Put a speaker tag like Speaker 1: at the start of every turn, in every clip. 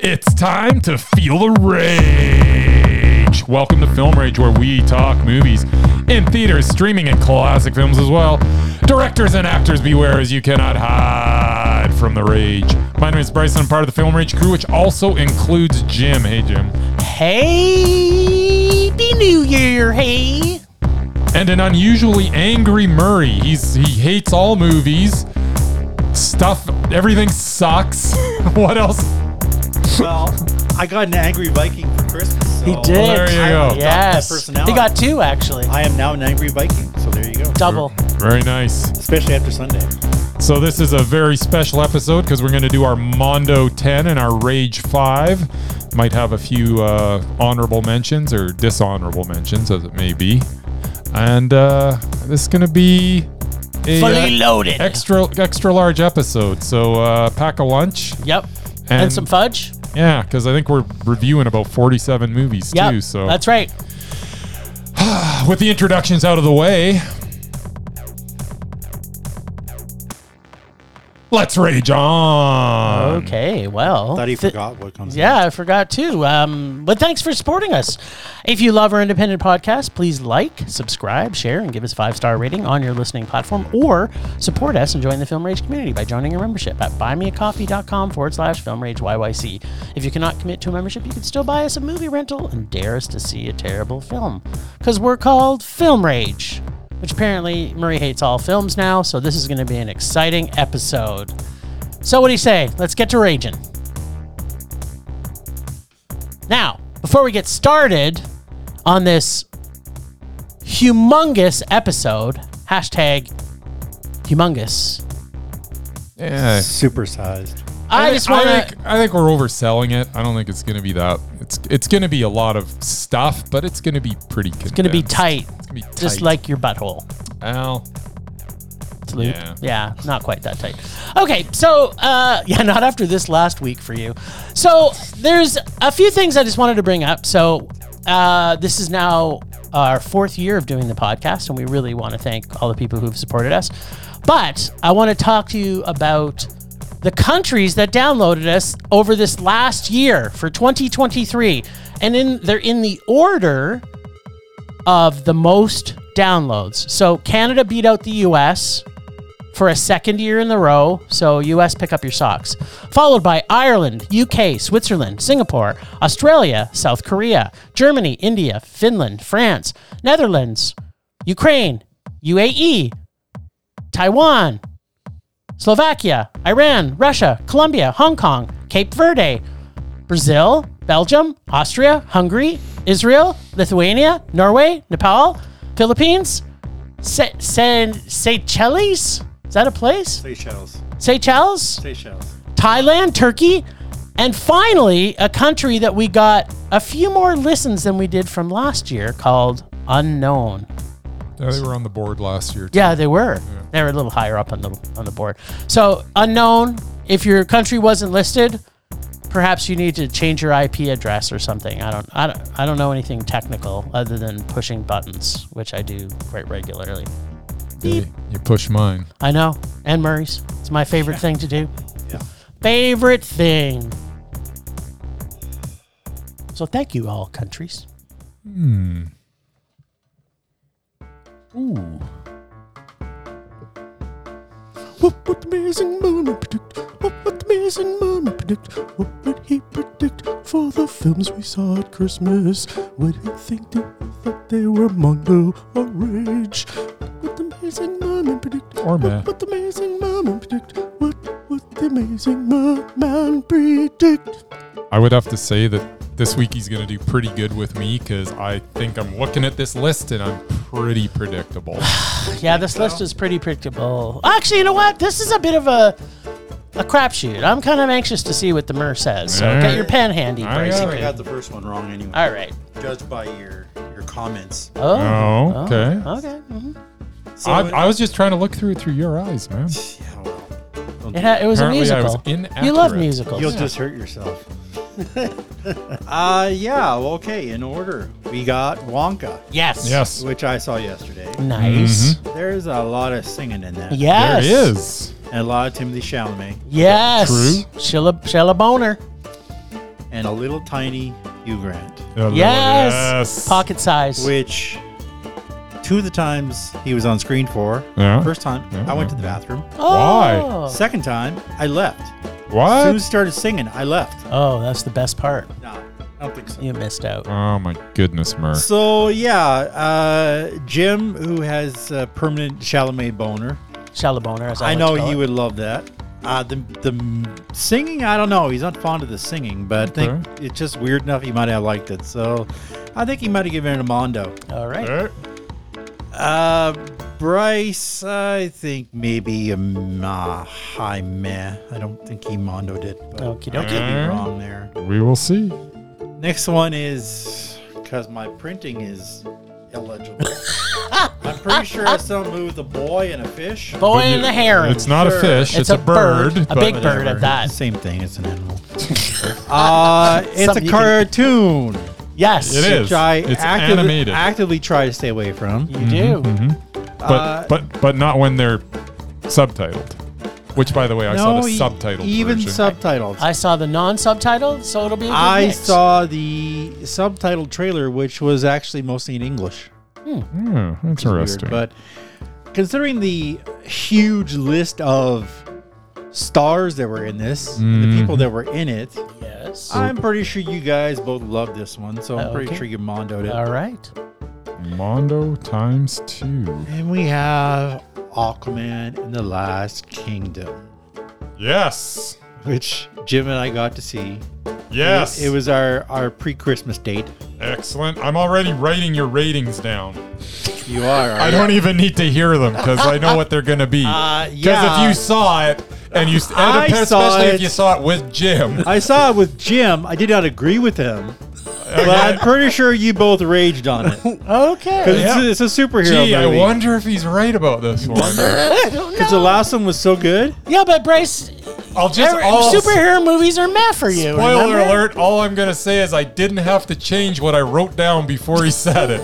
Speaker 1: It's time to feel the rage. Welcome to Film Rage, where we talk movies in theaters, streaming, and classic films as well. Directors and actors, beware as you cannot hide from the rage. My name is Bryson. I'm part of the Film Rage crew, which also includes Jim. Hey, Jim.
Speaker 2: Happy New Year, hey!
Speaker 1: And an unusually angry Murray. He's he hates all movies. Stuff everything sucks. what else?
Speaker 3: Well, I got an angry Viking for Christmas. So
Speaker 2: He did.
Speaker 1: Oh, there you go.
Speaker 3: That
Speaker 2: Yes.
Speaker 3: personality.
Speaker 2: He got two, actually.
Speaker 3: I am now an angry Viking, so there you go.
Speaker 2: Double.
Speaker 1: Very nice.
Speaker 3: Especially after Sunday.
Speaker 1: So this is a very special episode because we're going to do our Mondo 10 and our Rage 5. Might have a few uh, honorable mentions or dishonorable mentions, as it may be. And uh, this is going to be a
Speaker 2: Fully
Speaker 1: uh,
Speaker 2: loaded.
Speaker 1: extra extra large episode. So uh, pack a lunch.
Speaker 2: Yep. And,
Speaker 1: And-
Speaker 2: some fudge.
Speaker 1: Yeah, because I think we're reviewing about 47 movies
Speaker 2: Yep.
Speaker 1: too. So
Speaker 2: That's right.
Speaker 1: with the introductions out of the way, let's rage on.
Speaker 2: Okay, well.
Speaker 3: Thought he
Speaker 2: thi-
Speaker 3: forgot what comes.
Speaker 2: Yeah, I forgot too. Um, but thanks for supporting us. If you love our independent podcast, please like, subscribe, share, and give us five star rating on your listening platform, or support us and join the Film Rage community by joining a membership at buymeacoffee.com forward slash Film Rage YYC. If you cannot commit to a membership, you can still buy us a movie rental and dare us to see a terrible film because we're called Film Rage. Which apparently Murray hates all films now, so this is going to be an exciting episode. So, what do you say? Let's get to raging. Now, before we get started on this humongous episode, hashtag humongous,
Speaker 1: Yeah.
Speaker 3: Supersized.
Speaker 2: I, just want
Speaker 1: I
Speaker 2: to.
Speaker 1: think, I think we're overselling it. I don't think it's going to be that. It's it's going to be a lot of stuff, but it's going to be pretty. It's
Speaker 2: Gonna be tight,
Speaker 1: gonna be
Speaker 2: just
Speaker 1: tight.
Speaker 2: like your butthole.
Speaker 1: Al.
Speaker 2: It's lube.
Speaker 1: Yeah.
Speaker 2: Yeah. not quite that tight. Okay, so uh, yeah, not after this last week for you. So there's a few things I just wanted to bring up. So uh, this is now our fourth year of doing the podcast, and we really want to thank all the people who've supported us. But I want to talk to you about the countries that downloaded us over this last year for 2023, and in they're in the order of the most downloads. So Canada beat out the US for a second year in a row. So US pick up your socks. Followed by Ireland, UK, Switzerland, Singapore, Australia, South Korea, Germany, India, Finland, France, Netherlands, Ukraine, UAE, Taiwan, Slovakia, Iran, Russia, Colombia, Hong Kong, Cape Verde, Brazil, Belgium, Austria, Hungary, Israel, Lithuania, Norway, Nepal, Philippines, Se- San Seychelles? Is that a place?
Speaker 3: Seychelles.
Speaker 2: Seychelles?
Speaker 3: Seychelles.
Speaker 2: Thailand, Turkey, and finally a country that we got a few more listens than we did from last year called Unknown.
Speaker 1: Yeah, they were on the board last year. Too.
Speaker 2: Yeah, they were. They were a little higher up on the on the board. So unknown. If your country wasn't listed, perhaps you need to change your IP address or something. I don't I don't I don't know anything technical other than pushing buttons, which I do quite regularly.
Speaker 1: Yeah. You push mine.
Speaker 2: I know. And Murray's. It's my favorite thing to do.
Speaker 3: Yeah.
Speaker 2: Favorite thing. So thank you all countries.
Speaker 1: Hmm.
Speaker 4: What would the amazing Merman predict? What would the amazing Merman predict? What would he predict for the films we saw at Christmas? Would he think that we thought they were Mondo or Rage? What would the amazing Merman predict?
Speaker 1: Or meh.
Speaker 4: What would the amazing Merman predict? What would the amazing Merman predict?
Speaker 1: I would have to say that this week he's going to do pretty good with me because I think I'm looking at this list and I'm pretty predictable.
Speaker 2: Yeah, this list is pretty predictable. Actually, you know what? This is a bit of a a crapshoot. I'm kind of anxious to see what the Mer says. So
Speaker 1: All
Speaker 2: get
Speaker 1: right.
Speaker 2: your pen handy,
Speaker 1: All
Speaker 2: Bryce.
Speaker 1: right.
Speaker 3: I got the first one wrong anyway.
Speaker 2: All right.
Speaker 3: Judged by your your comments.
Speaker 2: Oh.
Speaker 1: oh, okay.
Speaker 2: Okay. mhm.
Speaker 3: So
Speaker 1: I, I was just trying to look through it through your eyes, man.
Speaker 3: yeah, well, don't
Speaker 2: It, ha- it was
Speaker 1: Apparently
Speaker 2: a
Speaker 1: I was
Speaker 2: musical. you love
Speaker 1: inaccurate.
Speaker 2: musicals.
Speaker 3: You'll just hurt yourself. uh yeah, well, okay, in order. We got Wonka,
Speaker 2: yes.
Speaker 1: Yes. Mm-hmm.
Speaker 3: which I saw yesterday.
Speaker 2: Nice.
Speaker 3: There's a lot of singing in that.
Speaker 1: There
Speaker 2: Yes.
Speaker 1: it is.
Speaker 3: And a lot of Timothy Chalamet.
Speaker 2: Yes.
Speaker 1: True.
Speaker 2: Sheila, Sheila Boner.
Speaker 3: and a little tiny Hugh Grant,
Speaker 1: Oh,
Speaker 2: Yes.
Speaker 1: yes.
Speaker 2: Pocket size.
Speaker 3: which two of the times he was on screen for.
Speaker 1: Yeah.
Speaker 3: First time,
Speaker 1: Yeah,
Speaker 3: I went
Speaker 1: yeah.
Speaker 3: to the bathroom.
Speaker 2: Oh.
Speaker 3: Second time, I left. As
Speaker 1: What?
Speaker 3: soon as he started singing, I left.
Speaker 2: Oh, that's the best part.
Speaker 3: No, I don't think so.
Speaker 2: You missed out.
Speaker 1: Oh my goodness, Mer.
Speaker 3: So yeah, uh, Jim, who has a permanent Chalamet boner,
Speaker 2: Shallow boner, as I,
Speaker 3: I
Speaker 2: like
Speaker 3: know
Speaker 2: to call
Speaker 3: he
Speaker 2: it.
Speaker 3: would love that. Uh, the the m- singing, I don't know. He's not fond of the singing, but I think it's just weird enough. He might have liked it. So I think he might have given it a mondo.
Speaker 2: All right.
Speaker 1: Alright.
Speaker 3: Uh, Bryce, I think maybe a m- uh, high meh. I don't think he mondo did. But
Speaker 2: Okie
Speaker 3: I could be
Speaker 1: dokie.
Speaker 3: wrong there.
Speaker 1: We will see.
Speaker 3: Next one is because my printing is illegible. I'm pretty sure I saw a movie with a boy and a fish.
Speaker 2: Boy
Speaker 1: But
Speaker 2: and
Speaker 1: you-
Speaker 2: the heron.
Speaker 1: It's not a
Speaker 3: Sure.
Speaker 1: fish. It's,
Speaker 2: It's
Speaker 1: a,
Speaker 2: a
Speaker 1: bird.
Speaker 2: bird, a
Speaker 1: but-
Speaker 2: big bird at that.
Speaker 3: Same thing. It's an animal. uh, it's
Speaker 2: Something you
Speaker 3: a
Speaker 2: can-
Speaker 3: cartoon,
Speaker 2: Yes.
Speaker 1: It is.
Speaker 3: which I
Speaker 1: It's
Speaker 3: actively,
Speaker 1: animated.
Speaker 3: actively try to stay away from.
Speaker 2: You do.
Speaker 1: Mm-hmm, But
Speaker 3: Uh,
Speaker 1: but but not when they're subtitled. Which, by the way, I saw the
Speaker 3: e-
Speaker 1: subtitled
Speaker 3: even
Speaker 1: version.
Speaker 3: subtitled. I,
Speaker 2: I saw the non-subtitled, so it'll be. A good mix.
Speaker 3: saw the subtitled trailer, which was actually mostly in English.
Speaker 1: Hmm,
Speaker 3: weird,
Speaker 1: interesting.
Speaker 3: but considering the huge list of stars that were in this, the
Speaker 1: Mm-hmm.
Speaker 3: people that were in it,
Speaker 2: Yes.
Speaker 3: I'm pretty sure you guys both loved this one. So I'm pretty
Speaker 2: Oh, Okay.
Speaker 3: sure you mondoed it.
Speaker 2: All right.
Speaker 1: Mondo times two.
Speaker 3: And we have Aquaman and the Last Kingdom,
Speaker 1: Yes.
Speaker 3: which Jim and I got to see.
Speaker 1: Yes.
Speaker 3: It, it was our, our pre Christmas date.
Speaker 1: excellent. I'm already writing your ratings down.
Speaker 3: You are.
Speaker 1: I
Speaker 3: right?
Speaker 1: don't even need to hear them because I know what they're gonna be.
Speaker 3: Uh,
Speaker 1: Because
Speaker 3: yeah.
Speaker 1: if you saw it and you, and
Speaker 3: I
Speaker 1: especially
Speaker 3: saw
Speaker 1: if
Speaker 3: it.
Speaker 1: you saw it with Jim,
Speaker 3: I saw it with Jim. I did not agree with him, but I'm pretty sure you both raged on it. 'Cause
Speaker 2: Okay.
Speaker 1: Yeah.
Speaker 3: it's, it's a superhero
Speaker 1: gee, I
Speaker 3: movie.
Speaker 1: wonder if he's right about this one.
Speaker 2: I don't
Speaker 3: Because the
Speaker 2: know.
Speaker 3: last one was so good.
Speaker 2: Yeah, but Bryce,
Speaker 1: I'll just
Speaker 2: every-
Speaker 1: all
Speaker 2: superhero movies are meh for you.
Speaker 1: Spoiler
Speaker 2: remember?
Speaker 1: alert! All I'm gonna say is I didn't have to change what I wrote down before he said it.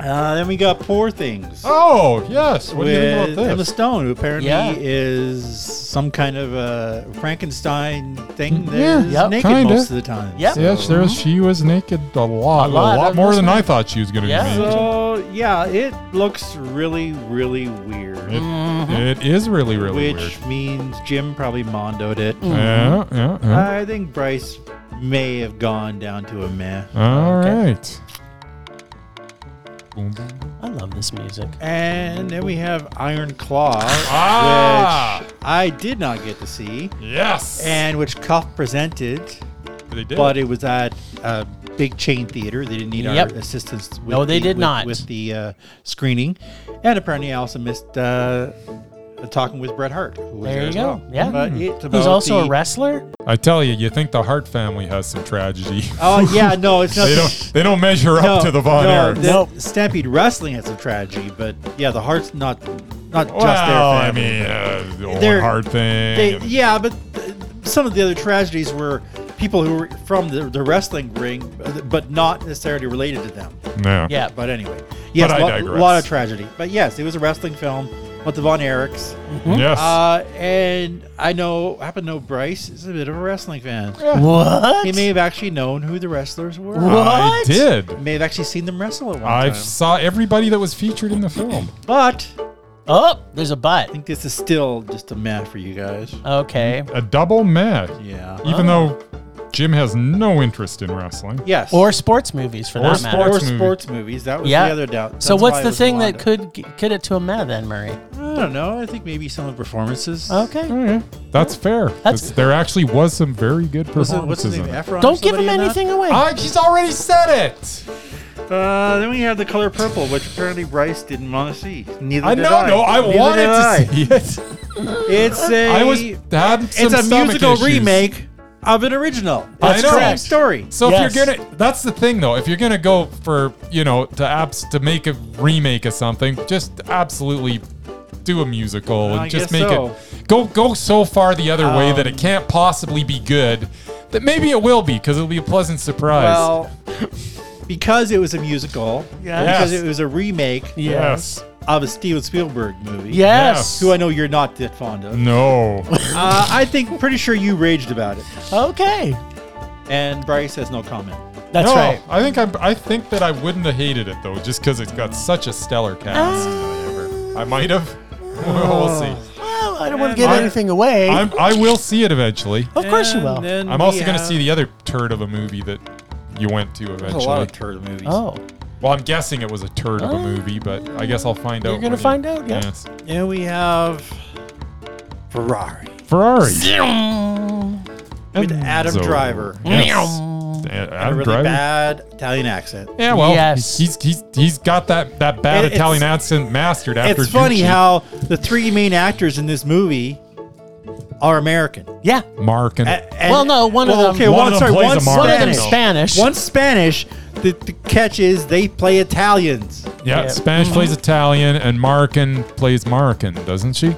Speaker 3: Uh, then we got Poor Things
Speaker 1: Oh yes, what do you think
Speaker 3: with
Speaker 1: about
Speaker 3: Emma
Speaker 1: this?
Speaker 3: Stone, who apparently
Speaker 2: Yeah.
Speaker 3: is some kind of a Frankenstein thing that is
Speaker 1: Yeah,
Speaker 2: yep,
Speaker 3: naked
Speaker 1: kinda.
Speaker 3: most of the time.
Speaker 2: Yep.
Speaker 1: Yeah, there is- she was naked a lot, a lot,
Speaker 2: lot, I
Speaker 1: more
Speaker 2: must
Speaker 1: than
Speaker 2: admit.
Speaker 1: I thought she was gonna
Speaker 2: Yeah.
Speaker 1: be. Naked.
Speaker 3: So yeah, it looks really, really weird.
Speaker 1: It- Mm-hmm. it is really, really
Speaker 3: which
Speaker 1: weird.
Speaker 3: means Jim probably mondoed it.
Speaker 1: Yeah, yeah, yeah.
Speaker 3: I think Bryce may have gone down to a meh.
Speaker 1: All right.
Speaker 2: okay. I love this music.
Speaker 3: And then we have Iron Claw,
Speaker 1: Ah!
Speaker 3: which I did not get to see,
Speaker 1: Yes.
Speaker 3: and which Cuff presented,
Speaker 1: they did.
Speaker 3: but it was at a big chain theater. They didn't need
Speaker 2: Yep.
Speaker 3: our assistance. With
Speaker 2: No, they
Speaker 3: the-
Speaker 2: did
Speaker 3: with-
Speaker 2: not.
Speaker 3: with the uh, screening. And apparently, I also missed uh, talking with Bret Hart. Who was
Speaker 2: There you
Speaker 3: as
Speaker 2: go.
Speaker 3: well.
Speaker 2: Yeah.
Speaker 3: but it's
Speaker 2: Who's
Speaker 3: about
Speaker 2: also
Speaker 3: the-
Speaker 2: a wrestler?
Speaker 1: I tell you, you think the Hart family has some tragedy.
Speaker 3: Oh yeah, no, it's not.
Speaker 1: they don't. They don't measure up to the Von Erichs.
Speaker 3: the
Speaker 2: Nope.
Speaker 3: Stampede Wrestling has a tragedy, but yeah, the Heart's not not
Speaker 1: well,
Speaker 3: just their
Speaker 1: I
Speaker 3: family.
Speaker 1: mean, uh, the Owen
Speaker 3: They're-
Speaker 1: Hart thing.
Speaker 3: They-
Speaker 1: and-
Speaker 3: yeah, but th- some of the other tragedies were people who were from the, the wrestling ring, but not necessarily related to them.
Speaker 1: no.
Speaker 2: Yeah.
Speaker 3: But anyway, yes,
Speaker 1: I
Speaker 3: a lot,
Speaker 1: digress.
Speaker 3: lot of tragedy. But yes, it was a wrestling film with the Von Erichs,
Speaker 1: Yes.
Speaker 3: uh, and I know happen to know Bryce is a bit of a wrestling fan.
Speaker 2: What?
Speaker 3: He may have actually known who the wrestlers were.
Speaker 1: I
Speaker 2: what?
Speaker 1: did.
Speaker 3: May have actually seen them wrestle at one
Speaker 1: I
Speaker 3: time.
Speaker 1: saw everybody that was featured in the film.
Speaker 3: But
Speaker 2: Oh, there's a butt.
Speaker 3: I think this is still just a meh for you guys.
Speaker 2: Okay.
Speaker 1: A double match.
Speaker 3: Yeah.
Speaker 1: Even though Jim has no interest in wrestling.
Speaker 3: Yes.
Speaker 2: Or sports movies for
Speaker 1: Or
Speaker 2: that
Speaker 1: sports
Speaker 2: matter.
Speaker 3: or
Speaker 1: sports movie.
Speaker 3: sports movies. That was
Speaker 2: Yeah.
Speaker 3: the other doubt.
Speaker 2: So
Speaker 3: That's why
Speaker 2: what's
Speaker 3: it
Speaker 2: the
Speaker 3: was
Speaker 2: thing that
Speaker 3: Wanda.
Speaker 2: could g- kid it to a meh then, Murray?
Speaker 3: I don't know. I think maybe some of the performances.
Speaker 2: Okay.
Speaker 1: Okay. That's fair.
Speaker 2: That's-
Speaker 1: It's- there actually was some very good
Speaker 3: What's, the- what's his
Speaker 1: performances
Speaker 3: name?
Speaker 1: in it.
Speaker 3: Efron or
Speaker 2: Don't give him
Speaker 3: somebody in that?
Speaker 2: anything away.
Speaker 1: I, he's already said it.
Speaker 3: Uh, then we have the color purple, which apparently Bryce didn't want to see. Neither
Speaker 1: I
Speaker 3: did
Speaker 1: know,
Speaker 3: I.
Speaker 1: no, I
Speaker 3: Neither
Speaker 1: wanted
Speaker 3: did
Speaker 1: to
Speaker 3: I.
Speaker 1: see it.
Speaker 3: It's a.
Speaker 1: I was had some
Speaker 3: It's a
Speaker 1: stomach
Speaker 3: musical
Speaker 1: issues.
Speaker 3: remake of an original.
Speaker 1: I
Speaker 3: It's
Speaker 1: know.
Speaker 3: the same story.
Speaker 1: So if you're
Speaker 2: Yes.
Speaker 1: gonna, that's the thing though. If you're gonna go for you know to abs to make a remake of something, just absolutely do a musical
Speaker 3: I
Speaker 1: and just
Speaker 3: guess
Speaker 1: make
Speaker 3: so.
Speaker 1: it go go so far the other way that it can't possibly be good. That maybe it will be because it'll be a pleasant surprise.
Speaker 3: Well, because it was a musical,
Speaker 2: Yes.
Speaker 3: because it was a remake,
Speaker 1: yes.
Speaker 3: of a Steven Spielberg movie.
Speaker 2: Yes.
Speaker 3: Who I know you're not that fond of.
Speaker 1: No.
Speaker 3: Uh, I think, pretty sure you raged about it.
Speaker 2: Okay.
Speaker 3: And Bryce has no comment.
Speaker 2: That's
Speaker 1: no,
Speaker 2: right.
Speaker 1: I think I, I think that I wouldn't have hated it though, just because it's got such a stellar cast. I might have. we'll see.
Speaker 2: Well, I don't want to give
Speaker 1: I-
Speaker 2: anything away.
Speaker 1: I'm, I will see it eventually.
Speaker 2: of course you
Speaker 3: And
Speaker 2: will.
Speaker 3: then
Speaker 1: I'm
Speaker 3: we
Speaker 1: also going to
Speaker 3: have-
Speaker 1: see the other turd of a movie that you went to
Speaker 3: There's a
Speaker 1: eventually.
Speaker 3: lot of turd movies.
Speaker 2: Oh,
Speaker 1: well, I'm guessing it was a turd of a movie, but I guess I'll find
Speaker 2: You're
Speaker 1: out.
Speaker 2: gonna
Speaker 1: when you-
Speaker 2: find out, yeah.
Speaker 1: Yes.
Speaker 3: And we have Ferrari
Speaker 1: Ferrari
Speaker 3: with Adam
Speaker 1: Enzo.
Speaker 3: Driver.
Speaker 1: Yes. A-
Speaker 3: A
Speaker 1: Adam
Speaker 3: really
Speaker 1: Driver.
Speaker 3: bad Italian accent.
Speaker 1: Yeah, well,
Speaker 2: Yes.
Speaker 1: he's, he's he's got that that bad
Speaker 3: It- it's-
Speaker 1: Italian accent mastered after.
Speaker 3: It's funny
Speaker 1: Gucci.
Speaker 3: how the three main actors in this movie are American.
Speaker 2: yeah.
Speaker 1: Mark and
Speaker 3: A- and-
Speaker 2: Well, no, one of them-
Speaker 3: Okay,
Speaker 1: One
Speaker 3: one,
Speaker 1: of them
Speaker 3: sorry,
Speaker 1: plays
Speaker 3: one's
Speaker 1: a Mark.
Speaker 2: One of
Speaker 3: Spanish.
Speaker 2: them's Spanish.
Speaker 3: One's Spanish. The, the catch is they play Italians.
Speaker 1: yeah, Mm-hmm.
Speaker 2: yeah.
Speaker 1: Spanish plays Italian and Markin plays Markin, doesn't she?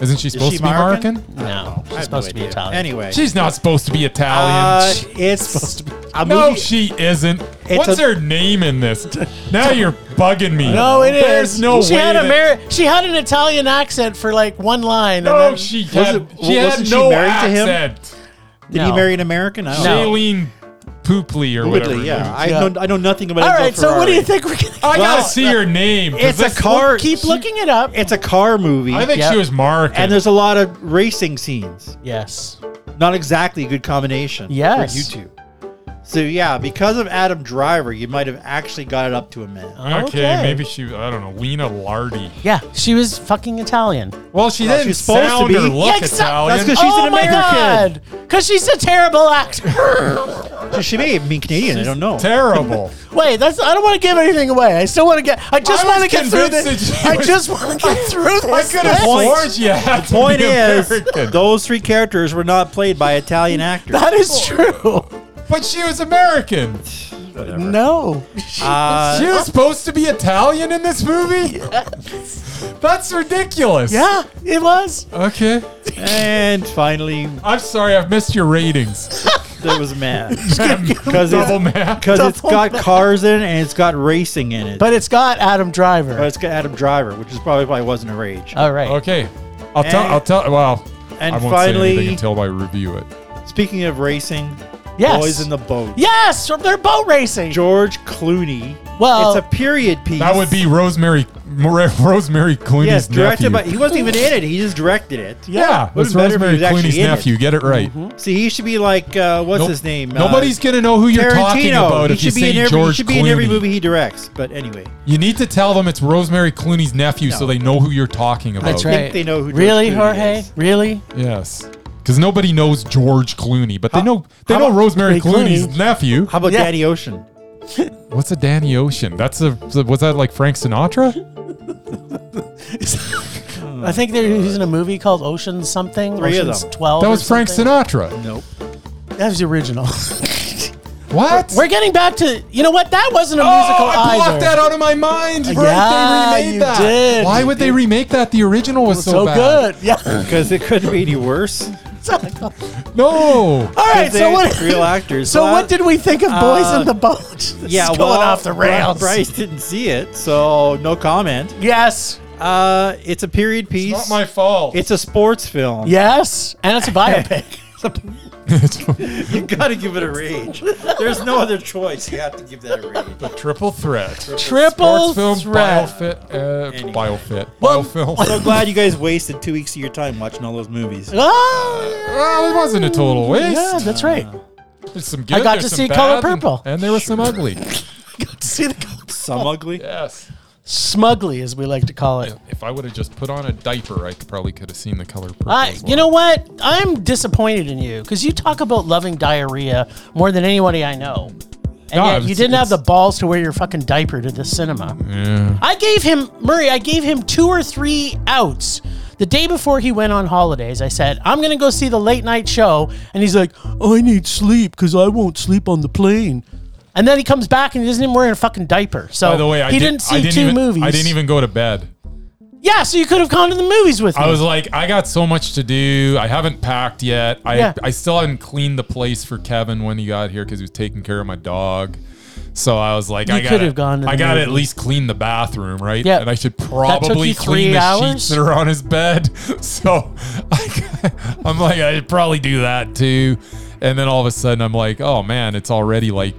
Speaker 1: Isn't she supposed
Speaker 3: she
Speaker 1: to be
Speaker 3: Moroccan?
Speaker 1: Markin?
Speaker 2: No,
Speaker 3: I
Speaker 2: she's
Speaker 3: have no
Speaker 2: supposed to be
Speaker 3: idea.
Speaker 2: Italian.
Speaker 3: Anyway,
Speaker 1: She's not supposed to be
Speaker 3: uh,
Speaker 1: Italian. She-
Speaker 3: it's supposed to be a
Speaker 1: no,
Speaker 3: movie.
Speaker 1: she isn't. What's
Speaker 3: a-
Speaker 1: her name in this? Now you're bugging me.
Speaker 2: No, it is.
Speaker 1: There's no
Speaker 2: she
Speaker 1: way.
Speaker 2: Had
Speaker 1: that-
Speaker 2: a mar- she had an Italian accent for like one line. and
Speaker 1: no,
Speaker 2: then-
Speaker 1: she had.
Speaker 3: Wasn't-
Speaker 1: she had
Speaker 3: wasn't she
Speaker 1: no
Speaker 3: married to him?
Speaker 1: accent.
Speaker 3: Did he
Speaker 2: No.
Speaker 3: marry an American? I don't
Speaker 2: No.
Speaker 3: know.
Speaker 1: Shailene Poopley or whatever.
Speaker 3: Woodley, yeah. I,
Speaker 2: Yeah.
Speaker 3: Know, I know nothing about
Speaker 2: All
Speaker 3: Enzo
Speaker 2: right, so what do you
Speaker 3: Ferrari.
Speaker 2: think we're gonna?
Speaker 1: Oh, I
Speaker 3: Well,
Speaker 1: gotta see her name. 'cause
Speaker 3: It's a
Speaker 1: this-
Speaker 3: car.
Speaker 2: Keep
Speaker 3: she-
Speaker 2: looking it up.
Speaker 3: It's a car movie.
Speaker 1: I think
Speaker 2: Yep.
Speaker 1: she was Markin.
Speaker 3: and there's a lot of racing scenes.
Speaker 2: yes.
Speaker 3: Not exactly a good combination
Speaker 2: Yes.
Speaker 3: for YouTube. So yeah, because of Adam Driver, you might have actually got it up to a man.
Speaker 1: Okay,
Speaker 2: Okay.
Speaker 1: maybe she. I don't know. Lena Lardy.
Speaker 2: Yeah, she was fucking Italian.
Speaker 1: Well, she
Speaker 3: Well,
Speaker 1: didn't
Speaker 3: she's supposed to
Speaker 1: sound
Speaker 3: be.
Speaker 1: or look
Speaker 2: Yeah, exa-
Speaker 1: Italian.
Speaker 3: That's 'cause She's
Speaker 2: oh
Speaker 3: an
Speaker 2: my
Speaker 3: American.
Speaker 2: god! Because she's a terrible actor.
Speaker 3: So she may have been Canadian. I don't know.
Speaker 1: terrible.
Speaker 2: Wait, that's. I don't want to give anything away. I still want to get. I just
Speaker 1: I
Speaker 2: want to
Speaker 1: was
Speaker 2: get through
Speaker 1: convinced that
Speaker 2: this.
Speaker 1: she
Speaker 2: I
Speaker 1: was-
Speaker 2: just want to get through this.
Speaker 1: I could have
Speaker 2: list.
Speaker 3: Point.
Speaker 1: sworn she had to
Speaker 3: Point
Speaker 1: be
Speaker 3: is,
Speaker 1: American.
Speaker 3: those three characters were not played by Italian actors.
Speaker 2: That is true.
Speaker 1: but she was American.
Speaker 2: No.
Speaker 3: Uh,
Speaker 1: she was supposed to be Italian in this movie. That's ridiculous.
Speaker 2: Yeah, it was.
Speaker 1: Okay.
Speaker 3: and finally,
Speaker 1: I'm sorry. I've missed your ratings.
Speaker 3: there was a man
Speaker 1: Because double math.
Speaker 3: because it's got cars in it and it's got racing in it.
Speaker 2: But it's got Adam Driver.
Speaker 3: But it's got Adam Driver, which is probably why it wasn't a rage.
Speaker 2: All right.
Speaker 1: Okay. I'll tell.
Speaker 3: And-
Speaker 1: I'll tell. Well.
Speaker 3: and
Speaker 1: Uh, I won't say
Speaker 3: finally-
Speaker 1: anything until I review it.
Speaker 3: Speaking of racing,
Speaker 2: Yes.
Speaker 3: Boys in the Boat.
Speaker 2: Yes, from their boat racing.
Speaker 3: George Clooney.
Speaker 2: Well-
Speaker 3: it's a period piece.
Speaker 1: That would be Rosemary Mor- Rosemary Clooney's
Speaker 3: yes, directed by.
Speaker 1: nephew.
Speaker 3: He wasn't even in it. He just directed it.
Speaker 1: yeah, that's
Speaker 3: Would've been better if he
Speaker 1: Rosemary
Speaker 3: was actually
Speaker 1: Clooney's
Speaker 3: in it.
Speaker 1: nephew. Get it right.
Speaker 3: See, he should be like uh, what's
Speaker 1: Nope.
Speaker 3: his name? Uh,
Speaker 1: Nobody's gonna know who you're talking about
Speaker 3: he
Speaker 1: if you
Speaker 3: should be
Speaker 1: say
Speaker 3: in every,
Speaker 1: George
Speaker 3: He should be
Speaker 1: Clooney.
Speaker 3: in every movie he directs. But anyway,
Speaker 1: You need to tell them it's Rosemary Clooney's nephew, so
Speaker 3: No.
Speaker 1: they know who you're talking about.
Speaker 2: That's
Speaker 3: think
Speaker 2: right.
Speaker 3: they know who George
Speaker 2: Really,
Speaker 3: Clooney
Speaker 2: Jorge?
Speaker 3: is.
Speaker 2: Really?
Speaker 1: Yes, because nobody knows George Clooney, but they know they
Speaker 3: how
Speaker 1: know
Speaker 3: about-
Speaker 1: Rosemary
Speaker 2: Ray Clooney.
Speaker 1: Clooney's nephew.
Speaker 3: how about
Speaker 2: Yeah.
Speaker 3: Danny Ocean?
Speaker 1: What's a Danny Ocean? That's a was that like Frank Sinatra?
Speaker 2: I think they're using a movie called Ocean something.
Speaker 3: Mm. Three of
Speaker 2: Ocean's
Speaker 3: them.
Speaker 2: Twelve.
Speaker 1: That
Speaker 2: or
Speaker 1: was Frank
Speaker 2: something.
Speaker 1: Sinatra.
Speaker 3: Nope.
Speaker 2: That was the original.
Speaker 1: What?
Speaker 2: We're getting back to. You know what? That wasn't a
Speaker 1: Oh,
Speaker 2: musical
Speaker 1: I blocked
Speaker 2: either.
Speaker 1: that out of my mind. Right?
Speaker 2: yeah,
Speaker 1: they remade
Speaker 2: you
Speaker 1: that.
Speaker 2: did.
Speaker 1: Why would they remake that? The original was,
Speaker 2: so, good. Yeah.
Speaker 3: Because it couldn't be any worse.
Speaker 2: All
Speaker 1: good. No.
Speaker 2: right. So
Speaker 3: They're
Speaker 2: what?
Speaker 3: real actors.
Speaker 2: So
Speaker 3: Well,
Speaker 2: what did we think of Boys
Speaker 3: uh,
Speaker 2: in the Boat? This
Speaker 3: Yeah,
Speaker 2: is going
Speaker 3: well,
Speaker 2: off the
Speaker 3: Bri-
Speaker 2: rails.
Speaker 3: Bryce didn't see it, so no comment.
Speaker 2: Yes.
Speaker 3: Uh, it's a period piece.
Speaker 1: Not my fault.
Speaker 3: It's a sports film.
Speaker 2: Yes. And it's a biopic.
Speaker 3: You gotta give it a rage. There's no other choice. You have to give that a rage.
Speaker 1: Triple threat. Sports
Speaker 2: Triple
Speaker 1: film,
Speaker 2: threat.
Speaker 1: biofit, uh,
Speaker 3: Anyway.
Speaker 1: biofit,
Speaker 2: Well-
Speaker 1: biofilm.
Speaker 3: So glad you guys wasted two weeks of your time watching all those movies.
Speaker 2: Ah,
Speaker 1: well, it wasn't a total waste.
Speaker 2: yeah, that's right.
Speaker 1: There's some good.
Speaker 2: I got
Speaker 1: there's
Speaker 2: to
Speaker 1: some
Speaker 2: see
Speaker 1: bad,
Speaker 2: Color
Speaker 1: and-
Speaker 2: Purple.
Speaker 1: and, there was some ugly.
Speaker 2: Got to see the
Speaker 3: Some ugly.
Speaker 1: yes.
Speaker 2: smugly, as we like to call it.
Speaker 1: If I would have just put on a diaper, I could, probably could have seen the color purple.
Speaker 2: I,
Speaker 1: as well.
Speaker 2: Uh, you know what? I'm disappointed in you because you talk about loving diarrhea more than anybody I know, and
Speaker 1: No,
Speaker 2: yet you
Speaker 1: it's-
Speaker 2: didn't have the
Speaker 1: it's-
Speaker 2: balls to wear your fucking diaper to the cinema.
Speaker 1: Yeah.
Speaker 2: I gave him Murray. I gave him two or three outs the day before he went on holidays. I said, "I'm gonna go see the late night show," and he's like, "I need sleep because I won't sleep on the plane." And then he comes back and he isn't even wearing a fucking diaper. So
Speaker 1: By the way, I
Speaker 2: he
Speaker 1: did,
Speaker 2: didn't see
Speaker 1: I didn't
Speaker 2: two
Speaker 1: even,
Speaker 2: movies.
Speaker 1: I didn't even go to bed.
Speaker 2: Yeah, so you could have gone to the movies with me.
Speaker 1: I was like, I got so much to do. I haven't packed yet. I
Speaker 2: Yeah.
Speaker 1: I still haven't cleaned the place for Kevin when he got here because he was taking care of my dog. So I was like,
Speaker 2: You
Speaker 1: I
Speaker 2: could
Speaker 1: got
Speaker 2: have gone to the
Speaker 1: I got to at
Speaker 2: movie.
Speaker 1: least clean the bathroom, right?
Speaker 2: Yep.
Speaker 1: And I should
Speaker 2: took
Speaker 1: probably
Speaker 2: you
Speaker 1: clean
Speaker 2: three
Speaker 1: the sheets
Speaker 2: hours?
Speaker 1: that are on his bed. So I, I'm like, I should probably do that too. And then all of a sudden, I'm like, oh man, it's already like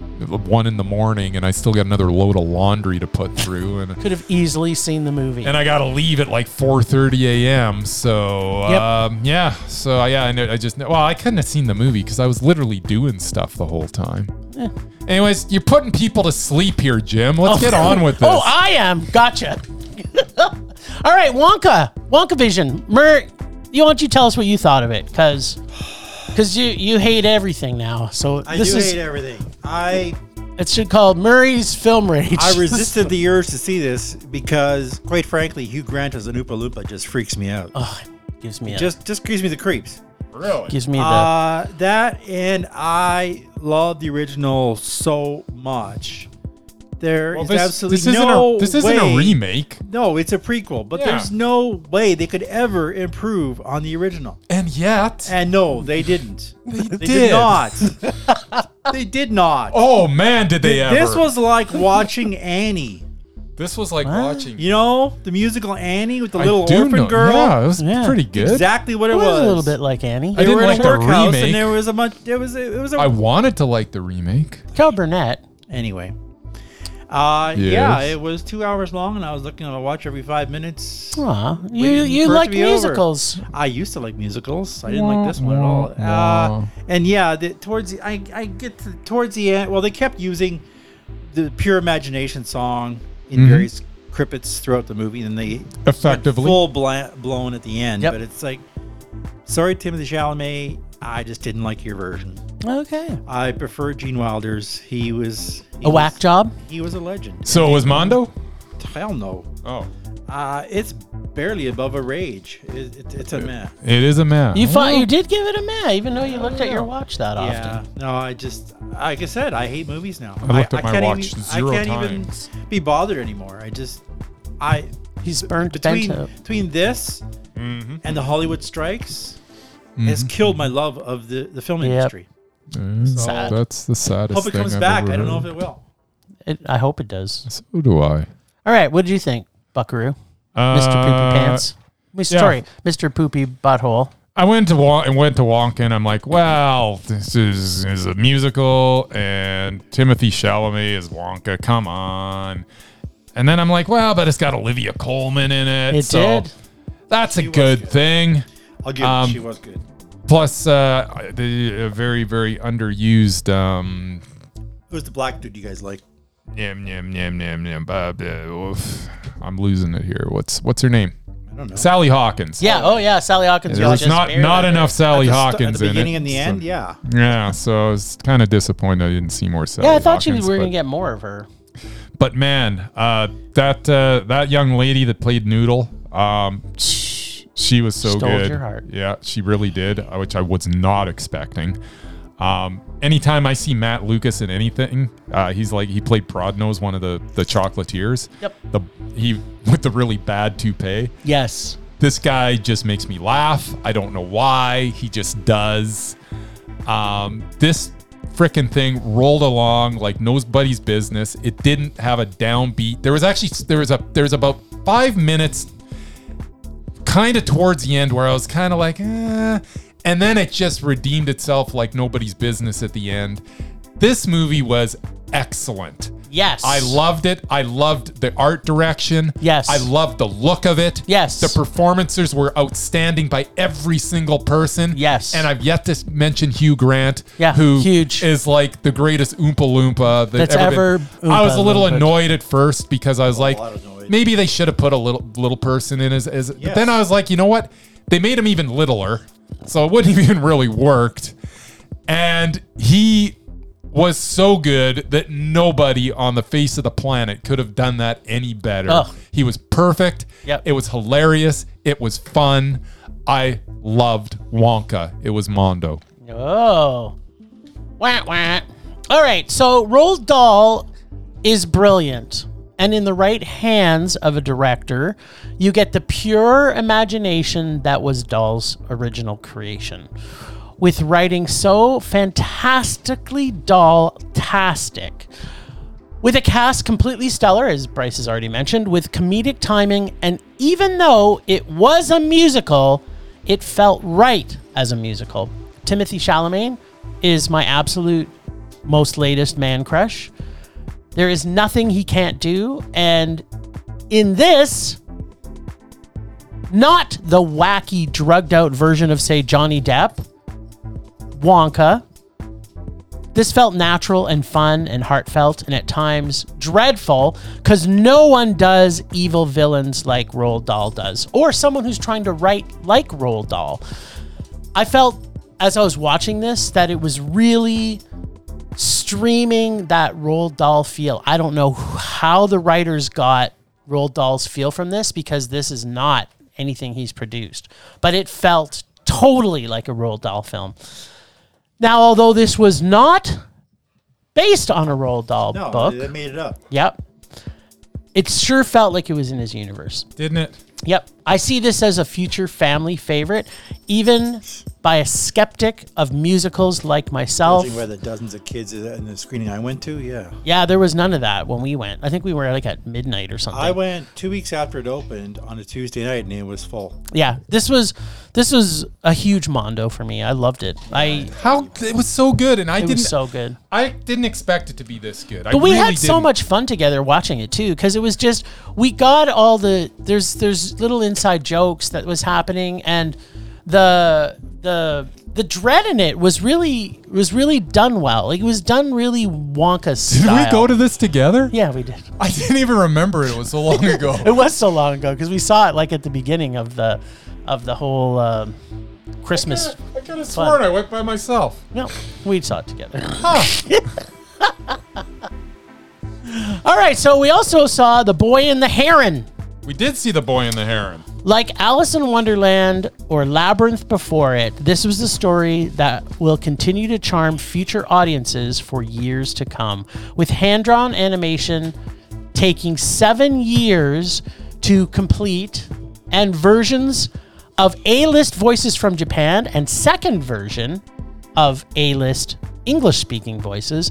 Speaker 1: one in the morning, and I still got another load of laundry to put through, and
Speaker 2: Could have easily seen the movie.
Speaker 1: and I got to leave at like 4:30 a.m. So
Speaker 2: Yep.
Speaker 1: um, yeah, so yeah, I, know, I just well, I couldn't have seen the movie because I was literally doing stuff the whole time.
Speaker 3: Eh.
Speaker 1: Anyways, you're putting people to sleep here, Jim. Let's get on with this.
Speaker 2: Oh, I am. Gotcha. All right, Wonka. Wonka Vision. Mer, you why don't you tell us what you thought of it? Because because you you hate everything now. So
Speaker 3: I
Speaker 2: this
Speaker 3: do
Speaker 2: is
Speaker 3: hate everything. I
Speaker 2: it should called Murray's Film Rage.
Speaker 3: I resisted the urge to see this because, quite frankly, Hugh Grant as an Oompa Loompa just freaks me out.
Speaker 2: Oh, it gives me a,
Speaker 3: Just just gives me the creeps.
Speaker 2: gives me the
Speaker 3: Uh, that and I love the original so much. There is
Speaker 1: Well, this,
Speaker 3: absolutely
Speaker 1: this isn't
Speaker 3: no
Speaker 1: a, this isn't
Speaker 3: way-
Speaker 1: a remake,
Speaker 3: No, it's a prequel, but
Speaker 1: Yeah.
Speaker 3: there's no way they could ever improve on the original.
Speaker 1: and yet,
Speaker 3: And no, they didn't. they
Speaker 1: did.
Speaker 3: not. they did not.
Speaker 1: oh man, did they ever?
Speaker 3: This was like watching Annie.
Speaker 1: this was like watching.
Speaker 3: You know, the musical Annie with the
Speaker 1: I
Speaker 3: little
Speaker 1: do
Speaker 3: orphan
Speaker 1: know-
Speaker 3: girl.
Speaker 1: Yeah, it was
Speaker 2: Yeah.
Speaker 1: pretty good.
Speaker 3: Exactly what it,
Speaker 2: it
Speaker 3: was.
Speaker 2: was a little bit like Annie.
Speaker 1: I
Speaker 3: They
Speaker 1: didn't
Speaker 3: were
Speaker 1: like
Speaker 3: in a
Speaker 1: the
Speaker 3: workhouse
Speaker 1: remake.
Speaker 3: and there was a much. It was a, it was a
Speaker 1: I wanted to like the remake.
Speaker 2: Cal Burnett.
Speaker 3: anyway. Uh, yeah,
Speaker 1: Yes.
Speaker 3: it was two hours long, and I was looking at a watch every five minutes.
Speaker 2: Aw, you
Speaker 3: Waiting
Speaker 2: you
Speaker 3: for it
Speaker 2: like
Speaker 3: to be over.
Speaker 2: musicals.
Speaker 3: I used to like musicals. I didn't like this one at all. Uh, and yeah, the, towards the, I, I get to, towards the end. Well, they kept using the pure imagination song in
Speaker 2: Mm-hmm.
Speaker 1: Mhm.
Speaker 3: various crippets throughout the movie, and they
Speaker 1: Effectively.
Speaker 3: full bla- blown at the end.
Speaker 2: Yep.
Speaker 3: But it's like, sorry, Timothy Chalamet, I just didn't like your version.
Speaker 2: Okay.
Speaker 3: I prefer Gene Wilder's. He was he
Speaker 2: A whack
Speaker 3: was-
Speaker 2: job.
Speaker 3: He was a legend.
Speaker 1: So it was Mondo.
Speaker 3: Hell no.
Speaker 1: Oh,
Speaker 3: Uh, it's barely above a rage. It, it, it's a meh.
Speaker 1: it is a man.
Speaker 2: You thought you did give it a meh, even though you looked at your watch that
Speaker 3: Oh. Yeah.
Speaker 2: often.
Speaker 3: No, I just, like I said, I hate movies now.
Speaker 1: I looked at my
Speaker 3: can't
Speaker 1: watch
Speaker 3: even,
Speaker 1: zero
Speaker 3: I can't
Speaker 1: times.
Speaker 3: even be bothered anymore. I just, I
Speaker 2: He's burnt
Speaker 3: between
Speaker 2: bento.
Speaker 3: between this
Speaker 1: Mm-hmm.
Speaker 3: and the Hollywood strikes has killed my love of the the film
Speaker 2: Yep.
Speaker 3: industry.
Speaker 1: Mm,
Speaker 2: Sad.
Speaker 1: That's the saddest
Speaker 3: Hope it
Speaker 1: thing
Speaker 3: comes
Speaker 1: I've
Speaker 3: back.
Speaker 1: ever
Speaker 3: I don't know if
Speaker 1: heard.
Speaker 3: it will.
Speaker 2: It, I hope it does.
Speaker 1: So do I.
Speaker 2: All right, what did you think, Buckaroo?
Speaker 1: Uh,
Speaker 2: Mr. Poopy Pants. Mr.
Speaker 1: yeah.
Speaker 2: Sorry, Mr. Poopy Butthole.
Speaker 1: I went to Wonk and went to Wonk and I'm like, well, this is is a musical and Timothy Chalamet is Wonka. Come on. And then I'm like, well, but it's got Olivia Coleman in it.
Speaker 2: It
Speaker 1: so
Speaker 2: did.
Speaker 1: That's a
Speaker 3: She was
Speaker 1: good,
Speaker 3: good.
Speaker 1: thing.
Speaker 3: I'll give
Speaker 1: Um,
Speaker 3: it. She was good.
Speaker 1: Plus, uh, the a very very underused um,
Speaker 3: Who's the black dude you guys like?
Speaker 1: yam yam yam yam yam. Uh, uh, oof. I'm losing it here. What's what's her name?
Speaker 3: I don't know.
Speaker 1: Sally Hawkins.
Speaker 2: Yeah. Oh, yeah. Sally Hawkins.
Speaker 1: There was
Speaker 2: was just
Speaker 1: not
Speaker 2: barely
Speaker 1: not
Speaker 2: there.
Speaker 1: enough Sally
Speaker 3: At the st-
Speaker 1: Hawkins
Speaker 3: at the
Speaker 1: in it.
Speaker 3: beginning and the
Speaker 1: so-
Speaker 3: end. Yeah.
Speaker 1: Yeah, so I was kind of disappointed I didn't see more Sally.
Speaker 2: Yeah, I thought she
Speaker 1: Hawkins,
Speaker 2: was, we were
Speaker 1: but,
Speaker 2: gonna get more of her.
Speaker 1: But man, uh, that uh, that young lady that played Noodle, um, she was so
Speaker 2: Stole
Speaker 1: good.
Speaker 2: your heart.
Speaker 1: Yeah, she really did, uh, which I was not expecting. Um, anytime I see Matt Lucas in anything, uh, he's like he played Prodnos, one of the the chocolatiers.
Speaker 2: Yep.
Speaker 1: The he with the really bad toupee
Speaker 2: Yes.
Speaker 1: this guy just makes me laugh. I don't know why. He just does. Um, this frickin' thing rolled along like nobody's business. It didn't have a downbeat. There was actually there was a there's about five minutes, kind of towards the end, where I was kind of like, eh. and then it just redeemed itself like nobody's business at the end. This movie was excellent.
Speaker 2: Yes.
Speaker 1: I loved it. I loved the art direction.
Speaker 2: Yes.
Speaker 1: I loved the look of it.
Speaker 2: Yes.
Speaker 1: The performances were outstanding by every single person.
Speaker 2: Yes.
Speaker 1: And I've yet to s- mention Hugh Grant,
Speaker 2: Yeah,
Speaker 1: who
Speaker 2: huge.
Speaker 1: is like the greatest Oompa Loompa that
Speaker 2: That's
Speaker 1: ever. been-
Speaker 2: ever
Speaker 1: I was a
Speaker 2: Oompa
Speaker 1: little
Speaker 2: Loompa'd.
Speaker 1: annoyed at first because I was like,
Speaker 3: lot annoyed.
Speaker 1: maybe they should have put a little little person in as. as But
Speaker 3: Yes.
Speaker 1: then I was like, you know what? They made him even littler, so it wouldn't even really worked. And he was so good that nobody on the face of the planet could have done that any better.
Speaker 2: Ugh.
Speaker 1: He was perfect.
Speaker 2: Yep.
Speaker 1: It was hilarious. It was fun. I loved Wonka. It was Mondo.
Speaker 2: Oh. Wah, wah. All right. So Roald Dahl is brilliant. And in the right hands of a director, you get the pure imagination that was Dahl's original creation. with writing so fantastically doll tastic. With a cast completely stellar, as Bryce has already mentioned, with comedic timing, and even though it was a musical, it felt right as a musical. Timothy Chalamet is my absolute most latest man crush. There is nothing he can't do, and in this, not the wacky, drugged out version of, say, Johnny Depp, Wonka. This felt natural and fun and heartfelt and at times dreadful because no one does evil villains like Roald Dahl does or someone who's trying to write like Roald Dahl. I felt as I was watching this that it was really streaming that Roald Dahl feel. I don't know how the writers got Roald Dahl's feel from this because this is not anything he's produced, but it felt totally like a Roald Dahl film. Now, although this was not based on a Roald Dahl
Speaker 3: No,
Speaker 2: book,
Speaker 3: they made it up.
Speaker 2: yep, it sure felt like it was in his universe.
Speaker 1: Didn't it?
Speaker 2: Yep. I see this as a future family favorite, even by a skeptic of musicals like myself.
Speaker 3: Judging by the dozens of kids in the screening I went to, yeah.
Speaker 2: Yeah, there was none of that when we went. I think we were like at midnight or something.
Speaker 3: I went two weeks after it opened on a Tuesday night, and it was full.
Speaker 2: yeah, this was this was a huge mondo for me. I loved it. I
Speaker 1: How it was so good, and I
Speaker 2: it
Speaker 1: didn't.
Speaker 2: was so good.
Speaker 1: I didn't expect it to be this good.
Speaker 2: But we had so much fun together watching it too, because it was just we got all the there's there's little inside jokes that was happening, and the the the dread in it was really was really done well. Like it was done really Wonka
Speaker 1: Did
Speaker 2: style.
Speaker 1: we go to this together?
Speaker 2: Yeah, we did.
Speaker 1: I didn't even remember it. It was so long ago.
Speaker 2: It was so long ago because we saw it like at the beginning of the of the whole um, Christmas.
Speaker 1: I could have sworn I went by myself.
Speaker 2: No, we saw it together.
Speaker 1: Huh.
Speaker 2: All right, so we also saw the boy and the heron.
Speaker 1: We did see the boy and the heron.
Speaker 2: Like Alice in Wonderland or Labyrinth before it, this was the story that will continue to charm future audiences for years to come. With hand drawn animation taking seven years to complete, and versions of A list voices from Japan and second version of A list English speaking voices.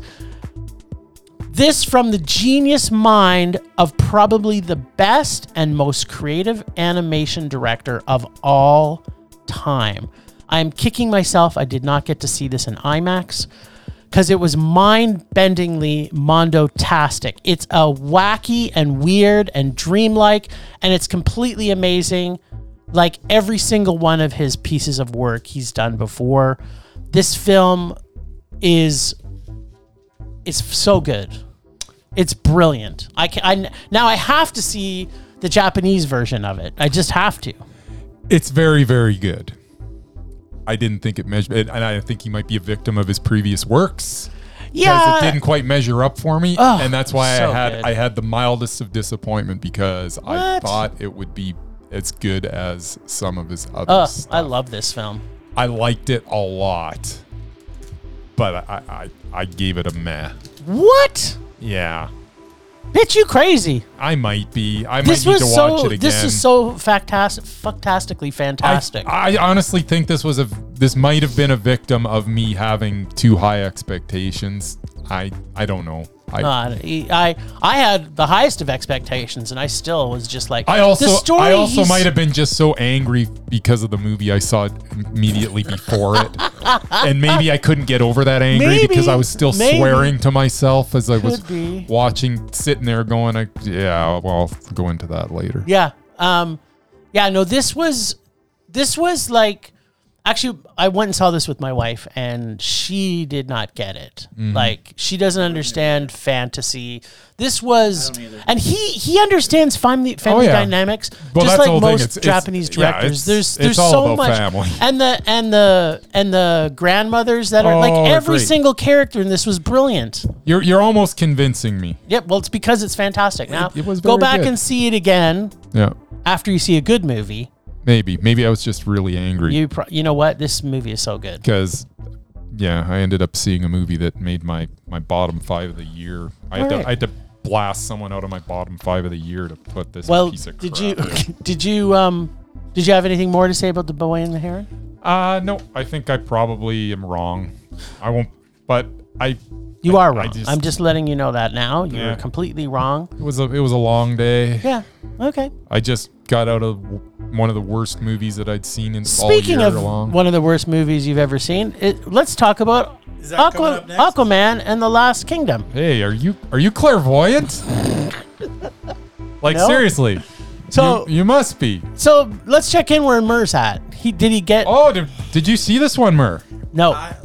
Speaker 2: This from the genius mind of probably the best and most creative animation director of all time. I am kicking myself I did not get to see this in IMAX because it was mind bendingly mondo tastic. It's a wacky and weird and dreamlike, and it's completely amazing, like every single one of his pieces of work he's done before. This film is it's so good. It's brilliant. I can I, now I have to see the Japanese version of it. I just have to.
Speaker 1: It's very, very good. I didn't think it measured, and I think he might be a victim of his previous works because
Speaker 2: Yeah.
Speaker 1: it didn't quite measure up for me,
Speaker 2: Oh,
Speaker 1: and that's why
Speaker 2: so
Speaker 1: I had
Speaker 2: good.
Speaker 1: I had the mildest of disappointment because I
Speaker 2: What?
Speaker 1: thought it would be as good as some of his other
Speaker 2: Ugh,
Speaker 1: stuff.
Speaker 2: I love this film.
Speaker 1: I liked it a lot, but I I, I gave it a meh.
Speaker 2: What?
Speaker 1: Yeah,
Speaker 2: Bitch, you crazy.
Speaker 1: I might be. I
Speaker 2: This
Speaker 1: might need
Speaker 2: was
Speaker 1: to watch
Speaker 2: so
Speaker 1: it again.
Speaker 2: this is so factas- fucktastically
Speaker 1: I-
Speaker 2: fantastic.
Speaker 1: I, honestly think this was a this might have been a victim of me having too high expectations. I I don't know. I
Speaker 2: God, he- I I had the highest of expectations, and I still was just like
Speaker 1: I also
Speaker 2: the story
Speaker 1: I also
Speaker 2: he's-
Speaker 1: might have been just so angry because of the movie I saw immediately before it, and maybe I couldn't get over that angry
Speaker 2: Maybe,
Speaker 1: because I was still
Speaker 2: maybe.
Speaker 1: swearing to myself as I was
Speaker 2: Could be.
Speaker 1: watching, sitting there going, I, "Yeah, well, I'll go into that later."
Speaker 2: Yeah. Um yeah, no, this was this was like actually I went and saw this with my wife and she did not get it.
Speaker 1: Mm-hmm.
Speaker 2: Like she doesn't understand fantasy. This was and he he understands family family
Speaker 1: Oh, yeah.
Speaker 2: dynamics
Speaker 1: Well, that's
Speaker 2: just
Speaker 1: the
Speaker 2: like
Speaker 1: whole thing.
Speaker 2: most
Speaker 1: It's- it's-
Speaker 2: Japanese
Speaker 1: yeah,
Speaker 2: directors.
Speaker 1: it's-
Speaker 2: there's
Speaker 1: it's
Speaker 2: there's
Speaker 1: all
Speaker 2: so
Speaker 1: about
Speaker 2: much
Speaker 1: family.
Speaker 2: and the and the and the grandmothers that are
Speaker 1: Oh,
Speaker 2: like every
Speaker 1: agreed.
Speaker 2: single character in this was brilliant.
Speaker 1: You're you're almost convincing me.
Speaker 2: Yep, well it's because it's fantastic. Now
Speaker 1: it was
Speaker 2: go
Speaker 1: very
Speaker 2: back
Speaker 1: good.
Speaker 2: and see it again
Speaker 1: Yeah,
Speaker 2: after you see a good movie.
Speaker 1: maybe maybe I was just really angry.
Speaker 2: You pro- you know what? This movie is so good.
Speaker 1: because yeah, I ended up seeing a movie that made my my bottom five of the year. I had,
Speaker 2: Alright.
Speaker 1: to, I had to blast someone out of my bottom five of the year to put this
Speaker 2: Well,
Speaker 1: piece of
Speaker 2: did you
Speaker 1: crap in.
Speaker 2: did you um did you have anything more to say about the boy and the heron?
Speaker 1: Uh, no, I think I probably am wrong. I won't, but I.
Speaker 2: You are wrong.
Speaker 1: just-
Speaker 2: I'm just letting you know that now. You
Speaker 1: Yeah.
Speaker 2: were completely wrong.
Speaker 1: It was a it was a long day.
Speaker 2: Yeah. Okay.
Speaker 1: I just got out of w- one of the worst movies that I'd seen in
Speaker 2: Speaking
Speaker 1: all
Speaker 2: of
Speaker 1: year long.
Speaker 2: one of the worst movies you've ever seen, it, let's talk about
Speaker 3: Is that coming
Speaker 2: Aqua,
Speaker 3: up next?
Speaker 2: Aquaman and the Last Kingdom.
Speaker 1: Hey, are you are you clairvoyant? like
Speaker 2: No.
Speaker 1: seriously?
Speaker 2: So,
Speaker 1: you, you must be.
Speaker 2: so let's check in where Murr's at. He did he get?
Speaker 1: Oh, did, did you see this one, Mer?
Speaker 2: no.
Speaker 3: I,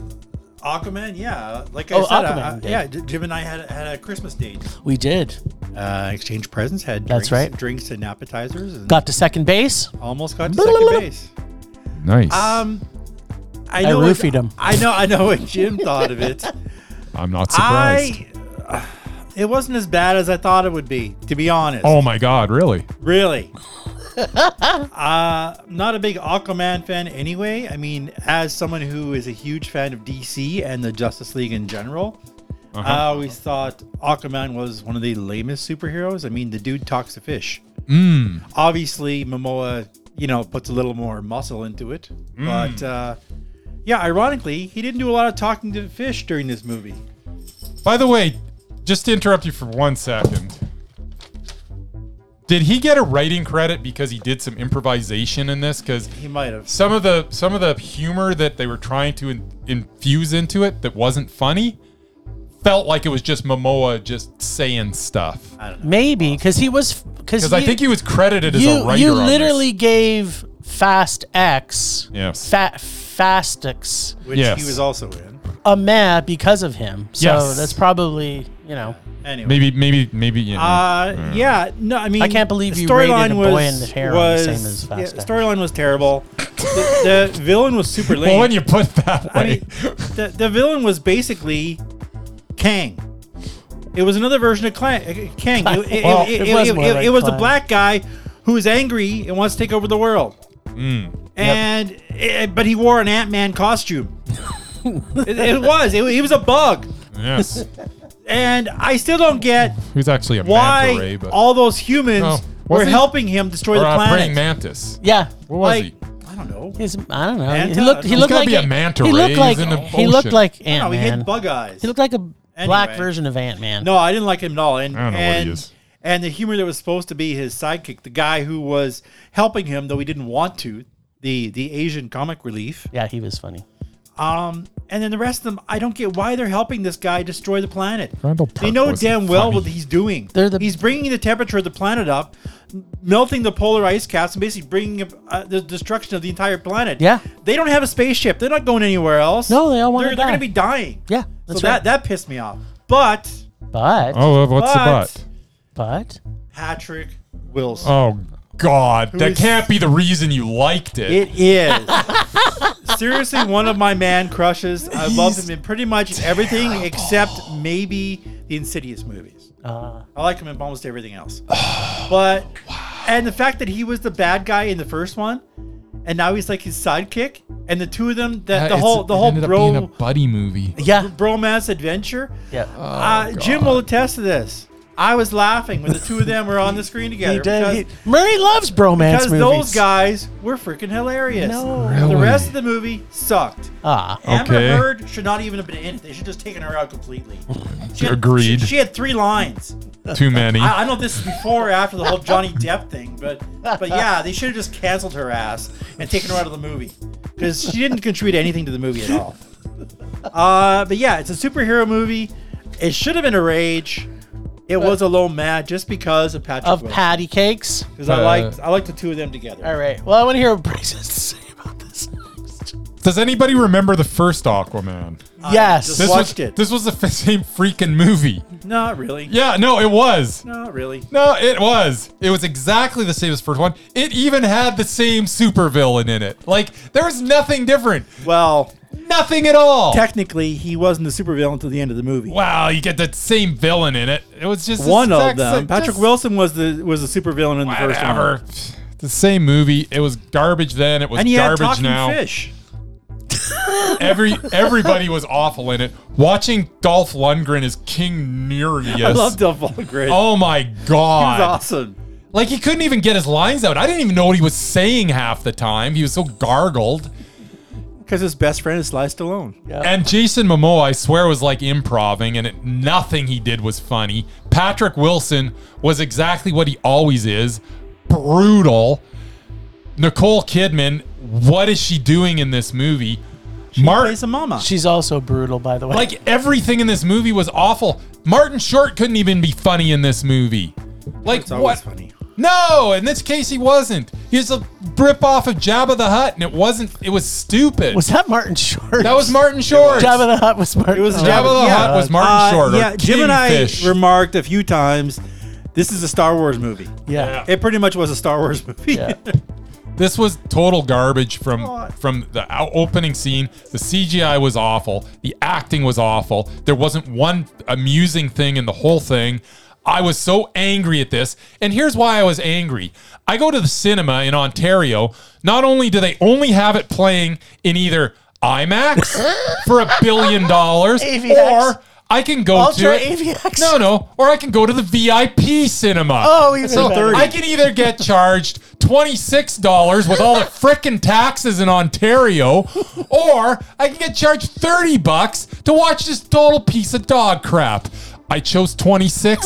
Speaker 3: Aquaman, yeah. Like I
Speaker 2: Oh,
Speaker 3: said,
Speaker 2: Aquaman
Speaker 3: I- I-
Speaker 2: did.
Speaker 3: yeah. J- Jim and I had had a Christmas date.
Speaker 2: we did.
Speaker 3: Uh, exchange presents. Had
Speaker 2: That's
Speaker 3: drinks,
Speaker 2: right.
Speaker 3: Drinks and appetizers. And
Speaker 2: Got to second base.
Speaker 3: almost got to
Speaker 2: Blablabla.
Speaker 3: second base.
Speaker 1: Nice.
Speaker 3: Um, I
Speaker 2: I
Speaker 3: know. what-
Speaker 2: roofied him.
Speaker 3: I know. I know what Jim thought of it.
Speaker 1: I'm not surprised.
Speaker 3: I. It wasn't as bad as I thought it would be, to be honest.
Speaker 1: oh my God, really?
Speaker 3: Really? uh, not a big Aquaman fan anyway. I mean, as someone who is a huge fan of DC and the Justice League in general,
Speaker 1: Uh-huh.
Speaker 3: I always thought Aquaman was one of the lamest superheroes. I mean, the dude talks to fish.
Speaker 1: Mm.
Speaker 3: Obviously, Momoa, you know, puts a little more muscle into it.
Speaker 1: Mm.
Speaker 3: But uh, yeah, ironically, he didn't do a lot of talking to fish during this movie.
Speaker 1: By the way, just to interrupt you for one second. Did he get a writing credit because he did some improvisation in this? Because
Speaker 3: He might have.
Speaker 1: some of the some of the humor that they were trying to in, infuse into it that wasn't funny felt like it was just Momoa just saying stuff.
Speaker 2: Maybe because he was because
Speaker 1: Because I think he was credited as a
Speaker 2: you
Speaker 1: writer.
Speaker 2: you
Speaker 1: on this.
Speaker 2: literally gave Fast X
Speaker 1: Yes.
Speaker 2: Fa- Fast X
Speaker 3: Which
Speaker 1: Yes.
Speaker 3: he was also in.
Speaker 2: a meh because of him. So
Speaker 1: Yes.
Speaker 2: that's probably you know
Speaker 3: Anyway.
Speaker 1: maybe maybe maybe you know.
Speaker 3: Uh, yeah, no, I mean,
Speaker 2: Hmm. I can't believe
Speaker 3: the
Speaker 2: you rated
Speaker 3: storyline
Speaker 2: a boy in the hair on the same as
Speaker 3: yeah,
Speaker 2: Fast X.
Speaker 3: storyline was terrible. the, the villain was super lame.
Speaker 1: well, when you put it that
Speaker 3: I
Speaker 1: way,
Speaker 3: mean, the, the villain was basically Kang. It was another version of Clang, uh, Kang. It, it-
Speaker 2: Well,
Speaker 3: it-
Speaker 2: it
Speaker 3: it-
Speaker 2: was
Speaker 3: it-
Speaker 2: more
Speaker 3: it-
Speaker 2: like
Speaker 3: it was the
Speaker 2: Kang.
Speaker 3: black guy who's angry and wants to take over the world.
Speaker 2: Hmm.
Speaker 3: And eh, but he wore an Ant Man costume. it, it was. It, he was a bug.
Speaker 1: yes,
Speaker 3: And I still don't get
Speaker 1: who's actually a manta ray,
Speaker 3: why
Speaker 1: but
Speaker 3: all those humans
Speaker 1: No.
Speaker 3: were
Speaker 1: Wasn't he-
Speaker 3: helping him destroy
Speaker 1: or uh,
Speaker 3: the
Speaker 1: a praying
Speaker 3: planet.
Speaker 1: mantis.
Speaker 2: yeah.
Speaker 1: What was
Speaker 3: Like,
Speaker 1: he?
Speaker 3: I don't know.
Speaker 2: He's, I don't know.
Speaker 3: Manta?
Speaker 2: He looked. He
Speaker 3: He's
Speaker 2: looked
Speaker 1: gotta
Speaker 2: like
Speaker 1: be a
Speaker 2: it-
Speaker 1: manta
Speaker 2: He
Speaker 1: ray.
Speaker 2: looked
Speaker 1: He's
Speaker 2: like
Speaker 1: in the
Speaker 2: he looked
Speaker 1: ocean.
Speaker 2: like
Speaker 3: No,
Speaker 2: Ant
Speaker 3: he
Speaker 2: Man.
Speaker 3: hit bug eyes.
Speaker 2: He looked like a black
Speaker 3: Anyway.
Speaker 2: version of Ant Man.
Speaker 3: no, I didn't like him at all. And
Speaker 1: I don't know what he
Speaker 3: and,
Speaker 1: is.
Speaker 3: and the humor that was supposed to be his sidekick, the guy who was helping him though he didn't want to, the the Asian comic relief.
Speaker 2: Yeah, he was funny.
Speaker 3: Um, and then the rest of them, I don't get why they're helping this guy destroy the planet.
Speaker 1: Randall
Speaker 3: they
Speaker 1: Park
Speaker 3: know
Speaker 1: wasn't
Speaker 3: damn well
Speaker 1: funny.
Speaker 3: what he's doing.
Speaker 2: They're the-
Speaker 3: he's bringing the temperature of the planet up, m- melting the polar ice caps, and basically bringing up, uh, the destruction of the entire planet.
Speaker 2: Yeah.
Speaker 3: they don't have a spaceship. They're not going anywhere else.
Speaker 2: No, they all wanna
Speaker 3: They're, they're
Speaker 2: die.
Speaker 3: going to be dying.
Speaker 2: Yeah, that's
Speaker 3: so
Speaker 2: right.
Speaker 3: that that pissed me off. But
Speaker 2: but
Speaker 1: Oh, what's
Speaker 3: But-
Speaker 1: the butt?
Speaker 2: but
Speaker 3: Patrick Wilson,
Speaker 1: Oh God, that
Speaker 3: is-
Speaker 1: can't be the reason you liked it.
Speaker 3: it is. Seriously, one of my man crushes. I love him in pretty much everything except maybe the Insidious movies.
Speaker 1: Uh-huh.
Speaker 2: uh,
Speaker 3: I like him in almost everything else. but and the fact that he was the bad guy in the first one, and now he's like his sidekick, and the two of them that the
Speaker 1: It's-
Speaker 3: whole the
Speaker 1: it
Speaker 3: whole
Speaker 1: ended up being a
Speaker 3: bro
Speaker 1: buddy movie.
Speaker 2: yeah,
Speaker 3: bromance adventure.
Speaker 2: yeah.
Speaker 1: Oh,
Speaker 3: uh, Jim will attest to this. I was laughing when the two of them were on the screen together. because-
Speaker 2: Murray loves bromance
Speaker 3: because
Speaker 2: movies.
Speaker 3: those guys were freaking hilarious.
Speaker 2: No.
Speaker 1: Really?
Speaker 3: The rest of the movie sucked.
Speaker 2: Ah,
Speaker 1: Okay.
Speaker 3: Amber Heard should not even have been in it. They should just taken her out completely. She had-
Speaker 1: Agreed.
Speaker 3: She, she had three lines.
Speaker 1: Too many.
Speaker 3: I, I know this is before or after the whole Johnny Depp thing, but but yeah, they should have just canceled her ass and taken her out of the movie because she didn't contribute anything to the movie at all. Uh, but yeah, it's a superhero movie. It should have been a rage. It was a low mat just because of Patrick
Speaker 2: of
Speaker 3: Wilson.
Speaker 2: patty cakes.
Speaker 3: because I liked
Speaker 1: Uh.
Speaker 3: I liked the two of them together.
Speaker 2: All right. Well, I want to hear what Bryce has to say about this.
Speaker 1: Does anybody remember the first Aquaman?
Speaker 2: yes.
Speaker 3: just
Speaker 1: This
Speaker 3: watched
Speaker 1: was,
Speaker 3: it.
Speaker 1: This was the f- same freaking movie.
Speaker 3: Not really.
Speaker 1: Yeah, no, it was.
Speaker 3: Not really.
Speaker 1: No, it was. It was exactly the same as first one. It even had the same supervillain in it. Like there was nothing different.
Speaker 3: Well,
Speaker 1: Nothing at all.
Speaker 3: technically, he wasn't the supervillain until the end of the movie.
Speaker 1: wow, you get the same villain in it. It was just
Speaker 3: One
Speaker 1: this
Speaker 3: of
Speaker 1: exact
Speaker 3: them,
Speaker 1: same-
Speaker 3: Patrick
Speaker 1: just
Speaker 3: Wilson, was the was the supervillain in the first
Speaker 1: Whatever.
Speaker 3: one.
Speaker 1: The same movie. It was garbage then. It was
Speaker 3: And he had
Speaker 1: garbage
Speaker 3: talking
Speaker 1: now.
Speaker 3: fish.
Speaker 1: Every everybody was awful in it. Watching Dolph Lundgren as King Nereus.
Speaker 3: I love Dolph Lundgren. he was
Speaker 1: Oh my god.
Speaker 3: awesome.
Speaker 1: Like he couldn't even get his lines out. I didn't even know what he was saying half the time. He was so gargled.
Speaker 3: Because his best friend is Sly Stallone.
Speaker 2: Yeah.
Speaker 1: And Jason Momoa, I swear, was like improving, and it, nothing he did was funny. Patrick Wilson was exactly what he always is brutal. Nicole Kidman, what is she doing in this movie? Martin,
Speaker 3: Plays a mama.
Speaker 2: She's also brutal, by the way.
Speaker 1: like everything in this movie was awful. Martin Short couldn't even be funny in this movie. Like
Speaker 3: it's
Speaker 1: what?
Speaker 3: always funny.
Speaker 1: No, in this case he wasn't. He was a rip off of Jabba the Hutt, and it wasn't. It was stupid.
Speaker 2: was that Martin Short?
Speaker 1: that was Martin Short.
Speaker 2: Jabba the Hutt was Martin.
Speaker 3: It was
Speaker 2: oh,
Speaker 1: Jabba the
Speaker 3: yeah.
Speaker 1: Hutt was Martin
Speaker 3: Uh,
Speaker 1: Short. or
Speaker 3: yeah, Jim and I
Speaker 1: Kingfish.
Speaker 3: remarked a few times this is a Star Wars movie.
Speaker 2: Yeah.
Speaker 3: It pretty much was a Star Wars movie.
Speaker 2: Yeah.
Speaker 1: This was total garbage from
Speaker 2: Oh.
Speaker 3: God.
Speaker 1: from the o- opening scene. The CGI was awful. The acting was awful. There wasn't one amusing thing in the whole thing. I was so angry at this. And here's why I was angry. I go to the cinema in Ontario. Not only do they only have it playing in either IMAX for a billion dollars
Speaker 2: AVX.
Speaker 1: or I can go
Speaker 2: Ultra
Speaker 1: to it.
Speaker 2: AVX.
Speaker 1: No, no. Or I can go to the VIP cinema.
Speaker 2: Oh, even
Speaker 1: so
Speaker 2: better.
Speaker 1: I can either get charged $26 with all the frickin' taxes in Ontario, or I can get charged 30 bucks to watch this total piece of dog crap. I chose 26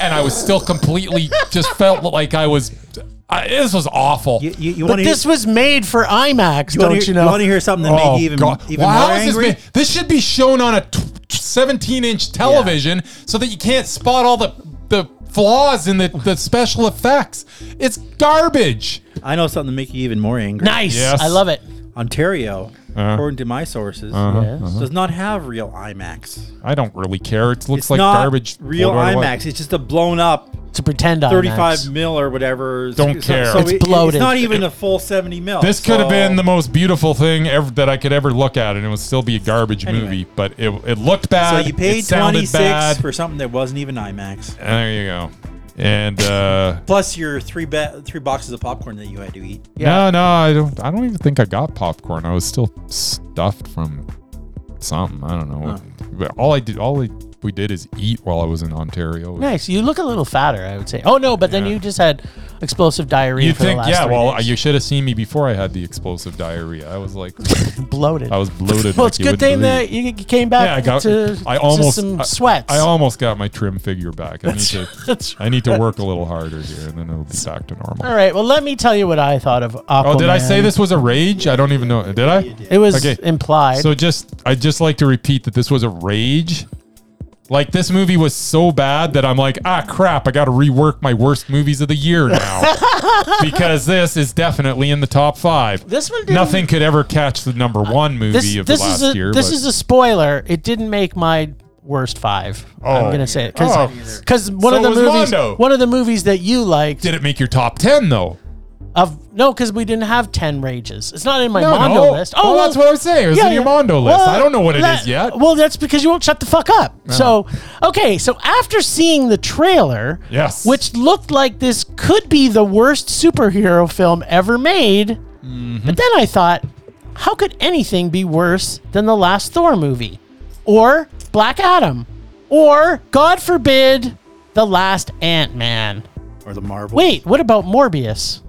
Speaker 1: and I was still completely just felt like I was I, this was awful.
Speaker 3: You, you, you
Speaker 2: But
Speaker 3: want to
Speaker 2: this was made for IMAX,
Speaker 3: you
Speaker 2: don't
Speaker 3: wanna hear,
Speaker 2: you know?
Speaker 3: want to hear something that
Speaker 1: Oh,
Speaker 3: made you even,
Speaker 1: God.
Speaker 3: even
Speaker 1: Wow,
Speaker 3: more
Speaker 1: is this,
Speaker 3: angry?
Speaker 1: ma- this should be shown on a t- 17 inch television so that you can't spot all the, the flaws in the, the special effects. It's garbage.
Speaker 3: I know something that make you even more angry.
Speaker 2: nice.
Speaker 1: Yes.
Speaker 2: I love it.
Speaker 3: Ontario,
Speaker 1: Uh-huh.
Speaker 3: according to my sources,
Speaker 2: Yes.
Speaker 3: does not have real IMAX.
Speaker 1: I don't really care. It looks
Speaker 3: It's
Speaker 1: like
Speaker 3: not
Speaker 1: garbage.
Speaker 3: Real
Speaker 1: What do I-
Speaker 3: IMAX. It's just a blown up
Speaker 2: To pretend IMAX.
Speaker 3: 35 mil or whatever.
Speaker 1: Don't care. It's
Speaker 2: bloated.
Speaker 3: It's not even a full 70 mil.
Speaker 1: This could have
Speaker 3: so-
Speaker 1: been the most beautiful thing ever that I could ever look at, and it would still be a garbage
Speaker 3: Anyway.
Speaker 1: movie. But it, it looked bad.
Speaker 3: So you paid
Speaker 1: it sounded
Speaker 3: 26
Speaker 1: bad.
Speaker 3: for something that wasn't even IMAX.
Speaker 1: there you go. And uh,
Speaker 3: Plus your three ba- three boxes of popcorn that you had to eat.
Speaker 1: no, no, I don't. I don't even think I got popcorn. I was still stuffed from something. I don't know. what- But all I did, all I, we did, is eat while I was in Ontario.
Speaker 2: Nice. You look a little fatter, I would say. Oh no, but then
Speaker 1: Yeah.
Speaker 2: you just had explosive diarrhea
Speaker 1: You
Speaker 2: for the
Speaker 1: think,
Speaker 2: last
Speaker 1: yeah?
Speaker 2: three
Speaker 1: Well,
Speaker 2: days.
Speaker 1: you should have seen me before I had the explosive diarrhea. I was like,
Speaker 2: bloated.
Speaker 1: I was bloated.
Speaker 2: well,
Speaker 1: like
Speaker 2: it's
Speaker 1: you
Speaker 2: good
Speaker 1: wouldn't
Speaker 2: thing
Speaker 1: believe.
Speaker 2: that you you came back
Speaker 1: Yeah, I got.
Speaker 2: to,
Speaker 1: I
Speaker 2: to
Speaker 1: almost
Speaker 2: some
Speaker 1: I-
Speaker 2: sweats.
Speaker 1: I, almost got my trim figure back. I need to.
Speaker 2: That's
Speaker 1: I need to work a little harder here, and then it'll be back to normal.
Speaker 2: All right. Well, let me tell you what I thought of Aquaman.
Speaker 1: Oh, did I say this was a rage? I don't even know. Did I?
Speaker 2: It was
Speaker 1: Okay.
Speaker 2: implied.
Speaker 1: So just, I would just like to repeat that this was a rage. Like this movie was so bad that I'm like, ah, crap! I got to rework my worst movies of the year now because this is definitely in the top five.
Speaker 2: This one didn't-
Speaker 1: nothing could ever catch the number one movie
Speaker 2: this
Speaker 1: of
Speaker 2: this
Speaker 1: the last
Speaker 2: is a
Speaker 1: year.
Speaker 2: this
Speaker 1: but-
Speaker 2: is a spoiler. It didn't make my worst five.
Speaker 1: Oh.
Speaker 2: I'm gonna say it
Speaker 1: Oh.
Speaker 2: because one
Speaker 1: So
Speaker 2: of the
Speaker 1: was
Speaker 2: movies
Speaker 1: Mondo.
Speaker 2: one of the movies that you liked
Speaker 1: did it make your top ten though?
Speaker 2: of no because we didn't have ten rages. It's not in my
Speaker 1: No,
Speaker 2: Mondo
Speaker 1: no.
Speaker 2: list.
Speaker 1: Oh, well, that's what I was saying. It was in your Mondo list.
Speaker 2: Well,
Speaker 1: I don't know what it is
Speaker 2: that-
Speaker 1: yet. Uh-huh.
Speaker 2: Well, that's because you won't shut the fuck up. So, okay, so after seeing the trailer,
Speaker 1: Yes.
Speaker 2: which looked like this could be the worst superhero film ever made,
Speaker 1: Mm-hmm.
Speaker 2: but then I thought, how could anything be worse than the last Thor movie, or Black Adam, or God forbid, the last Ant Man?
Speaker 3: Or the Marvel.
Speaker 2: Wait, what about Morbius?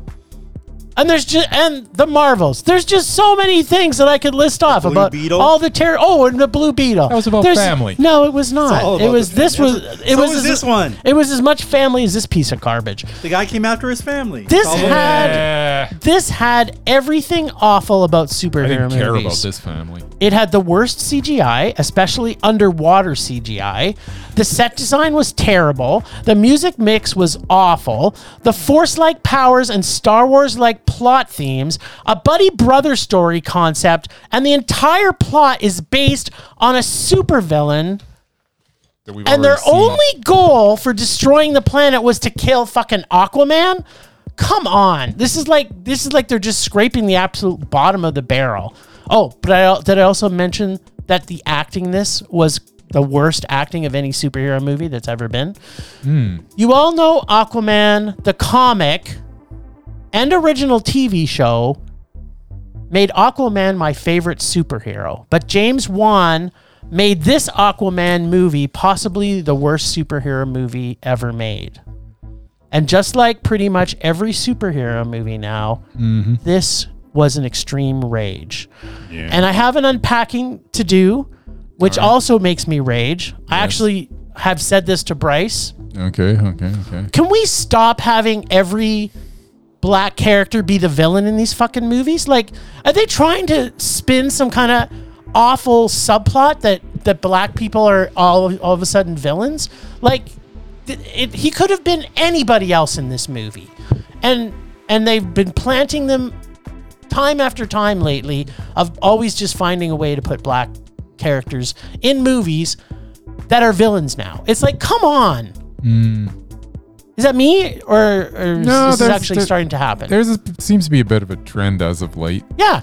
Speaker 2: And there's just and the Marvels. There's just so many things that I could list off
Speaker 3: Blue
Speaker 2: about
Speaker 3: Beetle?
Speaker 2: all the terror. Oh, and the Blue Beetle. That
Speaker 1: was about family.
Speaker 2: No, it was not.
Speaker 3: all
Speaker 2: It
Speaker 3: about
Speaker 2: was
Speaker 3: the
Speaker 2: this
Speaker 3: family.
Speaker 2: was it
Speaker 3: So
Speaker 2: was
Speaker 3: was
Speaker 2: as-
Speaker 3: this one.
Speaker 2: It was as much family as this piece of garbage.
Speaker 3: The guy came after his family.
Speaker 2: This
Speaker 3: Follow-
Speaker 2: had
Speaker 1: Eh,
Speaker 2: this had everything awful about superhero
Speaker 1: I didn't
Speaker 2: movies.
Speaker 1: care about this family.
Speaker 2: It had the worst CGI, especially underwater CGI. The set design was terrible. The music mix was awful. The Force like powers and Star Wars like plot themes, a buddy brother story concept, and the entire plot is based on a supervillain.
Speaker 1: that we've
Speaker 2: And their
Speaker 1: already seen.
Speaker 2: only goal for destroying the planet was to kill fucking Aquaman? Come on. This is like this is like they're just scraping the absolute bottom of the barrel. Oh, but I al- did I also mention that the acting in this was the worst acting of any superhero movie that's ever been.
Speaker 1: Hmm.
Speaker 2: You all know Aquaman, the comic and original TV show made Aquaman my favorite superhero, but James Wan made this Aquaman movie possibly the worst superhero movie ever made. And just like pretty much every superhero movie now, this was an extreme rage.
Speaker 1: Yeah.
Speaker 2: and I have an unpacking to do, which also makes me rage. I actually have said this to Bryce.
Speaker 1: Okay, okay, okay.
Speaker 2: Can we stop having every black character be the villain in these fucking movies? Like, are they trying to spin some kind of awful subplot that that black people are all all of a sudden villains? Like, th- it, he could have been anybody else in this movie, and and they've been planting them time after time lately of always just finding a way to put black characters in movies that are villains now. It's like, come on. Is that me or, or is
Speaker 1: Hmm. No,
Speaker 2: this is
Speaker 1: there's-
Speaker 2: actually
Speaker 1: there-
Speaker 2: starting to happen?
Speaker 1: There's a, seems to be a bit of a trend as of late.
Speaker 2: yeah.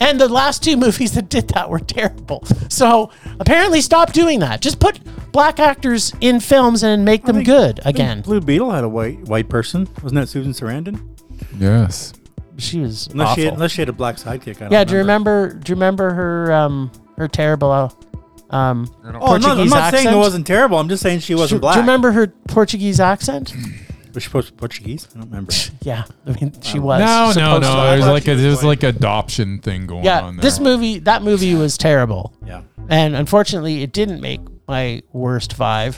Speaker 2: And the last two movies that did that were terrible. So apparently, stop doing that. Just put black actors in films and make them
Speaker 3: think-
Speaker 2: good
Speaker 3: I think
Speaker 2: again.
Speaker 3: Blue Beetle had a white white person. Wasn't that Susan Sarandon?
Speaker 1: Yes.
Speaker 2: She was
Speaker 3: Unless
Speaker 2: awful.
Speaker 3: she had, unless she had a black sidekick. I don't
Speaker 2: yeah, do you remember? Do you remember her um her terrible uh, um
Speaker 3: Oh, no, I'm
Speaker 2: Portuguese
Speaker 3: not saying
Speaker 2: accent?
Speaker 3: it wasn't terrible. I'm just saying she
Speaker 2: Do,
Speaker 3: wasn't
Speaker 2: do
Speaker 3: black.
Speaker 2: you remember her Portuguese accent?
Speaker 3: Was she supposed to be Portuguese? I don't remember.
Speaker 2: Yeah, I mean she was.
Speaker 1: No, no,
Speaker 2: supposed to-
Speaker 1: no. There's
Speaker 3: thought
Speaker 1: like
Speaker 3: she
Speaker 1: a
Speaker 3: was
Speaker 1: there's
Speaker 3: white.
Speaker 1: like adoption thing going
Speaker 2: Yeah,
Speaker 1: on. There.
Speaker 2: this movie, that movie was terrible,
Speaker 3: yeah.
Speaker 2: and unfortunately, it didn't make my worst five,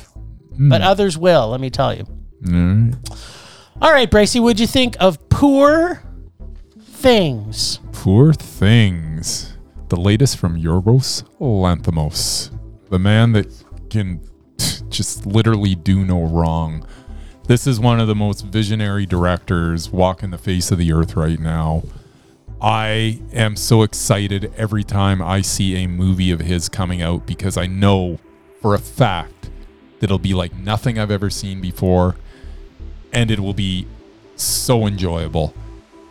Speaker 1: Hmm.
Speaker 2: but others will. Let me tell you.
Speaker 1: Mm.
Speaker 2: All right, Bracy, what'd you think of Poor Things?
Speaker 1: Poor things. The latest from Yorgos Lanthimos, the man that can just literally do no wrong. This is one of the most visionary directors walking the face of the earth right now. I am so excited every time I see a movie of his coming out because I know for a fact that it'll be like nothing I've ever seen before and it will be so enjoyable.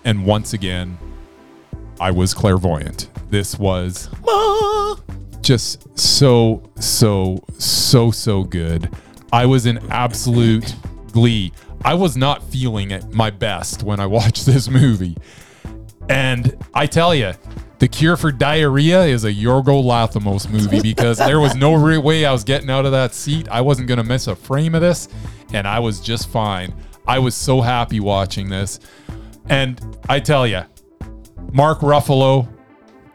Speaker 1: And once again, I was clairvoyant. This was
Speaker 2: Ma!
Speaker 1: just so, so, so, so good. I was in absolute glee. I was not feeling at my best when I watched this movie. And I tell you, the cure for diarrhea is a Yorgo Lathamos movie because there was no real way I was getting out of that seat. I wasn't going to miss a frame of this, and I was just fine. I was so happy watching this. And I tell you, Mark Ruffalo,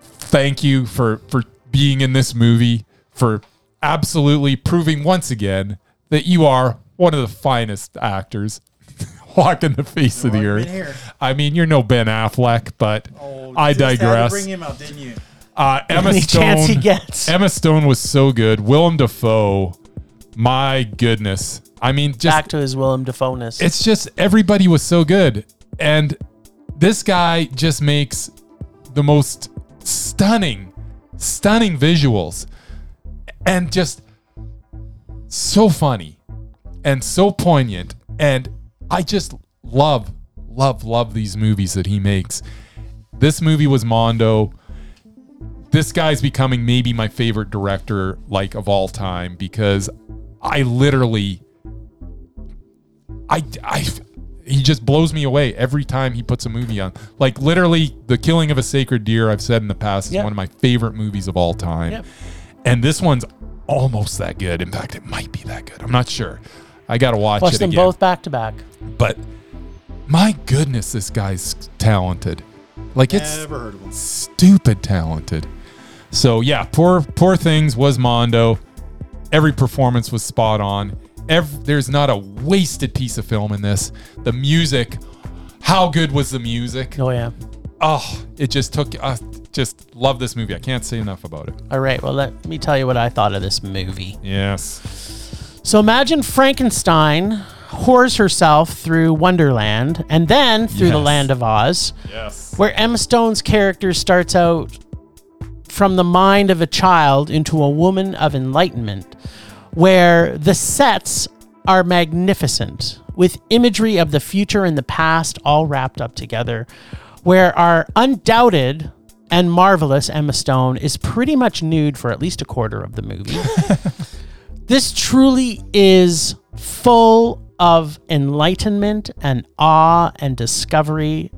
Speaker 1: thank you for for being in this movie for absolutely proving once again that you are one of the finest actors walking the face of the
Speaker 3: I've
Speaker 1: earth.
Speaker 3: been here.
Speaker 1: I mean, you're no Ben Affleck, but
Speaker 2: Oh,
Speaker 1: I digress.
Speaker 3: him out, didn't you?
Speaker 1: Uh, Emma
Speaker 2: Any
Speaker 1: Stone.
Speaker 2: chance he gets.
Speaker 1: Emma Stone was so good. Willem Dafoe, my goodness. I mean, just
Speaker 2: Back to his Willem Dafoe-ness.
Speaker 1: it's just everybody was so good, and this guy just makes the most stunning, stunning visuals, and just so funny and so poignant. And I just love, love, love these movies that he makes. This movie was Mondo. This guy's becoming maybe my favorite director, like of all time, because I literally, I, I, he just blows me away every time he puts a movie on. Like literally, The Killing of a Sacred Deer, I've said in the past, is
Speaker 2: Yeah.
Speaker 1: one of my favorite movies of all time.
Speaker 2: Yep.
Speaker 1: And this one's almost that good. In fact, it might be that good. I'm not sure. I gotta watch
Speaker 2: Watch
Speaker 1: it
Speaker 2: them
Speaker 1: again.
Speaker 2: both back to back.
Speaker 1: But my goodness, this guy's talented. Like it's
Speaker 3: Never heard of him.
Speaker 1: stupid talented. So yeah, poor poor things was Mondo. Every performance was spot on. Ev- there's not a wasted piece of film in this. The music, how good was the music?
Speaker 2: Oh yeah.
Speaker 1: Oh, it just took. Uh, just love this movie. I can't say enough about it.
Speaker 2: All right. Well, let me tell you what I thought of this movie.
Speaker 1: Yes.
Speaker 2: So imagine Frankenstein whores herself through Wonderland and then through the
Speaker 1: Yes.
Speaker 2: land of Oz.
Speaker 1: Yes.
Speaker 2: where Emma Stone's character starts out from the mind of a child into a woman of enlightenment, where the sets are magnificent with imagery of the future and the past all wrapped up together, where our undoubted and marvelous Emma Stone is pretty much nude for at least a quarter of the movie. this truly is full of enlightenment and awe and discovery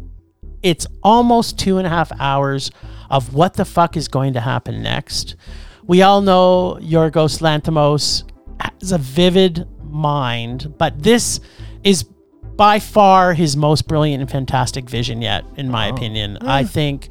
Speaker 2: it's almost two and a half hours of what the fuck is going to happen next. We all know Yorgos Lanthimos has a vivid mind, but this is by far his most brilliant and fantastic vision yet, in my opinion. I think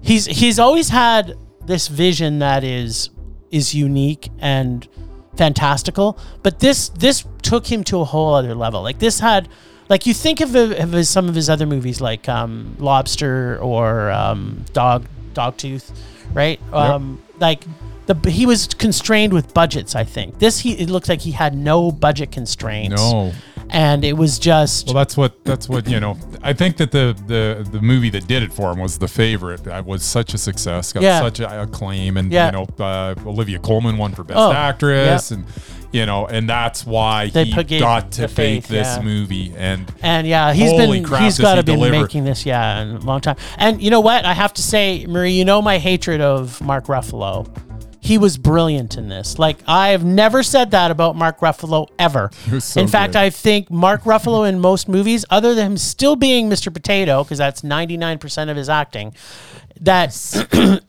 Speaker 2: he's he's always had this vision that is is unique and fantastical but this this took him to a whole other level like this had like you think of, of his, some of his other movies like um, lobster or um, dog dogtooth right um, like the he was constrained with budgets i think this he it looked like he had no budget constraints
Speaker 1: No.
Speaker 2: and it was just
Speaker 1: Well, that's what that's what you know. I think that the the the movie that did it for him was the favorite. That was such a success, got
Speaker 2: Yeah.
Speaker 1: such a acclaim, and
Speaker 2: Yeah.
Speaker 1: you know, uh, Olivia Colman won for best
Speaker 2: Oh,
Speaker 1: actress, and you know, and that's why
Speaker 2: They
Speaker 1: he
Speaker 2: put- gave
Speaker 1: got to
Speaker 2: the
Speaker 1: make
Speaker 2: faith,
Speaker 1: this
Speaker 2: yeah.
Speaker 1: movie. And
Speaker 2: And yeah, he's
Speaker 1: Holy
Speaker 2: been
Speaker 1: crap,
Speaker 2: he's
Speaker 1: does
Speaker 2: got to
Speaker 1: he
Speaker 2: be
Speaker 1: deliver.
Speaker 2: making this yeah in a long time. And you know what? I have to say, Marie, you know my hatred of Mark Ruffalo. He was brilliant in this. Like I've never said that about Mark Ruffalo ever.
Speaker 1: was so
Speaker 2: in fact,
Speaker 1: good.
Speaker 2: I think Mark Ruffalo in most movies, other than him still being Mr. Potato, because that's ninety nine percent of his acting, that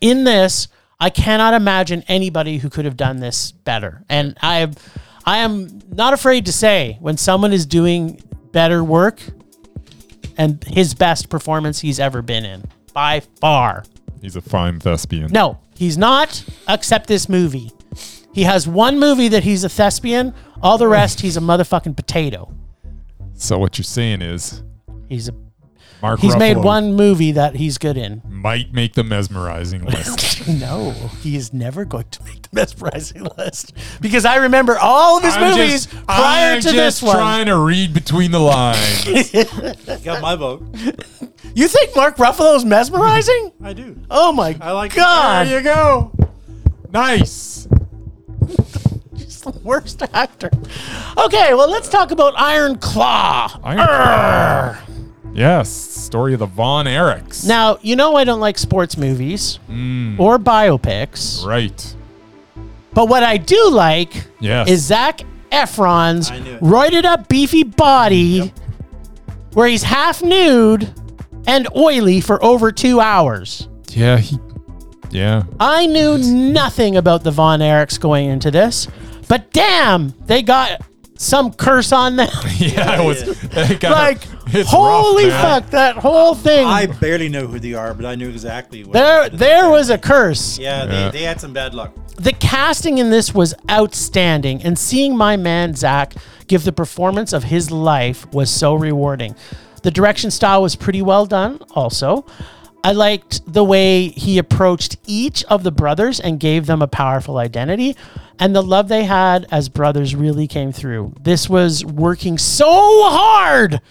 Speaker 2: in this, I cannot imagine anybody who could have done this better. And I, I am not afraid to say when someone is doing better work and his best performance he's ever been in by far.
Speaker 1: he's a fine thespian.
Speaker 2: No, he's not, except this movie. He has one movie that he's a thespian. All the rest, he's a motherfucking potato.
Speaker 1: So what you're saying is
Speaker 2: He's a
Speaker 1: Mark
Speaker 2: he's made
Speaker 1: Ruffalo
Speaker 2: one movie that he's good in.
Speaker 1: might make the mesmerizing list.
Speaker 2: No, he is never going to make the mesmerizing list because I remember all of his
Speaker 1: I'm
Speaker 2: movies
Speaker 1: just-
Speaker 2: prior
Speaker 1: I'm
Speaker 2: to
Speaker 1: just
Speaker 2: this one.
Speaker 1: Trying to read between the lines.
Speaker 3: Got my vote.
Speaker 2: You think Mark Ruffalo's mesmerizing?
Speaker 3: I do.
Speaker 2: Oh my
Speaker 3: I like
Speaker 2: god!
Speaker 3: There you go.
Speaker 1: nice.
Speaker 2: He's the worst actor. Okay, well, let's talk about Iron Claw.
Speaker 1: Iron Yes, story of the Von Erichs.
Speaker 2: Now, you know I don't like sports movies
Speaker 1: Mm.
Speaker 2: or biopics,
Speaker 1: right.
Speaker 2: but what I do like
Speaker 1: Yes.
Speaker 2: is Zach Efron's
Speaker 3: I knew it.
Speaker 2: roided up beefy body where he's half nude and oily for over two hours.
Speaker 1: Yeah, he. Yeah.
Speaker 2: I knew nothing about the Von Erichs going into this, but damn, they got some curse on them.
Speaker 1: Yeah, it was. it got-
Speaker 2: like,
Speaker 1: it's
Speaker 2: holy
Speaker 1: rough, man.
Speaker 2: fuck, that whole thing.
Speaker 3: I barely know who they are, but I knew exactly what.
Speaker 2: there, there was a curse.
Speaker 3: Yeah,
Speaker 1: Yeah.
Speaker 3: They, they had some bad luck.
Speaker 2: The casting in this was outstanding, and seeing my man Zach give the performance of his life was so rewarding. The direction style was pretty well done, also. I liked the way he approached each of the brothers and gave them a powerful identity, and the love they had as brothers really came through. This was working so hard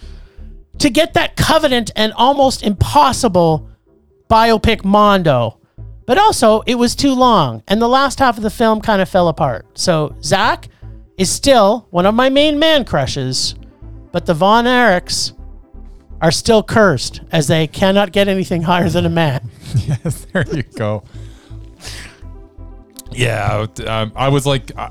Speaker 2: to get that covenant and almost impossible biopic Mondo. But also, it was too long, and the last half of the film kind of fell apart. So, Zach is still one of my main man crushes, but the Von Erichs are still cursed as they cannot get anything higher than a man.
Speaker 1: Yes, there you go. Yeah, um, I was like, uh,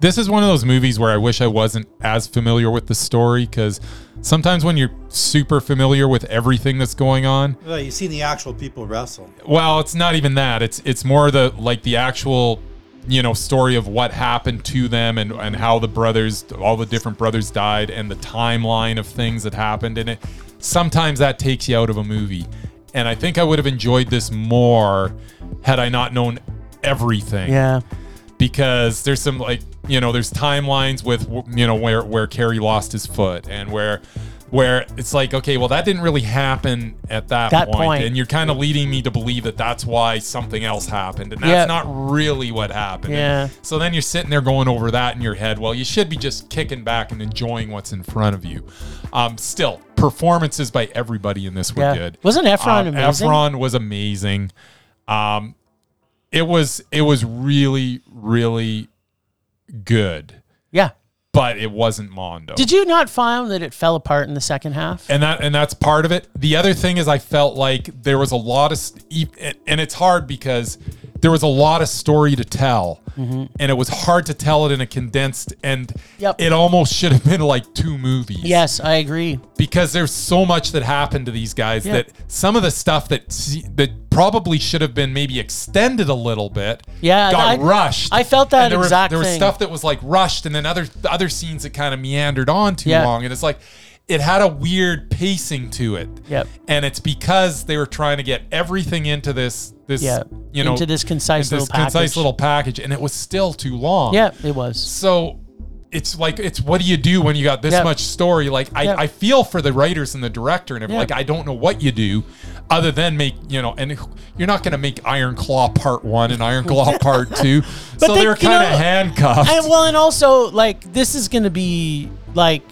Speaker 1: this is one of those movies where I wish I wasn't as familiar with the story because sometimes when you're super familiar with everything that's going on,
Speaker 3: Well, you've seen the actual people wrestle.
Speaker 1: well it's not even that it's it's more the like the actual you know story of what happened to them and and how the brothers all the different brothers died and the timeline of things that happened and it sometimes that takes you out of a movie and i think i would have enjoyed this more had i not known everything
Speaker 2: Yeah.
Speaker 1: because there's some like you know there's timelines with you know where where Carrie lost his foot and where where it's like okay well that didn't really happen at that,
Speaker 2: That
Speaker 1: point,
Speaker 2: point.
Speaker 1: and you're kind of leading me to believe that that's why something else happened and that's
Speaker 2: Yeah.
Speaker 1: not really what happened
Speaker 2: Yeah.
Speaker 1: so then you're sitting there going over that in your head well you should be just kicking back and enjoying what's in front of you um still performances by everybody in this were
Speaker 2: Yeah.
Speaker 1: good
Speaker 2: Wasn't Efron
Speaker 1: Um,
Speaker 2: amazing?
Speaker 1: Efron was amazing um it was it was really really good
Speaker 2: Yeah.
Speaker 1: but it wasn't mondo
Speaker 2: Did you not find that it fell apart in the second half?
Speaker 1: and that and that's part of it the other thing is i felt like there was a lot of st- e- and it's hard because there was a lot of story to tell and it was hard to tell it in a condensed and
Speaker 2: Mm-hmm. Yep.
Speaker 1: it almost should have been like two movies
Speaker 2: Yes, I agree.
Speaker 1: because there's so much that happened to these guys
Speaker 2: Yeah.
Speaker 1: that some of the stuff that se- that probably should have been maybe extended a little bit
Speaker 2: Yeah,
Speaker 1: got
Speaker 2: I-
Speaker 1: rushed
Speaker 2: I felt that
Speaker 1: And there were-
Speaker 2: exact
Speaker 1: there was
Speaker 2: thing.
Speaker 1: stuff that was like rushed and then other other scenes that kind of meandered on too
Speaker 2: Yeah.
Speaker 1: long and it's like it had a weird pacing to it.
Speaker 2: Yep.
Speaker 1: And it's because they were trying to get everything into this this
Speaker 2: Yeah.
Speaker 1: you know
Speaker 2: Into this concise
Speaker 1: into this
Speaker 2: little
Speaker 1: concise
Speaker 2: package.
Speaker 1: little package, and it was still too long.
Speaker 2: Yeah, it was.
Speaker 1: So it's like it's what do you do when you got this
Speaker 2: Yep.
Speaker 1: much story? Like I,
Speaker 2: Yep.
Speaker 1: I feel for the writers and the director and everything.
Speaker 2: Yep.
Speaker 1: Like I don't know what you do other than make you know and you're not going to make Iron Claw Part One and Iron Claw Part Two.
Speaker 2: But
Speaker 1: so
Speaker 2: they-
Speaker 1: they, were
Speaker 2: you
Speaker 1: kind of
Speaker 2: know,
Speaker 1: handcuffed.
Speaker 2: And well, and also like this is going to be like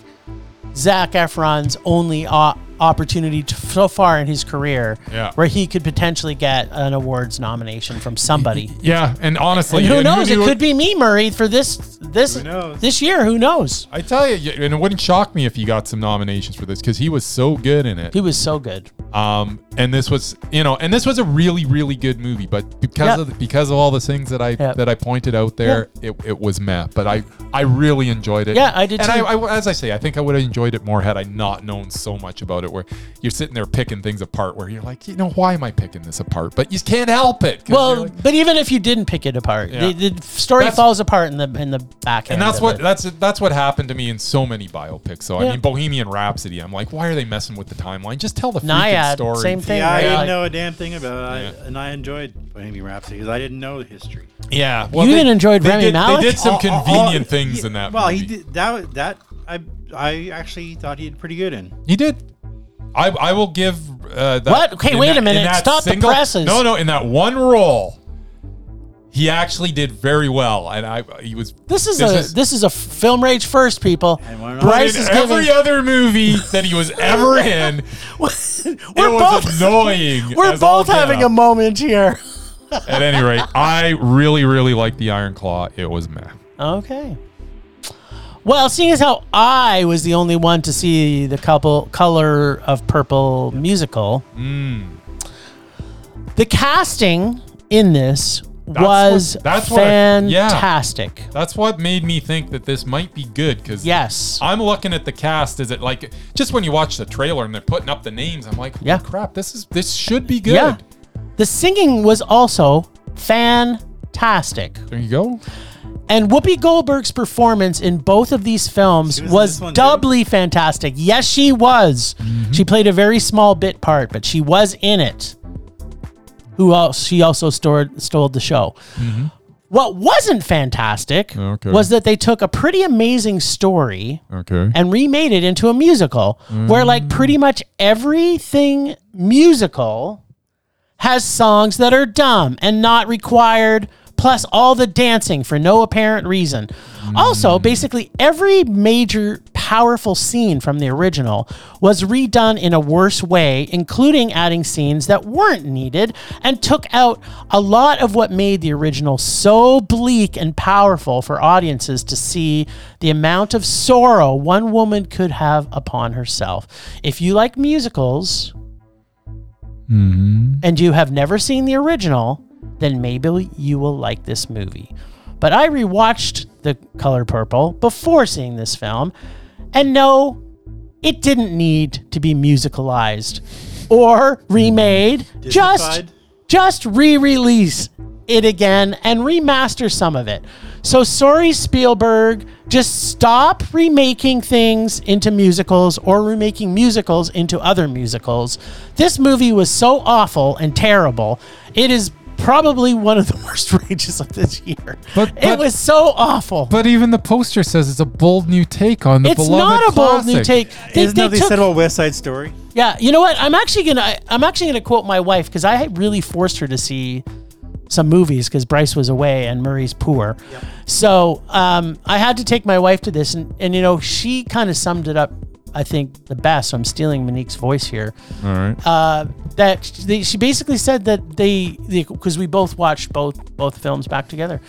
Speaker 2: Zach Efron's only o- opportunity to, so far in his career,
Speaker 1: Yeah.
Speaker 2: where he could potentially get an awards nomination from somebody.
Speaker 1: yeah, and honestly,
Speaker 2: And who
Speaker 1: and
Speaker 2: knows? It
Speaker 1: knew-
Speaker 2: could be me, Murray, for this this
Speaker 3: Who knows?
Speaker 2: this year. Who knows?
Speaker 1: I tell you, you- and it wouldn't shock me if you got some nominations for this because he was so good in it.
Speaker 2: He was so good.
Speaker 1: Um, and this was, you know, and this was a really, really good movie, but because
Speaker 2: Yep.
Speaker 1: of the, because of all the things that I
Speaker 2: Yep.
Speaker 1: that I pointed out there, it, it was meh. But I I really enjoyed it.
Speaker 2: Yeah, I did
Speaker 1: And
Speaker 2: too.
Speaker 1: I, I as I say, I think I would have enjoyed it more had I not known so much about it. Where you're sitting there picking things apart, where you're like, you know, why am I picking this apart? But you can't help it. 'cause you're
Speaker 2: Well,
Speaker 1: like-
Speaker 2: but even if you didn't pick it apart,
Speaker 1: Yeah.
Speaker 2: the, the story
Speaker 1: That's-
Speaker 2: falls apart in the in the back end.
Speaker 1: and that's
Speaker 2: of
Speaker 1: what
Speaker 2: it.
Speaker 1: that's that's what happened to me in so many biopics. So
Speaker 2: Yeah.
Speaker 1: I mean, Bohemian Rhapsody. I'm like, why are they messing with the timeline? Just tell the freaking
Speaker 2: Naiad,
Speaker 1: story.
Speaker 2: same thing.
Speaker 3: Yeah, I
Speaker 2: right?
Speaker 3: didn't
Speaker 2: Like,
Speaker 3: know a damn thing about it,
Speaker 1: Yeah.
Speaker 3: I, and I enjoyed Bohemian Rhapsody because I didn't know the history.
Speaker 1: Yeah, well,
Speaker 2: You even enjoyed
Speaker 1: they
Speaker 2: Rami
Speaker 1: did,
Speaker 2: Malek?
Speaker 1: They did some
Speaker 3: All- all-
Speaker 1: convenient
Speaker 3: all-
Speaker 1: things
Speaker 3: yeah,
Speaker 1: in that.
Speaker 3: oh, Well, he
Speaker 1: movie.
Speaker 3: did that. was- That I I actually thought he did pretty good in.
Speaker 1: He did. I, I will give uh, that.
Speaker 2: What? Okay,
Speaker 1: in
Speaker 2: wait a
Speaker 1: that- in
Speaker 2: minute.
Speaker 1: that
Speaker 2: Stop the
Speaker 1: single-
Speaker 2: presses.
Speaker 1: No, no. In that one role, he actually did very well, and I he was.
Speaker 2: This is a this is a film rage first, people.
Speaker 3: And we're not-
Speaker 2: Bryce
Speaker 1: in
Speaker 2: is
Speaker 1: every
Speaker 2: giving.
Speaker 1: other movie that he was ever in, it
Speaker 2: we're
Speaker 1: was
Speaker 2: both
Speaker 1: annoying.
Speaker 2: we're
Speaker 1: as all
Speaker 2: both having
Speaker 1: get
Speaker 2: a
Speaker 1: out.
Speaker 2: moment here.
Speaker 1: At any rate, I really, really liked the Iron Claw. It was meh.
Speaker 2: Okay. Well, seeing as how I was the only one to see the couple color of purple musical,
Speaker 1: Mm.
Speaker 2: the casting in this
Speaker 1: That's
Speaker 2: was
Speaker 1: what- that's what I- yeah.
Speaker 2: fantastic.
Speaker 1: That's what made me think that this might be good because
Speaker 2: Yes.
Speaker 1: I'm looking at the cast. Is it like just when you watch the trailer and they're putting up the names? I'm like, yeah,
Speaker 2: Yeah.
Speaker 1: crap. This is this should be good.
Speaker 2: Yeah. The singing was also fantastic.
Speaker 1: There you go.
Speaker 2: And Whoopi Goldberg's performance in both of these films
Speaker 3: She was in
Speaker 2: was,
Speaker 3: this one, too?
Speaker 2: doubly fantastic. Yes, she was. She played a very small bit part, but she was in it. Who else? She also stored, stole the show. What wasn't fantastic
Speaker 1: Okay.
Speaker 2: was that they took a pretty amazing story
Speaker 1: Okay.
Speaker 2: and remade it into a musical where like pretty much everything musical has songs that are dumb and not required plus all the dancing for no apparent reason also basically every major powerful scene from the original was redone in a worse way including adding scenes that weren't needed and took out a lot of what made the original so bleak and powerful for audiences to see the amount of sorrow one woman could have upon herself if you like musicals and you have never seen the original, then maybe you will like this movie. But I rewatched The Color Purple before seeing this film, and no, it didn't need to be musicalized or remade. Just
Speaker 3: Disneyfied?
Speaker 2: just re-release it again and remaster some of it. So sorry Spielberg, just stop remaking things into musicals or remaking musicals into other musicals. This movie was so awful and terrible. It is probably one of the worst rages of this year.
Speaker 1: But- but-
Speaker 2: it was so awful.
Speaker 1: But even the poster says it's a bold new take on the
Speaker 2: it's not a bold new take. They,
Speaker 3: Isn't that what
Speaker 2: they
Speaker 3: they
Speaker 2: took-
Speaker 3: said about West Side Story?
Speaker 2: yeah, you know what? I'm actually gonna I, I'm actually gonna quote my wife because I had really forced her to see some movies because Bryce was away and Murray's poor. So um, I had to take my wife to this, and, and you know she kind of summed it up. I think the best. So I'm stealing Monique's voice here.
Speaker 1: All right.
Speaker 2: Uh, that sh- they, she basically said that they because we both watched both both films back together.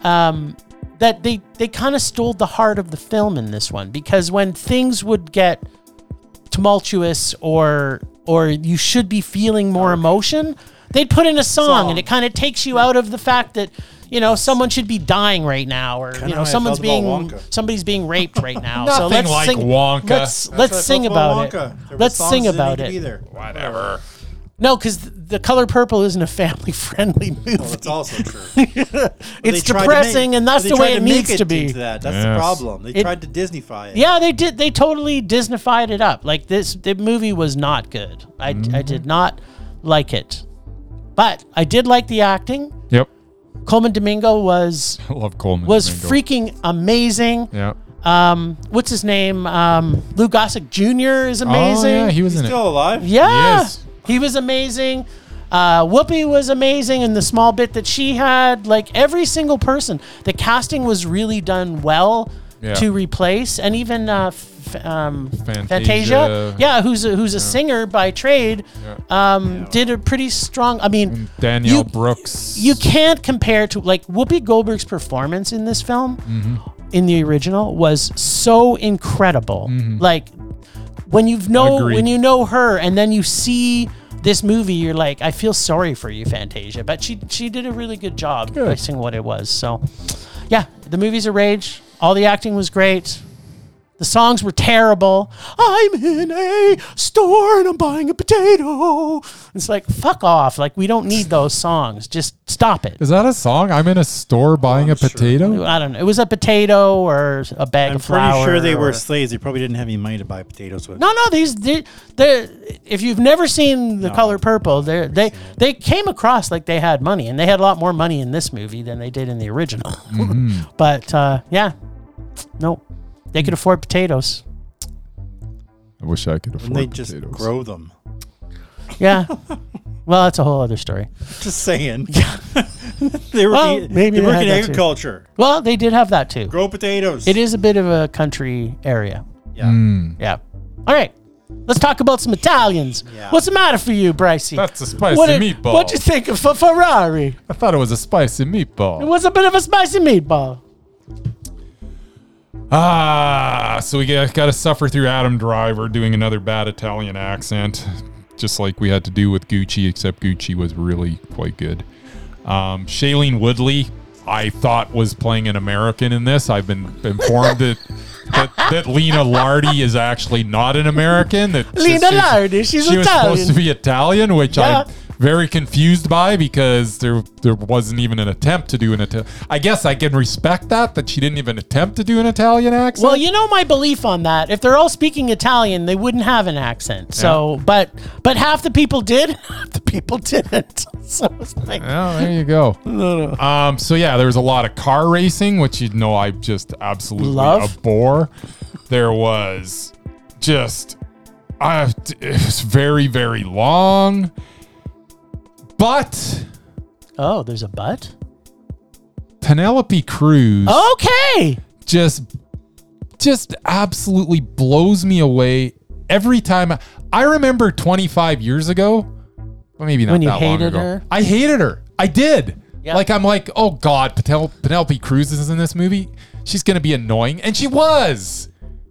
Speaker 2: Um, that they they kind of stole the heart of the film in this one because when things would get tumultuous or or you should be feeling more emotion, they'd put in a song, and it kind of takes you out of the fact that you know someone should be dying right now or you
Speaker 3: how
Speaker 2: know
Speaker 3: I
Speaker 2: someone's
Speaker 3: felt
Speaker 2: being
Speaker 3: about Wonka.
Speaker 2: somebody's being raped right now. so
Speaker 1: Nothing
Speaker 2: let's
Speaker 1: like
Speaker 2: sing,
Speaker 1: Wonka.
Speaker 2: Let's, let's sing about it. Let's sing about it.
Speaker 1: Whatever.
Speaker 2: No, because the color purple isn't a family-friendly movie.
Speaker 3: Well, that's also true. They
Speaker 2: it's
Speaker 3: tried to make-
Speaker 2: depressing, and that's
Speaker 3: they
Speaker 2: the
Speaker 3: tried
Speaker 2: way
Speaker 3: to
Speaker 2: it
Speaker 3: make
Speaker 2: needs to be.
Speaker 3: into that. That's
Speaker 1: Yes.
Speaker 3: the problem. They
Speaker 2: It-
Speaker 3: tried to Disneyfy it.
Speaker 2: Yeah, they did. They totally Disneyfied it up. Like this, the movie was not good. I, I
Speaker 3: Mm-hmm.
Speaker 2: did not like it, but I did like the acting.
Speaker 1: Yep.
Speaker 2: Coleman Domingo was
Speaker 1: I love Coleman.
Speaker 2: was
Speaker 1: Domingo.
Speaker 2: freaking amazing.
Speaker 1: Yeah.
Speaker 2: Um, what's his name? Um, Lou Gossett Jr. is amazing.
Speaker 1: Oh, yeah, he was
Speaker 3: He's
Speaker 1: in
Speaker 3: still alive.
Speaker 2: Yeah.
Speaker 1: He is.
Speaker 2: He was amazing. Uh, Whoopi was amazing in the small bit that she had. Like every single person, the casting was really done well
Speaker 1: Yeah.
Speaker 2: to replace, and even uh, f- um, Fantasia.
Speaker 1: Fantasia.
Speaker 2: yeah, who's a, who's a singer by trade, um, did a pretty strong. I mean,
Speaker 1: it. Danielle
Speaker 2: You-
Speaker 1: Brooks.
Speaker 2: you can't compare to like Whoopi Goldberg's performance in this film
Speaker 1: Mm-hmm.
Speaker 2: in the original was so incredible. Like when you've know
Speaker 1: Mm-hmm. Agreed.
Speaker 2: when you know her and then you see this movie, you're like, I feel sorry for you, Fantasia. But she she did a really good job
Speaker 1: Good.
Speaker 2: fixing what it was. So yeah, the movie's a rage. All the acting was great. The songs were terrible. I'm in a store and I'm buying a potato. It's like, fuck off. Like, we don't need those songs. Just stop it.
Speaker 1: Is that a song? I'm in a store buying a potato.
Speaker 2: I don't know. It was a potato or a bag
Speaker 3: I'm
Speaker 2: of flour.
Speaker 3: pretty sure they were
Speaker 2: or-
Speaker 3: slaves. They probably didn't have any money to buy potatoes with.
Speaker 2: No, no. These, they, they, if you've never seen the color purple, they they they came across like they had money, and they had a lot more money in this movie than they did in the original.
Speaker 3: Mm-hmm.
Speaker 2: but uh, yeah, no, they could afford potatoes.
Speaker 1: I wish I could afford
Speaker 3: And they just
Speaker 1: potatoes.
Speaker 3: grow them.
Speaker 2: Yeah. well, that's a whole other story.
Speaker 3: Just saying. they work,
Speaker 2: Well,
Speaker 3: in,
Speaker 2: maybe
Speaker 3: they
Speaker 2: they
Speaker 3: work
Speaker 2: had
Speaker 3: in
Speaker 2: that too.
Speaker 3: agriculture.
Speaker 2: Well, they did have that too.
Speaker 3: Grow potatoes.
Speaker 2: It is a bit of a country area.
Speaker 3: Yeah.
Speaker 1: Hmm.
Speaker 2: Yeah. All right. Let's talk about some Italians.
Speaker 3: Yeah.
Speaker 2: What's the matter for you, Brycey?
Speaker 1: That's a spicy
Speaker 2: what
Speaker 1: meatball.
Speaker 2: What'd you think of a Ferrari?
Speaker 1: I thought it was a spicy meatball.
Speaker 2: It was a bit of a spicy meatball.
Speaker 1: Ah, so we got to suffer through Adam Driver doing another bad Italian accent, just like we had to do with Gucci, except Gucci was really quite good. Um, Shailene Woodley, I thought was playing an American in this. I've been informed that, that that Lena Lardi is actually not an American. That
Speaker 2: Lena
Speaker 1: she's-
Speaker 2: Lardi, she's
Speaker 1: she was supposed
Speaker 2: Italian.
Speaker 1: to be Italian, which
Speaker 2: Yeah.
Speaker 1: I'm very confused by because there there wasn't even an attempt to do an Italian. I guess I can respect that that she didn't even attempt to do an Italian accent.
Speaker 2: Well, you know my belief on that. If they're all speaking Italian, they wouldn't have an accent. So, but but half the people did, half the people didn't. So it's like,
Speaker 1: Oh, there you go. Um, so yeah, there was a lot of car racing, which you know I just absolutely
Speaker 2: Love.
Speaker 1: abhor. There was just uh, it was very very long, but
Speaker 2: oh, there's a butt.
Speaker 1: Penelope Cruz
Speaker 2: Oh, Okay.
Speaker 1: just just absolutely blows me away every time. I remember 25 years ago, well, maybe not
Speaker 2: When you
Speaker 1: that long
Speaker 2: hated
Speaker 1: ago.
Speaker 2: her?
Speaker 1: I hated her. I did.
Speaker 2: Yeah.
Speaker 1: Like I'm like, oh god, Penel- Penelope Cruz is in this movie. She's gonna be annoying, and she was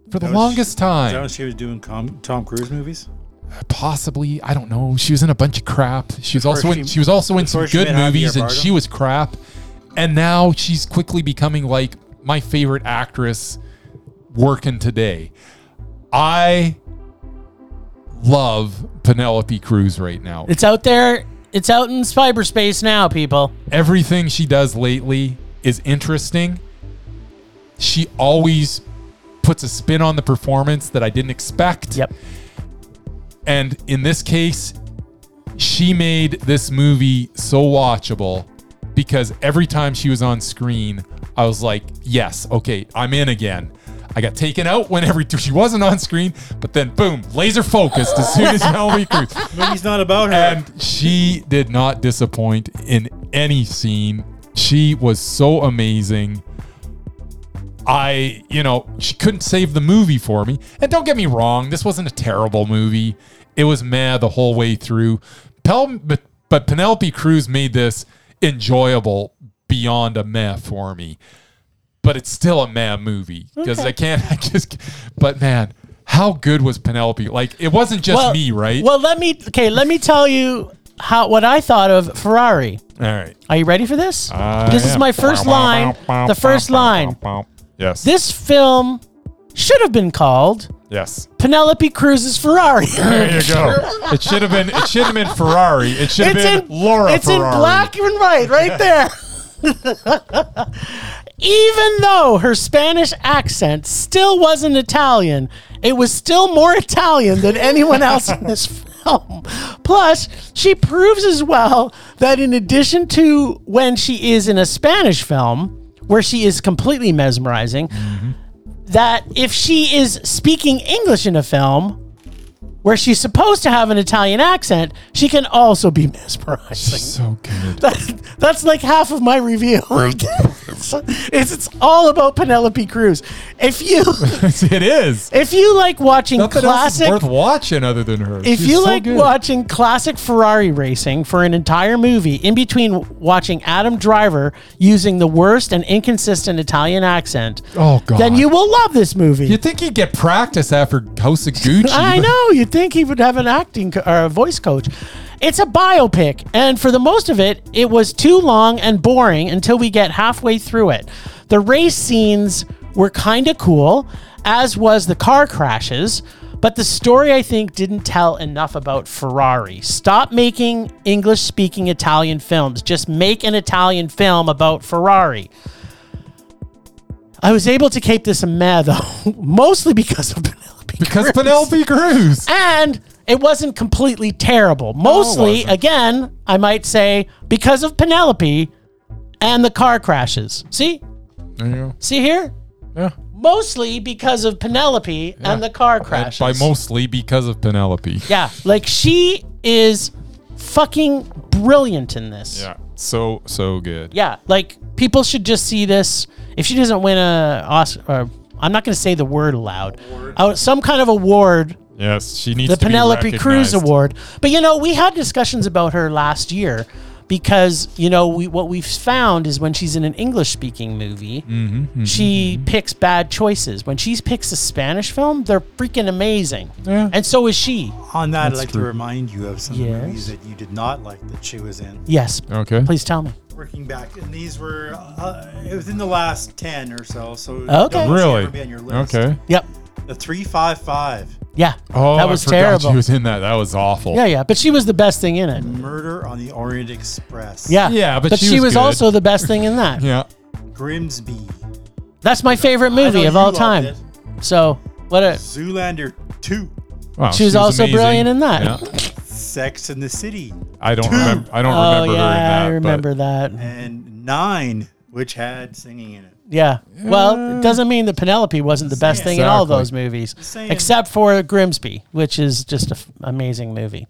Speaker 1: for the
Speaker 3: That was-
Speaker 1: longest
Speaker 3: Is that
Speaker 1: time.
Speaker 3: when she was doing Com- Tom Cruise movies?
Speaker 1: Possibly, I don't know. She was in a bunch of crap. She was also in.
Speaker 3: she-
Speaker 1: She was also in some
Speaker 3: before she
Speaker 1: good
Speaker 3: met Javier
Speaker 1: movies, and
Speaker 3: Bardem?
Speaker 1: she was crap. And now she's quickly becoming like my favorite actress working today. I love Penelope Cruz right now.
Speaker 2: It's out there. It's out in cyberspace now, people.
Speaker 1: Everything she does lately is interesting. She always puts a spin on the performance that I didn't expect.
Speaker 2: Yep.
Speaker 1: And in this case, she made this movie so watchable because every time she was on screen, I was like, yes, okay, I'm in again. I got taken out whenever she wasn't on screen, but then boom, laser focused as soon as Penelope Cruz.
Speaker 3: Movie's not about her.
Speaker 1: And she did not disappoint in any scene. She was so amazing. I, you know, she couldn't save the movie for me. And don't get me wrong, this wasn't a terrible movie. It was meh the whole way through. Pel- but, but Penelope Cruz made this enjoyable beyond a meh for me. But it's still a meh movie because I can't, I just, but man, how good was Penelope? Like, it wasn't just
Speaker 2: well,
Speaker 1: me, right?
Speaker 2: Well, let me. Okay, let me tell you how what I thought of Ferrari.
Speaker 1: All right.
Speaker 2: Are you ready for this?
Speaker 1: I
Speaker 2: this is
Speaker 1: am.
Speaker 2: my first line. The first line.
Speaker 1: Yes.
Speaker 2: This film should have been called
Speaker 1: Yes.
Speaker 2: Penelope Cruz's Ferrari.
Speaker 1: There you go. It should have been. It should have been Ferrari. It should have
Speaker 2: it's
Speaker 1: been
Speaker 2: in
Speaker 1: Laura
Speaker 2: It's
Speaker 1: Ferrari.
Speaker 2: in black and white, right there. Even though her Spanish accent still wasn't Italian, it was still more Italian than anyone else in this film. Plus, she proves as well that in addition to when she is in a Spanish film, where she is completely mesmerizing, that if she is speaking English in a film where she's supposed to have an Italian accent, she can also be mesmerizing.
Speaker 1: So good.
Speaker 2: That- that's like half of my review. it's, it's all about Penelope Cruz. If you
Speaker 1: it is.
Speaker 2: if you like watching
Speaker 1: Nothing
Speaker 2: classic
Speaker 1: else is worth watching other than her.
Speaker 2: if
Speaker 1: She's
Speaker 2: you
Speaker 1: so
Speaker 2: like
Speaker 1: good.
Speaker 2: watching classic Ferrari racing for an entire movie in between watching Adam Driver using the worst and inconsistent Italian accent,
Speaker 1: Oh, God.
Speaker 2: then you will love this movie.
Speaker 1: you think he'd get practice after House of Gucci?
Speaker 2: I
Speaker 1: but-
Speaker 2: know. You'd think he would have an acting co- or a voice coach. It's a biopic, and for the most of it, it was too long and boring until we get halfway through it. The race scenes were kind of cool, as was the car crashes, but the story I think didn't tell enough about Ferrari. Stop making English speaking Italian films, just make an Italian film about Ferrari. I was able to keep this a meh though, mostly because of Penelope.
Speaker 1: Because
Speaker 2: Cruz.
Speaker 1: Penelope Cruz.
Speaker 2: And it wasn't completely terrible. Mostly,
Speaker 1: Oh, wasn't.
Speaker 2: again, I might say, because of Penelope and the car crashes. See?
Speaker 1: There you go.
Speaker 2: See here?
Speaker 1: Yeah.
Speaker 2: Mostly because of Penelope and the car crashes.
Speaker 1: By mostly because of Penelope.
Speaker 2: Yeah. Like she is fucking brilliant in this.
Speaker 1: Yeah. So so good.
Speaker 2: Yeah, like people should just see this. If she doesn't win a Oscar, or, I'm not going to say the word aloud. Uh, some kind of award
Speaker 1: Yes, she needs
Speaker 2: the
Speaker 1: to
Speaker 2: Penelope
Speaker 1: be recognized.
Speaker 2: Cruz Award. But you know, we had discussions about her last year because you know we, what we've found is when she's in an English-speaking movie,
Speaker 1: Mm-hmm,
Speaker 2: she picks bad choices. When she picks a Spanish film, they're freaking amazing.
Speaker 1: Yeah.
Speaker 2: And so is she.
Speaker 3: On that, I'd
Speaker 1: That's
Speaker 3: like
Speaker 1: true.
Speaker 3: to remind you of some
Speaker 2: Yes.
Speaker 3: movies that you did not like that she was in.
Speaker 2: Yes.
Speaker 1: Okay.
Speaker 2: Please tell me.
Speaker 3: Working back, and these were uh, within the last ten or so. So
Speaker 2: Okay.
Speaker 3: don't let it
Speaker 1: Really?
Speaker 3: ever Be on your list.
Speaker 1: Okay.
Speaker 2: Yep.
Speaker 3: The three five five.
Speaker 2: Yeah.
Speaker 1: Oh,
Speaker 2: that was
Speaker 1: I forgot
Speaker 2: terrible.
Speaker 1: She was in that. That was awful.
Speaker 2: yeah, yeah. But she was the best thing in it.
Speaker 3: Murder on the Orient Express.
Speaker 2: Yeah.
Speaker 1: Yeah, but she
Speaker 2: she,
Speaker 1: was
Speaker 2: was
Speaker 1: good.
Speaker 2: also the best thing in that.
Speaker 1: Yeah.
Speaker 3: Grimsby.
Speaker 2: That's my favorite
Speaker 3: I know
Speaker 2: movie of
Speaker 3: you
Speaker 2: all
Speaker 3: loved
Speaker 2: time.
Speaker 3: it.
Speaker 2: So what a
Speaker 3: Zoolander two.
Speaker 1: Wow,
Speaker 2: She was also brilliant in that.
Speaker 1: Yeah.
Speaker 3: Sex in the City.
Speaker 1: I don't remember. I don't
Speaker 2: Oh
Speaker 1: remember
Speaker 2: yeah, I
Speaker 1: her in that. but-
Speaker 2: remember that.
Speaker 3: and nine, which had singing in it.
Speaker 2: Yeah. Well,
Speaker 3: Mm.
Speaker 2: it doesn't mean that Penelope wasn't the best thing in all
Speaker 1: Exactly.
Speaker 2: those movies,
Speaker 3: Saying.
Speaker 2: except for Grimsby, which is just an amazing movie.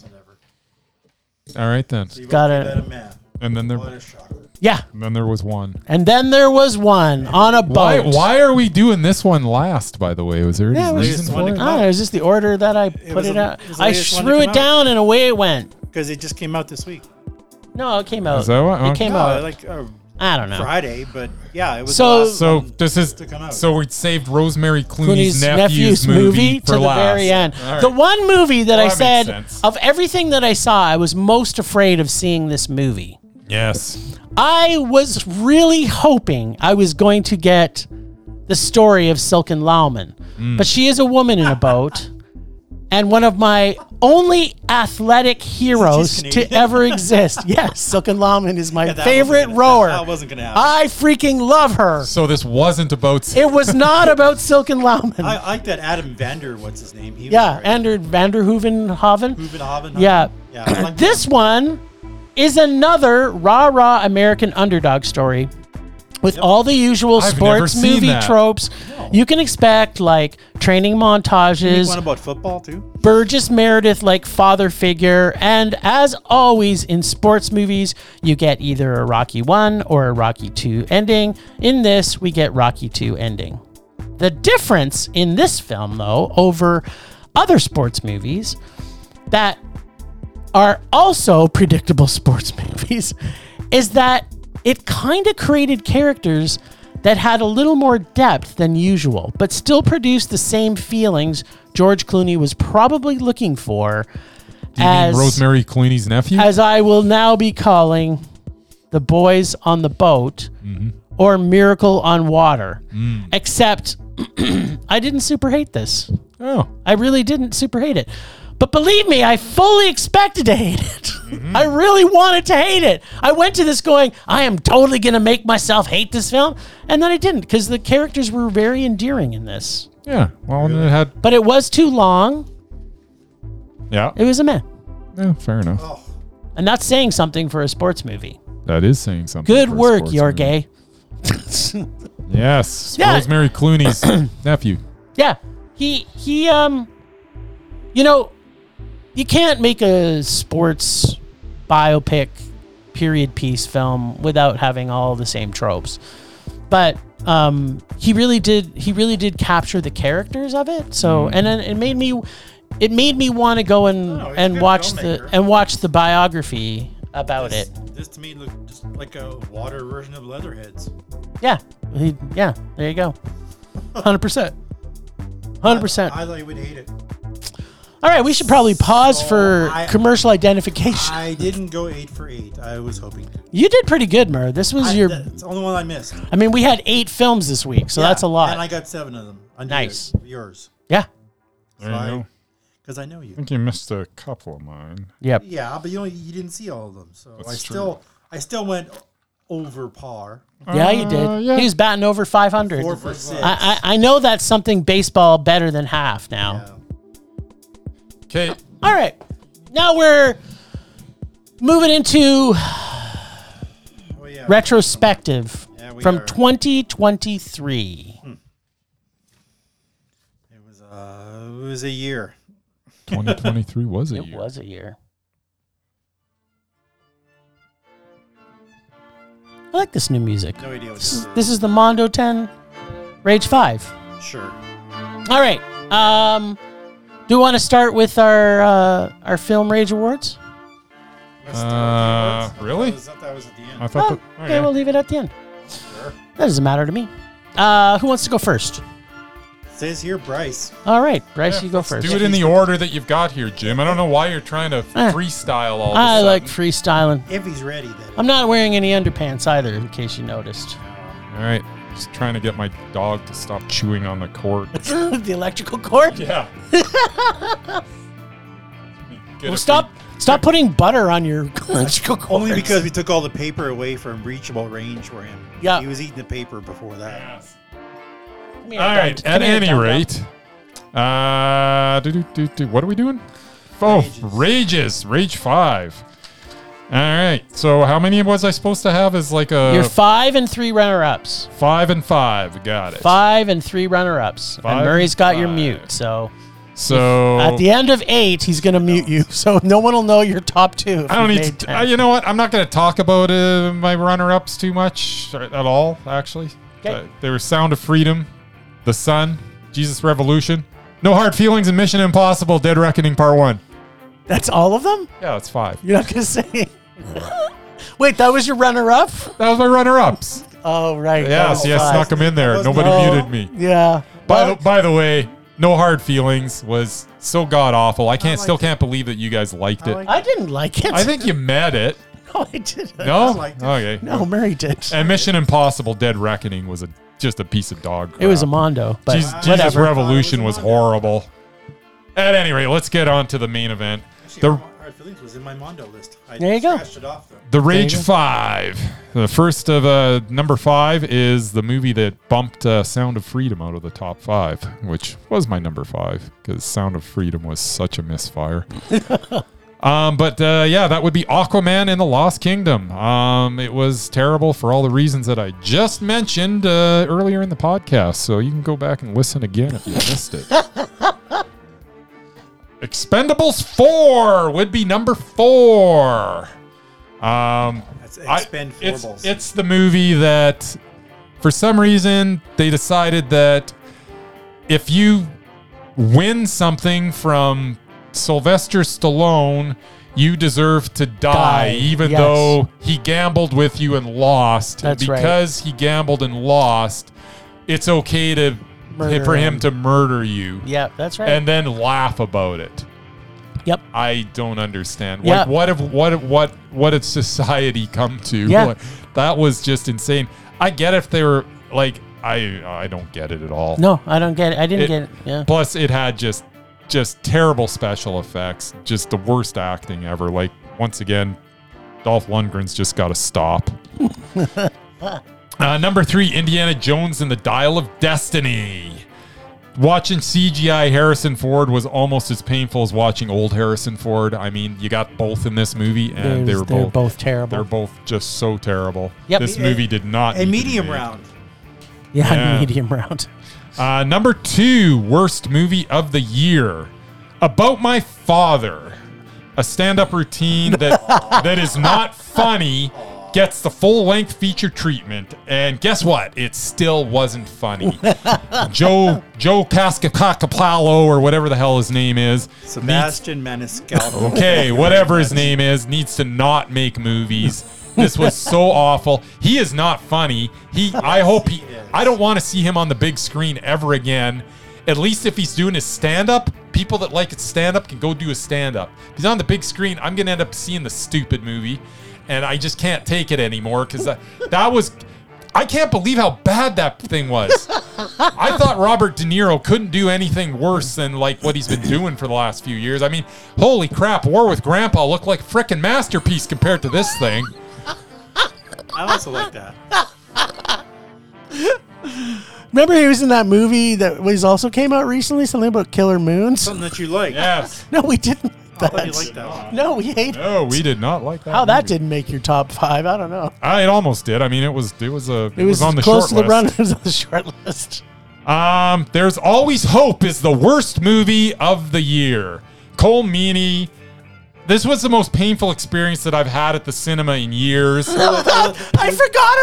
Speaker 1: All right then.
Speaker 3: You
Speaker 2: Got
Speaker 3: won't
Speaker 2: it.
Speaker 3: give that a man.
Speaker 1: And then there,
Speaker 3: What a shocker.
Speaker 2: Yeah.
Speaker 1: and then there was one.
Speaker 2: And then there was one on a boat.
Speaker 1: Why? Why are we doing this one last? By the way, was there any
Speaker 2: Yeah, it was
Speaker 1: reason
Speaker 3: just
Speaker 1: for
Speaker 3: one
Speaker 1: it?
Speaker 3: to-
Speaker 2: I don't know, is this the order that I put
Speaker 3: was
Speaker 2: it
Speaker 3: the-
Speaker 2: out?
Speaker 3: it was the
Speaker 2: I
Speaker 3: latest one to
Speaker 2: threw
Speaker 3: come
Speaker 2: it
Speaker 3: out.
Speaker 2: down and away it went.
Speaker 3: Because it just came out this week.
Speaker 2: No, it came out.
Speaker 1: Is that what?
Speaker 2: It came
Speaker 1: Okay.
Speaker 2: out.
Speaker 3: No, like uh,
Speaker 2: I don't know.
Speaker 3: Friday, but yeah, it was.
Speaker 2: So-
Speaker 3: the last
Speaker 1: So
Speaker 3: one.
Speaker 1: this is.
Speaker 3: to come out.
Speaker 1: So we saved Rosemary Clooney's,
Speaker 2: Clooney's
Speaker 1: nephew's, movie
Speaker 2: to
Speaker 1: for
Speaker 2: the
Speaker 1: last.
Speaker 2: very end.
Speaker 1: All right.
Speaker 2: The one movie that
Speaker 1: Well, that
Speaker 2: I
Speaker 1: makes
Speaker 2: said
Speaker 1: sense.
Speaker 2: of everything that I saw, I was most afraid of seeing this movie.
Speaker 1: yes.
Speaker 2: I was really hoping I was going to get the story of Silken Lauman,
Speaker 3: Mm.
Speaker 2: but she is a woman in a boat, and one of my only athletic heroes to
Speaker 3: Canadian?
Speaker 2: ever exist. Yes, Silken Lauman is my
Speaker 3: Yeah, that wasn't
Speaker 2: favorite
Speaker 3: gonna-
Speaker 2: rower.
Speaker 3: That, that wasn't gonna happen.
Speaker 2: I freaking love her.
Speaker 1: So this wasn't about.
Speaker 2: It was not about Silken Lauman.
Speaker 3: I, I like that Adam Vander. What's his name? He was
Speaker 2: yeah,
Speaker 3: great.
Speaker 2: Andrew Vanderhoeven Hoven.
Speaker 3: Bubenhaven.
Speaker 2: Yeah.
Speaker 3: Yeah. I like
Speaker 2: This one is another rah rah American underdog story with all the usual
Speaker 1: I've never
Speaker 2: sports
Speaker 1: seen
Speaker 2: movie
Speaker 1: that.
Speaker 2: tropes you can expect, like training
Speaker 3: that.
Speaker 2: montages,
Speaker 3: one about football too.
Speaker 2: Burgess Meredith like father figure, and as always in sports movies, you get either a Rocky 1 or a Rocky 2 ending. In this, we get Rocky 2 ending. The difference in this film though over other sports movies that are also predictable sports movies is that it kind of created characters that had a little more depth than usual, but still produced the same feelings George Clooney was probably looking for.
Speaker 1: Do you mean Rosemary Clooney's nephew?
Speaker 2: as I will now be calling the boys on the boat or Miracle on Water, except I didn't super hate this.
Speaker 1: Oh,
Speaker 2: I really didn't super hate it. But believe me, I fully expected to hate it. I really wanted to hate it. I went to this going, I am totally going to make myself hate this film. And then I didn't because the characters were very endearing in this.
Speaker 1: yeah. Well, and it had
Speaker 2: But it was too long.
Speaker 1: yeah.
Speaker 2: It was a meh.
Speaker 1: yeah fair enough.
Speaker 2: And that's saying something for a sports movie.
Speaker 1: That is saying something.
Speaker 2: Good
Speaker 1: for a
Speaker 2: work,
Speaker 1: sports
Speaker 2: you're
Speaker 1: movie.
Speaker 2: gay.
Speaker 1: Yes,
Speaker 2: Yeah.
Speaker 1: Rosemary Clooney's nephew.
Speaker 2: Yeah. He he um you know, you can't make a sports biopic period piece film without having all the same tropes. But um he really did he really did capture the characters of it. So
Speaker 1: Mm-hmm.
Speaker 2: and then it made me it made me want to go and
Speaker 3: Oh, he's a
Speaker 2: and
Speaker 3: good
Speaker 2: watch the
Speaker 3: filmmaker.
Speaker 2: and watch the biography about
Speaker 3: This,
Speaker 2: it.
Speaker 3: this to me looked just like a water version of Leatherheads.
Speaker 2: Yeah. He, yeah, there you go. 100%. 100%.
Speaker 3: I thought you would hate it.
Speaker 2: All right, we should probably pause
Speaker 3: So,
Speaker 2: for
Speaker 3: I-
Speaker 2: commercial identification.
Speaker 3: I didn't go eight for eight. I was hoping. to.
Speaker 2: you did pretty good, Mer. This was
Speaker 3: I,
Speaker 2: your.
Speaker 3: that's the only one I missed.
Speaker 2: I mean, we had eight films this week, so that's a lot.
Speaker 3: And I got seven of them. Under
Speaker 2: Nice.
Speaker 3: Yours.
Speaker 2: yeah.
Speaker 1: There you go. I
Speaker 3: Because I know you.
Speaker 1: think you missed a couple of mine.
Speaker 2: Yep.
Speaker 3: Yeah, but you only, you didn't see all of them, so I
Speaker 1: That's true.
Speaker 3: still I still went over par.
Speaker 2: yeah, you did.
Speaker 1: Uh, yeah.
Speaker 2: He was batting over 500.
Speaker 3: Four for six.
Speaker 2: I, I, I know that's something baseball better than half now.
Speaker 3: Yeah.
Speaker 1: Okay.
Speaker 2: All right. Now we're moving into
Speaker 3: Well, Oh, yeah.
Speaker 2: retrospective
Speaker 3: Yeah, we
Speaker 2: from
Speaker 3: are.
Speaker 2: 2023.
Speaker 3: It was uh, it was a year.
Speaker 1: 2023 was a
Speaker 2: It
Speaker 1: year.
Speaker 2: was a year. I like this new music.
Speaker 3: No idea what
Speaker 2: This
Speaker 3: this
Speaker 2: is,
Speaker 3: is.
Speaker 2: this is the Mondo 10 Rage 5.
Speaker 3: Sure.
Speaker 2: All right. Um, do you want to start with our uh, our film Rage Awards?
Speaker 1: Uh, really?
Speaker 3: I thought that was at the
Speaker 1: I
Speaker 3: end.
Speaker 1: thought.
Speaker 2: Oh,
Speaker 1: that-
Speaker 2: okay, we'll leave it at the end.
Speaker 3: Sure.
Speaker 2: That doesn't matter to me. Uh, who wants to go first?
Speaker 3: says here Bryce.
Speaker 2: All right, Bryce, you go
Speaker 1: let's
Speaker 2: first.
Speaker 1: Do it in the order that you've got here, Jim. I don't know why you're trying to freestyle all. of a
Speaker 2: Eh. I like
Speaker 1: sudden.
Speaker 2: freestyling.
Speaker 3: If he's ready, then.
Speaker 2: I'm not wearing any underpants either, in case you noticed.
Speaker 1: all right. Just trying to get my dog to stop chewing on the cord.
Speaker 2: the electrical cord.
Speaker 1: yeah.
Speaker 2: Well, stop stop putting butter on your electrical cord.
Speaker 3: Only because we took all the paper away from reachable range for him.
Speaker 2: Yeah.
Speaker 3: He was eating the paper before that.
Speaker 2: Come here,
Speaker 1: All right.
Speaker 2: Dom.
Speaker 1: At
Speaker 2: Come here,
Speaker 1: any
Speaker 2: Dom, Dom.
Speaker 1: rate, uh, do, do, do, do, what are we doing? Oh, rages.
Speaker 3: Rages.
Speaker 1: Rage five. All right. So how many was I supposed to have? Is like a
Speaker 2: you're five and three runner-ups.
Speaker 1: five and five. Got it.
Speaker 2: Five and three runner-ups.
Speaker 1: Five
Speaker 2: and Murray's got your
Speaker 1: and five.
Speaker 2: mute, so
Speaker 1: So
Speaker 2: at the end of eight, he's gonna mute you, so no one will know your top two. if
Speaker 1: I don't
Speaker 2: you
Speaker 1: need
Speaker 2: made
Speaker 1: to.
Speaker 2: 10.
Speaker 1: Uh, you know what? I'm not going to talk about uh, my runner-ups too much at all. Actually,
Speaker 2: 'Kay.
Speaker 1: Uh, they were "Sound of Freedom," "The Sun," "Jesus Revolution," "No Hard Feelings," and "Mission Impossible: Dead Reckoning Part One."
Speaker 2: That's all of them.
Speaker 1: Yeah, that's five.
Speaker 2: You're not gonna say. Wait, that was your runner-up.
Speaker 1: That was my runner-ups.
Speaker 2: Oh right. that
Speaker 1: Yes,
Speaker 2: was
Speaker 1: yes,
Speaker 2: five.
Speaker 1: snuck them in there.
Speaker 3: That was
Speaker 1: Nobody
Speaker 2: no-
Speaker 1: muted me.
Speaker 2: Yeah.
Speaker 1: By
Speaker 2: Well,
Speaker 1: the, by the way, "No Hard Feelings" was so god awful. I can't
Speaker 3: liked
Speaker 1: still
Speaker 3: it.
Speaker 1: can't believe that you guys liked it.
Speaker 3: liked
Speaker 2: I didn't like it.
Speaker 1: I think you met it.
Speaker 2: no, I didn't.
Speaker 1: No,
Speaker 3: liked it.
Speaker 1: okay.
Speaker 2: No, Murray did.
Speaker 1: And Uh, Mission Impossible: Dead Reckoning was a just a piece of dog.
Speaker 2: It was a
Speaker 1: crap.
Speaker 2: mondo, but
Speaker 1: uh, Jesus, Jesus
Speaker 2: whatever.
Speaker 1: Revolution was
Speaker 3: It was
Speaker 1: horrible. At any rate, let's get on to the main event.
Speaker 3: Actually,
Speaker 1: The
Speaker 3: Hard Feelings was in my Mondo list. I
Speaker 2: There you go.
Speaker 3: scratched it off, though.
Speaker 1: the Rage
Speaker 2: you go.
Speaker 1: Five. The first of uh, number five is the movie that bumped uh, Sound of Freedom out of the top five, which was my number five because Sound of Freedom was such a misfire. Um, but uh, yeah, that would be Aquaman in the Lost Kingdom. Um, it was terrible for all the reasons that I just mentioned uh, earlier in the podcast. So you can go back and listen again if you missed it. Expendables 4 would be number four. Um,
Speaker 3: That's
Speaker 1: I-
Speaker 3: expend four
Speaker 1: it's,
Speaker 3: balls.
Speaker 1: it's the movie that, for some reason, they decided that if you win something from Sylvester Stallone, you deserve to die,
Speaker 2: Die,
Speaker 1: even
Speaker 2: yes.
Speaker 1: though he gambled with you and lost. And
Speaker 2: That's right.
Speaker 1: because he gambled and lost, it's okay to
Speaker 2: Murder
Speaker 1: for him
Speaker 2: him.
Speaker 1: to murder you
Speaker 2: Yeah, that's right.
Speaker 1: and then laugh about it.
Speaker 2: yep.
Speaker 1: I don't understand.
Speaker 2: Yeah.
Speaker 1: Like what if what what what did society come to?
Speaker 2: Yeah.
Speaker 1: Like, that was just insane. I get if they were like I I don't get it at all.
Speaker 2: No, I don't get it. I didn't
Speaker 1: It-
Speaker 2: get it. Yeah.
Speaker 1: Plus, it had just just terrible special effects, just the worst acting ever. Like once again, Dolph Lundgren's just got to stop. uh, number three, Indiana Jones and the Dial of Destiny. Watching CGI Harrison Ford was almost as painful as watching old Harrison Ford. I mean, you got both in this movie, and they
Speaker 2: There's-
Speaker 1: were
Speaker 2: they're
Speaker 1: both,
Speaker 2: both terrible.
Speaker 1: they're both just so terrible.
Speaker 2: Yep.
Speaker 1: This movie did not
Speaker 3: And
Speaker 1: need to be
Speaker 3: medium
Speaker 1: made.
Speaker 3: round.
Speaker 2: yeah,
Speaker 1: yeah.
Speaker 2: medium round.
Speaker 1: Uh, number two, worst movie of the year. About my father. A stand up routine that that is not funny gets the full length feature treatment. And guess what? It still wasn't funny. Joe Joe Cascacapalo or whatever the hell his name is. needs-
Speaker 3: Sebastian Maniscalco.
Speaker 1: okay, whatever his name is, needs to not make movies. This was so awful. He is not funny. He I hope he I don't want to see him on the big screen ever again. At least if he's doing his stand up, people that like his stand up can go do his stand up. If he's on the big screen, I'm going to end up seeing the stupid movie and I just can't take it anymore cuz that, that was I can't believe how bad that thing was. I thought Robert De Niro couldn't do anything worse than like what he's been doing for the last few years. I mean, holy crap, War with Grandpa looked like a frickin' masterpiece compared to this thing.
Speaker 3: I also like that.
Speaker 4: Remember, he was in that movie that was also came out recently, something about killer moons.
Speaker 3: Something that you like.
Speaker 1: Yes.
Speaker 4: No, we didn't. Like that.
Speaker 3: I thought you liked that one.
Speaker 4: No, we hate.
Speaker 1: No, we did not like that.
Speaker 4: How that
Speaker 1: movie.
Speaker 4: didn't make your top five? I don't know.
Speaker 1: I, it almost did. I mean, it was it was a it,
Speaker 4: It was,
Speaker 1: was, on the
Speaker 4: close
Speaker 1: short
Speaker 4: to the
Speaker 1: list.
Speaker 4: run. It was on the short list.
Speaker 1: Um, There's Always Hope is the worst movie of the year. Cole Meany. This was the most painful experience that I've had at the cinema in years.
Speaker 4: I forgot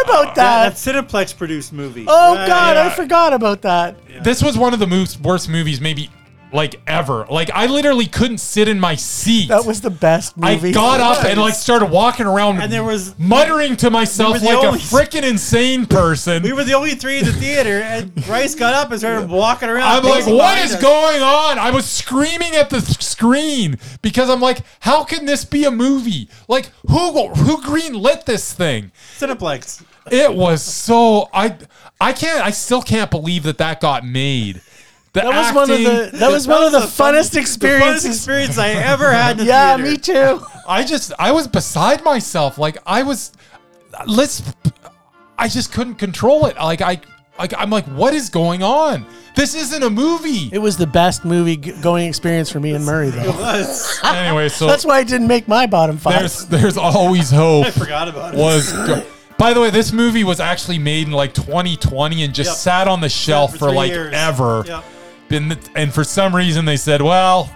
Speaker 4: about that.
Speaker 3: That, that Cineplex produced movie.
Speaker 4: Oh
Speaker 3: Uh,
Speaker 4: God,
Speaker 1: yeah.
Speaker 4: I forgot about that.
Speaker 1: This was one of the most worst movies maybe like ever. Like I literally couldn't sit in my seat.
Speaker 4: That was the best
Speaker 1: I
Speaker 4: movie.
Speaker 1: got up and like started walking around
Speaker 3: And there was-
Speaker 1: muttering to
Speaker 3: we were
Speaker 1: myself
Speaker 3: the
Speaker 1: like a
Speaker 3: only-
Speaker 1: freaking insane person.
Speaker 3: We were the only three in the theater, and Bryce got up and started walking around.
Speaker 1: I'm like,
Speaker 3: facing
Speaker 1: what
Speaker 3: behind
Speaker 1: is
Speaker 3: us."
Speaker 1: going on? I was screaming at the th- screen because I'm like, how can this be a movie? Like, who who green lit this thing?
Speaker 3: Cineplex.
Speaker 1: It was so I I can't I still can't believe that that got made. The
Speaker 4: That was one of
Speaker 1: acting-
Speaker 4: the. That was one of the funnest
Speaker 3: Experience.
Speaker 4: experiences.
Speaker 3: experience I ever had in the
Speaker 4: Yeah,
Speaker 3: theater.
Speaker 4: me too.
Speaker 1: I just I was beside myself. Like I was let's I just couldn't control it. Like I like I'm like, what is going on? This isn't a movie.
Speaker 4: It was the best movie g- going experience for me and Murray though.
Speaker 3: Was.
Speaker 1: anyway, so
Speaker 4: That's why I didn't make my bottom five.
Speaker 1: there's there's always hope.
Speaker 3: I forgot about it.
Speaker 1: Was by the way, this movie was actually made in like 2020 and just
Speaker 3: Yep.
Speaker 1: sat on the shelf
Speaker 3: for
Speaker 1: for,
Speaker 3: three
Speaker 1: like
Speaker 3: years.
Speaker 1: ever.
Speaker 3: Yep.
Speaker 1: Been the- and for some reason they said, well.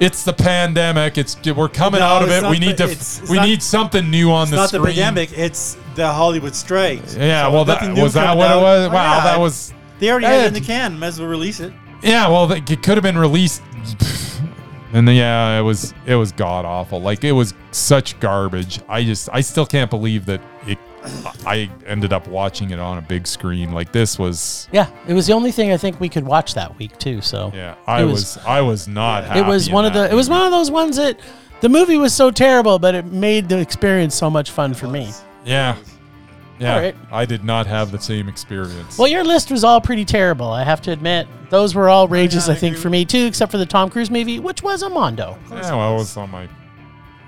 Speaker 1: It's the pandemic. It's we're coming
Speaker 3: No,
Speaker 1: out of
Speaker 3: it's
Speaker 1: it.
Speaker 3: not
Speaker 1: We
Speaker 3: the-
Speaker 1: need to.
Speaker 3: it's- it's
Speaker 1: we
Speaker 3: not-
Speaker 1: need something new on
Speaker 3: It's
Speaker 1: the
Speaker 3: not
Speaker 1: screen.
Speaker 3: the pandemic. It's the Hollywood strikes.
Speaker 1: Yeah,
Speaker 3: So
Speaker 1: well, that
Speaker 3: nothing new
Speaker 1: was that
Speaker 3: coming
Speaker 1: what it
Speaker 3: out.
Speaker 1: was.
Speaker 3: Oh,
Speaker 1: wow,
Speaker 3: yeah.
Speaker 1: that was.
Speaker 3: They already had it in
Speaker 1: Ed.
Speaker 3: the can. Might as well release it.
Speaker 1: Yeah, well, that- it could have been released, and then, yeah, it was. It was god awful. Like it was such garbage. I just, I still can't believe that it. I ended up watching it on a big screen. Like this was.
Speaker 2: Yeah, it was the only thing I think we could watch that week too. So
Speaker 1: Yeah, I
Speaker 2: It
Speaker 1: was,
Speaker 2: was-
Speaker 1: I was not happy.
Speaker 2: it was
Speaker 1: in
Speaker 2: one of
Speaker 1: that
Speaker 2: the. It was
Speaker 1: movie.
Speaker 2: one of those ones that the movie was so terrible, but it made the experience so much fun for me.
Speaker 1: Yeah. Yeah,
Speaker 2: Alright.
Speaker 1: I did not have the same experience.
Speaker 2: Well, your list was all pretty terrible. I have to admit, those were all rages. I think for me too, except for the Tom Cruise movie, which was a mondo.
Speaker 1: yeah, well, it was on my,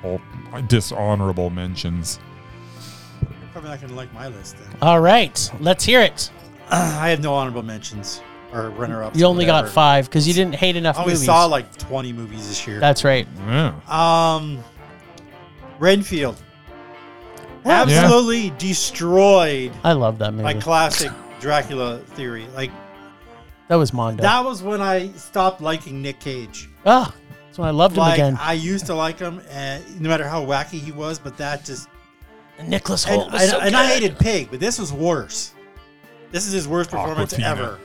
Speaker 1: all, my dishonorable mentions.
Speaker 3: Probably not gonna like my list. Then.
Speaker 2: All right, let's hear it.
Speaker 3: I have no honorable mentions or runner-ups.
Speaker 2: You only got
Speaker 3: whatever.
Speaker 2: five because you didn't hate enough
Speaker 3: I only
Speaker 2: movies.
Speaker 3: saw like 20 movies this year.
Speaker 2: That's right.
Speaker 1: Yeah.
Speaker 3: Um, Renfield absolutely destroyed
Speaker 2: I love that
Speaker 3: my
Speaker 2: movie.
Speaker 3: classic Dracula theory. Like
Speaker 2: that was mondo.
Speaker 3: that was when I stopped liking Nick Cage.
Speaker 2: Ah, that's when I loved him
Speaker 3: Like
Speaker 2: again.
Speaker 3: I used to like him, and no matter how wacky he was, but that just
Speaker 2: Nicholas
Speaker 3: and,
Speaker 2: Holt. was
Speaker 3: and,
Speaker 2: so
Speaker 3: and I
Speaker 2: good.
Speaker 3: hated Pig, but this was worse. This is his worst performance
Speaker 1: Aquafina.
Speaker 3: ever.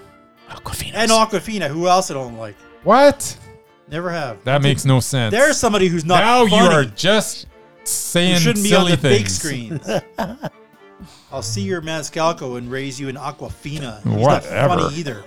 Speaker 2: Aquafina.
Speaker 3: And Aquafina, who else I don't like,
Speaker 1: What?
Speaker 3: never have.
Speaker 1: That makes no sense.
Speaker 3: There's somebody who's not.
Speaker 1: now you
Speaker 3: funny.
Speaker 1: are just
Speaker 3: You
Speaker 1: saying
Speaker 3: shouldn't be on
Speaker 1: silly
Speaker 3: the
Speaker 1: things.
Speaker 3: big screens. I'll see your Mascalco and raise you an Aquafina. He's not
Speaker 1: Whatever.
Speaker 3: funny either.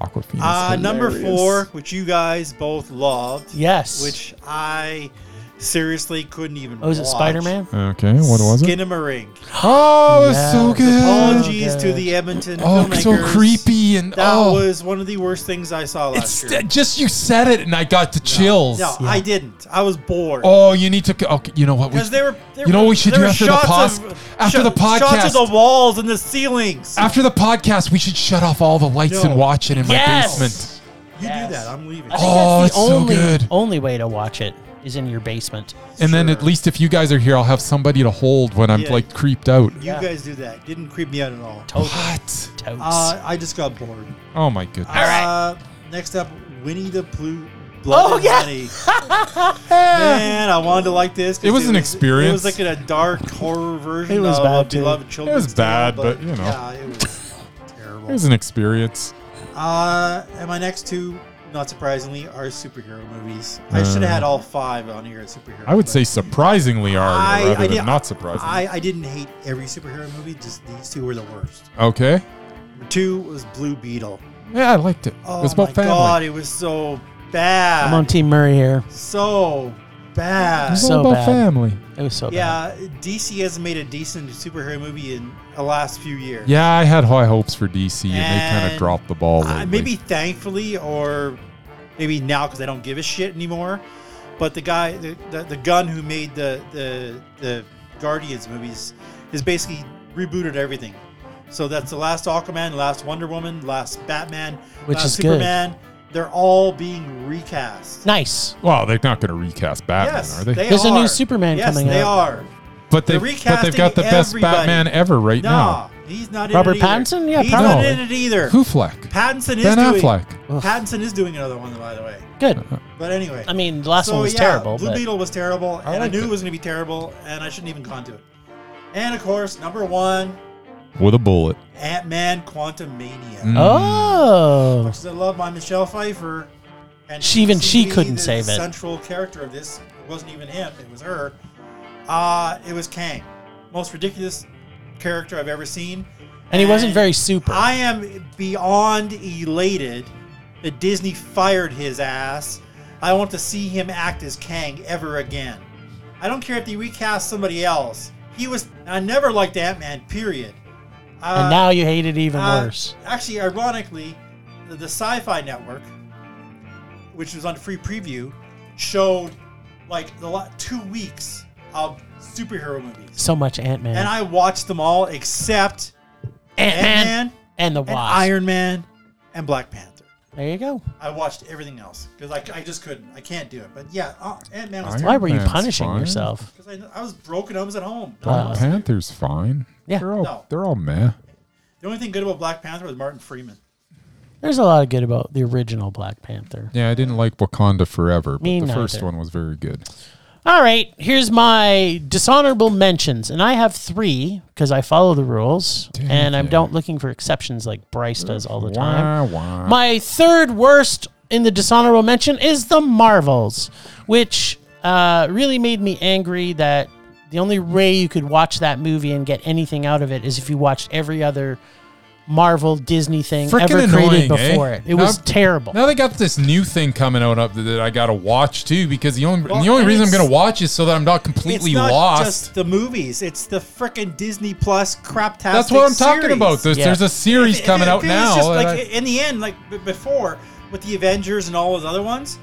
Speaker 1: Aquafina's
Speaker 3: Uh, number
Speaker 4: hilarious.
Speaker 3: four, which you guys both loved,
Speaker 2: Yes.
Speaker 3: which I seriously couldn't even.
Speaker 2: Oh, is it
Speaker 3: watch.
Speaker 2: Spider Man?
Speaker 1: Okay, what was it?
Speaker 3: Skinamarink.
Speaker 1: Oh, it was
Speaker 2: Yeah,
Speaker 1: so
Speaker 2: it was a
Speaker 1: good.
Speaker 3: Apologies to the Edmonton
Speaker 1: Oh,
Speaker 3: filmmakers.
Speaker 1: so creepy and
Speaker 3: That
Speaker 1: oh,
Speaker 3: was one of the worst things I saw last
Speaker 1: it's
Speaker 3: year.
Speaker 1: just you said it and I got the chills.
Speaker 3: No, I didn't. I was bored.
Speaker 1: Oh, you need to. Okay, you know what? We,
Speaker 3: Because they were, they
Speaker 1: you know
Speaker 3: were-
Speaker 1: what we should
Speaker 3: there
Speaker 1: do
Speaker 3: were
Speaker 1: after the
Speaker 3: shots
Speaker 1: pos-
Speaker 3: of-
Speaker 1: after
Speaker 3: shot-
Speaker 1: the podcast.
Speaker 3: Shots of the walls and the ceilings.
Speaker 1: after the podcast, we should shut off all the lights
Speaker 3: No.
Speaker 1: and watch it in my
Speaker 2: Yes!
Speaker 1: basement.
Speaker 3: you
Speaker 2: Yes.
Speaker 3: do that, I'm leaving.
Speaker 2: I think
Speaker 1: Oh,
Speaker 2: that's
Speaker 1: it's
Speaker 2: the
Speaker 1: so
Speaker 2: only,
Speaker 1: good.
Speaker 2: only way to watch it is in your basement.
Speaker 1: And then at
Speaker 3: Sure.
Speaker 1: least if you guys are here, I'll have somebody to hold when I'm
Speaker 3: Yeah.
Speaker 1: like creeped out.
Speaker 3: You guys do that. Didn't creep me out at all.
Speaker 2: Totally.
Speaker 1: What?
Speaker 2: Totes.
Speaker 3: Uh, I just got bored.
Speaker 1: Oh my goodness.
Speaker 2: right.
Speaker 3: Uh, next up, Winnie the Pooh. Blood
Speaker 2: Oh,
Speaker 3: and
Speaker 2: yeah.
Speaker 3: Honey. Man, I wanted to like this. 'cause
Speaker 1: It was an
Speaker 3: It
Speaker 1: experience.
Speaker 3: was like in a dark horror version.
Speaker 2: It was
Speaker 3: of
Speaker 2: bad,
Speaker 3: a
Speaker 2: too.
Speaker 3: Beloved children's
Speaker 1: was bad,
Speaker 3: tale,
Speaker 1: but, you know.
Speaker 3: yeah, it was terrible.
Speaker 1: It was an experience.
Speaker 3: Uh, and my next two, not surprisingly, are superhero movies. I should
Speaker 1: Uh,
Speaker 3: have had all five on here as superhero.
Speaker 1: I would
Speaker 3: but
Speaker 1: say surprisingly are
Speaker 3: I-
Speaker 1: rather
Speaker 3: I
Speaker 1: than
Speaker 3: did-
Speaker 1: not surprisingly.
Speaker 3: I, I didn't hate every superhero movie. Just these two were the worst.
Speaker 1: okay.
Speaker 3: Number two was Blue Beetle.
Speaker 1: Yeah, I liked it.
Speaker 3: Oh
Speaker 1: it was about
Speaker 3: my
Speaker 1: family.
Speaker 3: god, it was so bad.
Speaker 2: I'm on Team Murray here.
Speaker 3: so
Speaker 1: It
Speaker 3: bad.
Speaker 1: was
Speaker 2: So
Speaker 1: all about
Speaker 2: bad.
Speaker 1: family.
Speaker 2: It was so bad.
Speaker 3: Yeah, DC hasn't made a decent superhero movie in the last few years.
Speaker 1: Yeah, I had high hopes for DC, and, they kind of
Speaker 3: And
Speaker 1: dropped the ball.
Speaker 3: Uh,
Speaker 1: lately.
Speaker 3: maybe thankfully, or maybe now because I don't give a shit anymore. But the guy, the, the, the gun who made the, the the Guardians movies, is basically rebooted everything. So that's the last Aquaman, last Wonder Woman, last Batman,
Speaker 2: Which
Speaker 3: last
Speaker 2: is good.
Speaker 3: Superman. They're all being recast.
Speaker 2: Nice.
Speaker 1: Well, they're not going to recast Batman,
Speaker 3: yes,
Speaker 1: are they?
Speaker 2: There's a new
Speaker 3: are.
Speaker 2: Superman
Speaker 3: yes,
Speaker 2: coming
Speaker 3: they
Speaker 2: out.
Speaker 3: are.
Speaker 1: but they
Speaker 3: they're
Speaker 1: but they've got the
Speaker 3: recasting
Speaker 1: best
Speaker 3: everybody.
Speaker 1: Batman ever right
Speaker 3: Nah, he's not in
Speaker 2: Robert
Speaker 3: it either.
Speaker 2: Pattinson? Yeah,
Speaker 3: he's
Speaker 1: probably.
Speaker 3: not in it either.
Speaker 1: now. Hufleck,
Speaker 3: Pattinson is
Speaker 1: Ben
Speaker 3: doing.
Speaker 1: Affleck.
Speaker 2: Ugh.
Speaker 3: Pattinson is doing another one, by the way.
Speaker 2: Good.
Speaker 3: But anyway,
Speaker 2: I mean, the last one was terrible.
Speaker 3: Blue
Speaker 2: but
Speaker 3: Beetle was terrible,
Speaker 1: I
Speaker 3: and I
Speaker 1: liked
Speaker 3: knew
Speaker 1: it.
Speaker 3: it was going to be terrible, and I shouldn't even gone to it. And of course, number one,
Speaker 1: with a bullet.
Speaker 3: Ant Man Quantum Mania.
Speaker 1: Mm.
Speaker 2: Oh.
Speaker 3: Because I love my Michelle Pfeiffer, and
Speaker 2: She- even she
Speaker 3: seemed to be
Speaker 2: couldn't
Speaker 3: the
Speaker 2: save it.
Speaker 3: Central character of this it wasn't even him; it was her. Uh it was Kang, most ridiculous character I've ever seen.
Speaker 2: And he wasn't very super.
Speaker 3: I am beyond elated that Disney fired his ass. I don't want to see him act as Kang ever again. I don't care if they recast somebody else. He was. I never liked Ant Man. Period. Uh,
Speaker 2: and now you hate it even
Speaker 3: uh,
Speaker 2: worse.
Speaker 3: Actually, ironically, the, the Sci-Fi Network, which was on free preview, showed like the lot two weeks of superhero movies,
Speaker 2: So much Ant Man.
Speaker 3: and I watched them all except
Speaker 2: Ant Man.
Speaker 3: Ant-Man
Speaker 2: And the
Speaker 3: and
Speaker 2: Wasp.
Speaker 3: Iron Man and Black Panther.
Speaker 2: There you go.
Speaker 3: I watched everything else because I, I just couldn't. I can't do it. But yeah, uh, Ant Man was
Speaker 1: Iron-
Speaker 2: Why
Speaker 3: terrible
Speaker 2: were you
Speaker 1: That's
Speaker 2: punishing
Speaker 1: fine.
Speaker 2: yourself?
Speaker 3: because I, I was broken. I was at home. No one
Speaker 1: Black
Speaker 2: Wow.
Speaker 3: was.
Speaker 1: Panther's fine.
Speaker 2: Yeah.
Speaker 1: they're all
Speaker 3: No.
Speaker 1: they're all meh.
Speaker 3: The only thing good about Black Panther was Martin Freeman.
Speaker 2: There's a lot of good about the original Black Panther.
Speaker 1: Yeah, I didn't like Wakanda Forever, but
Speaker 2: Me
Speaker 1: the first
Speaker 2: neither.
Speaker 1: one was very good.
Speaker 2: All right, here's my dishonorable mentions, and I have three because I follow the rules,
Speaker 1: Dang
Speaker 2: and I'm
Speaker 1: it.
Speaker 2: don't looking for exceptions like Bryce does all the time.
Speaker 1: Wah, wah.
Speaker 2: My third worst in the dishonorable mention is the Marvels, which uh, really made me angry that the only way you could watch that movie and get anything out of it is if you watched every other Marvel Disney thing
Speaker 1: Frickin'
Speaker 2: ever created
Speaker 1: annoying, eh?
Speaker 2: before it. It
Speaker 1: Now-
Speaker 2: was terrible.
Speaker 1: Now they got this new thing coming out up that I gotta watch too, because the only
Speaker 3: Well,
Speaker 1: the only
Speaker 3: and
Speaker 1: reason I'm
Speaker 3: it's-
Speaker 1: gonna watch is so that I'm not
Speaker 3: It's
Speaker 1: completely
Speaker 3: not
Speaker 1: lost.
Speaker 3: just the movies. It's the frickin' Disney Plus crap.
Speaker 1: That's what I'm talking about. There's,
Speaker 2: Yeah.
Speaker 1: there's a series coming out now.
Speaker 3: Just
Speaker 1: and
Speaker 3: like
Speaker 1: I-
Speaker 3: in the end, like b- before with the Avengers and all those other ones.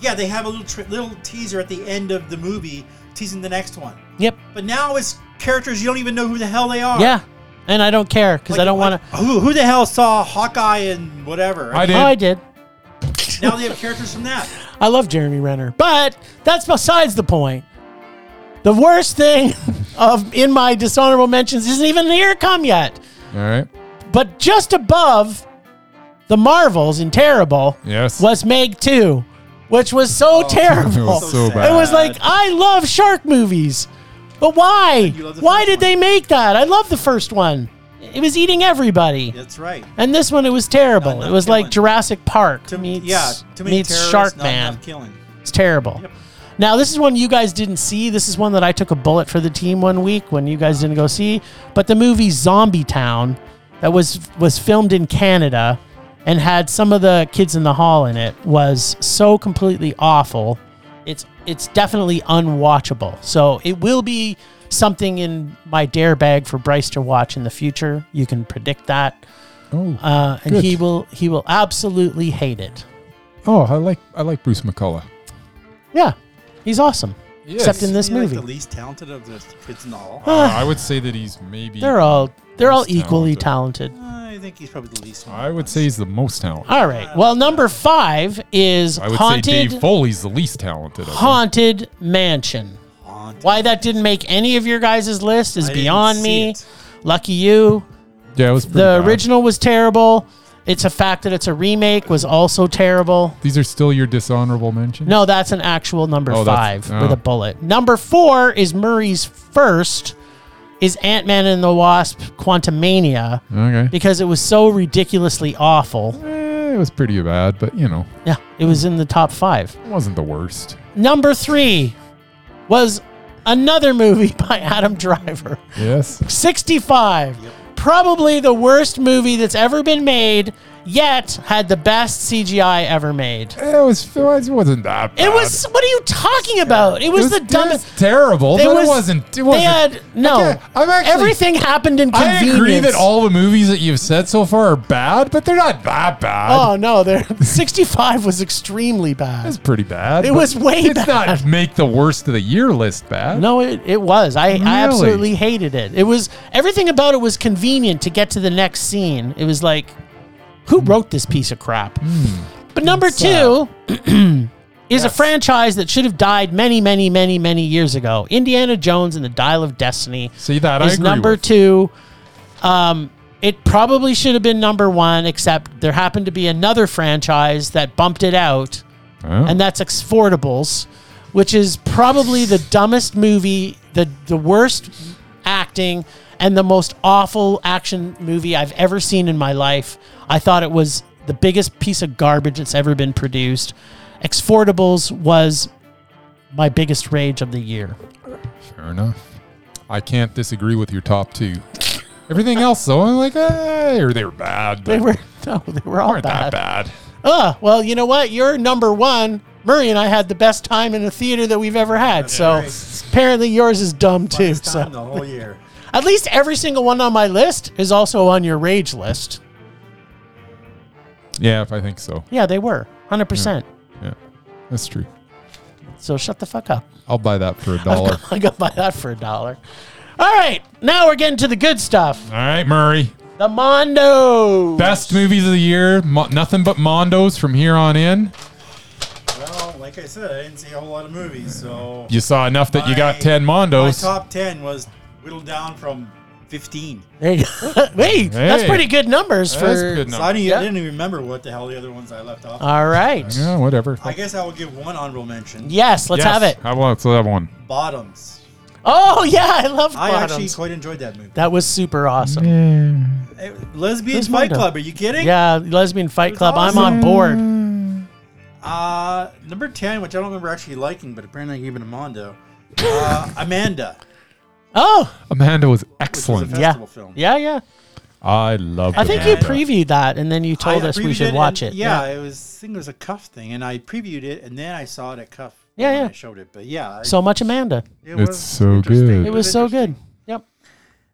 Speaker 3: Yeah, they have a little tri- little teaser at the end of the movie teasing the next one.
Speaker 2: yep.
Speaker 3: But now it's characters you don't even know who the hell they are.
Speaker 2: Yeah. And I don't care because
Speaker 3: Like-
Speaker 2: I don't
Speaker 3: like,
Speaker 2: want to.
Speaker 3: Who, who the hell saw Hawkeye and whatever?
Speaker 1: I did.
Speaker 2: Oh, I did.
Speaker 3: now they have characters from that.
Speaker 2: I love Jeremy Renner, but that's besides the point. The worst thing of in my dishonorable mentions isn't even here come yet.
Speaker 1: All right.
Speaker 2: But just above the Marvels in terrible
Speaker 1: Yes.
Speaker 2: was Meg 2, which was so
Speaker 1: Oh, It
Speaker 2: terrible.
Speaker 1: was so
Speaker 3: sad.
Speaker 1: bad.
Speaker 2: It was like I love shark movies, but why?
Speaker 3: You love the
Speaker 2: Why
Speaker 3: first
Speaker 2: did
Speaker 3: one.
Speaker 2: they make that? I love the first one. It was eating everybody.
Speaker 3: That's right.
Speaker 2: And this one, it was terrible.
Speaker 3: Not
Speaker 2: it was
Speaker 3: enough
Speaker 2: like
Speaker 3: killing.
Speaker 2: Jurassic Park
Speaker 3: Too-
Speaker 2: meets,
Speaker 3: yeah, too many
Speaker 2: meets
Speaker 3: terrorists,
Speaker 2: Shark
Speaker 3: not
Speaker 2: Man.
Speaker 3: enough killing.
Speaker 2: It's terrible. Now, this is one you guys didn't see. This is one that I took a bullet for the team one week when you guys didn't go see. But the movie Zombie Town that was was filmed in Canada and had some of the kids in the hall in it was so completely awful. It's it's definitely unwatchable. So it will be something in my dare bag for Bryce to watch in the future. You can predict that,
Speaker 1: Oh,
Speaker 2: uh, and
Speaker 1: Good.
Speaker 2: he will he will absolutely hate it.
Speaker 1: oh, I like I like Bruce McCullough.
Speaker 2: Yeah, he's awesome. Except in this
Speaker 3: Isn't he,
Speaker 2: movie,
Speaker 3: Like the least talented of the kids and all.
Speaker 1: Uh, I would say that he's maybe.
Speaker 2: they're all they're all
Speaker 1: He's
Speaker 2: equally talented.
Speaker 3: I think he's probably the least. one.
Speaker 1: I would say he's the most talented.
Speaker 2: All right. Well, number five is
Speaker 1: I would say
Speaker 2: haunted
Speaker 1: Dave Foley's the least talented. Of them.
Speaker 2: haunted mansion.
Speaker 3: Haunted.
Speaker 2: Why that didn't make any of your guys' list is
Speaker 3: I didn't
Speaker 2: beyond
Speaker 3: see
Speaker 2: me.
Speaker 3: it.
Speaker 2: Lucky you.
Speaker 1: Yeah, it was pretty
Speaker 2: The
Speaker 1: bad.
Speaker 2: original was terrible. It's a fact that it's a remake was also terrible.
Speaker 1: These are still your dishonorable mentions.
Speaker 2: No, that's an actual number
Speaker 1: Oh,
Speaker 2: five
Speaker 1: that's-
Speaker 2: with
Speaker 1: oh.
Speaker 2: a bullet. Number four is Murray's first is Ant Man and the Wasp Quantumania
Speaker 1: Okay.
Speaker 2: because it was so ridiculously awful.
Speaker 1: Eh, it was pretty bad, but you know,
Speaker 2: Yeah, it was in the top five.
Speaker 1: it wasn't the worst.
Speaker 2: Number three was another movie by Adam Driver.
Speaker 1: Yes.
Speaker 2: 65. Probably the worst movie that's ever been made, yet had the best CGI ever made.
Speaker 1: It was. It wasn't that. Bad.
Speaker 2: It was. What are you talking about? It was, the dumbest.
Speaker 1: It was terrible,
Speaker 2: It
Speaker 1: but
Speaker 2: was-
Speaker 1: it wasn't. It wasn't.
Speaker 2: They had no.
Speaker 1: can't- I'm actually-
Speaker 2: everything happened in
Speaker 1: I
Speaker 2: convenience.
Speaker 1: agree that all the movies that you've said so far are bad, but they're not that bad.
Speaker 2: Oh no, there. 65 was extremely bad.
Speaker 1: That's pretty bad.
Speaker 2: It
Speaker 1: but
Speaker 2: was way
Speaker 1: it's
Speaker 2: bad.
Speaker 1: not make the worst of the year list bad.
Speaker 2: No, it, it was. I, I
Speaker 1: Really?
Speaker 2: absolutely hated it. It was everything about it was convenient to get to the next scene. It was like, who wrote this piece of crap? But number two is a franchise that should have died many, many, many, many years ago. Indiana Jones and the Dial of Destiny
Speaker 1: See that I
Speaker 2: is
Speaker 1: agree
Speaker 2: number
Speaker 1: with.
Speaker 2: two. Um, it probably should have been number one, except there happened to be another franchise that bumped it out
Speaker 1: Oh.
Speaker 2: and that's Exportables, which is probably the dumbest movie, the the worst acting, and the most awful action movie I've ever seen in my life. I thought it was the biggest piece of garbage that's ever been produced. Exportables was my biggest rage of the year.
Speaker 1: Fair enough. I can't disagree with your top two. Everything else, though, I'm like, eh, or they were bad. But
Speaker 2: They were no, they were all
Speaker 1: weren't that
Speaker 2: bad.
Speaker 1: bad.
Speaker 2: Ugh, well, you know what? You're number one. Murray and I had the best time in a theater that we've ever had. so apparently yours is dumb too.
Speaker 3: It's
Speaker 2: So
Speaker 3: time the whole year.
Speaker 2: At least every single one on my list is also on your rage list.
Speaker 1: Yeah, if I think so.
Speaker 2: Yeah, they were. 100%.
Speaker 1: Yeah, that's true.
Speaker 2: So shut the fuck up.
Speaker 1: I'll buy that for a dollar.
Speaker 2: I got buy that for a dollar. All right, now we're getting to the good stuff.
Speaker 1: All right, Murray.
Speaker 2: The Mondo.
Speaker 1: Best movies of the year. Mo- nothing but Mondos from here on in.
Speaker 3: Well, like I said, I didn't see a whole lot of movies, so
Speaker 1: You saw enough that you got
Speaker 3: My-
Speaker 1: 10
Speaker 3: my
Speaker 1: Mondos.
Speaker 3: top ten was whittled down from fifteen.
Speaker 2: There you go. hey, that's
Speaker 1: Hey.
Speaker 2: pretty good numbers for.
Speaker 1: That's good
Speaker 3: So I
Speaker 1: enough.
Speaker 3: didn't,
Speaker 2: Yeah. Uh,
Speaker 3: I didn't even remember what the hell the other ones I left off.
Speaker 2: All right.
Speaker 1: Yeah, whatever.
Speaker 3: I guess I will give one honorable mention.
Speaker 2: Yes, let's have it.
Speaker 1: I want so that one.
Speaker 3: Bottoms.
Speaker 2: Oh, yeah, I love
Speaker 3: I
Speaker 2: bottoms.
Speaker 3: actually quite enjoyed that movie.
Speaker 2: um, that was super awesome. Yeah,
Speaker 3: Eh, Lesbian
Speaker 2: Who's
Speaker 3: Fight
Speaker 2: Wanda?
Speaker 3: Club? Are you kidding?
Speaker 2: Lesbian Fight
Speaker 3: was
Speaker 2: Club. I'm on
Speaker 3: awesome.
Speaker 2: board.
Speaker 3: Uh, number ten, which I don't remember actually liking, but apparently I gave it a mondo. Uh, Amanda.
Speaker 2: Oh,
Speaker 1: Amanda was
Speaker 3: Which was a
Speaker 1: excellent.
Speaker 2: yeah.
Speaker 3: festival film.
Speaker 2: Yeah, yeah.
Speaker 1: I love.
Speaker 2: I think you previewed that and then you told
Speaker 3: I
Speaker 2: us we
Speaker 3: previewed
Speaker 2: should
Speaker 3: and-
Speaker 2: watch it.
Speaker 3: Yeah, it was. I think it was a Cuff thing, and I previewed it, and then I saw it at Cuff.
Speaker 2: Yeah,
Speaker 3: when
Speaker 2: yeah.
Speaker 3: I showed it, but yeah. I-
Speaker 2: So much Amanda.
Speaker 3: it
Speaker 1: It's uh, so
Speaker 3: interesting.
Speaker 1: good.
Speaker 2: It was so good. Yep.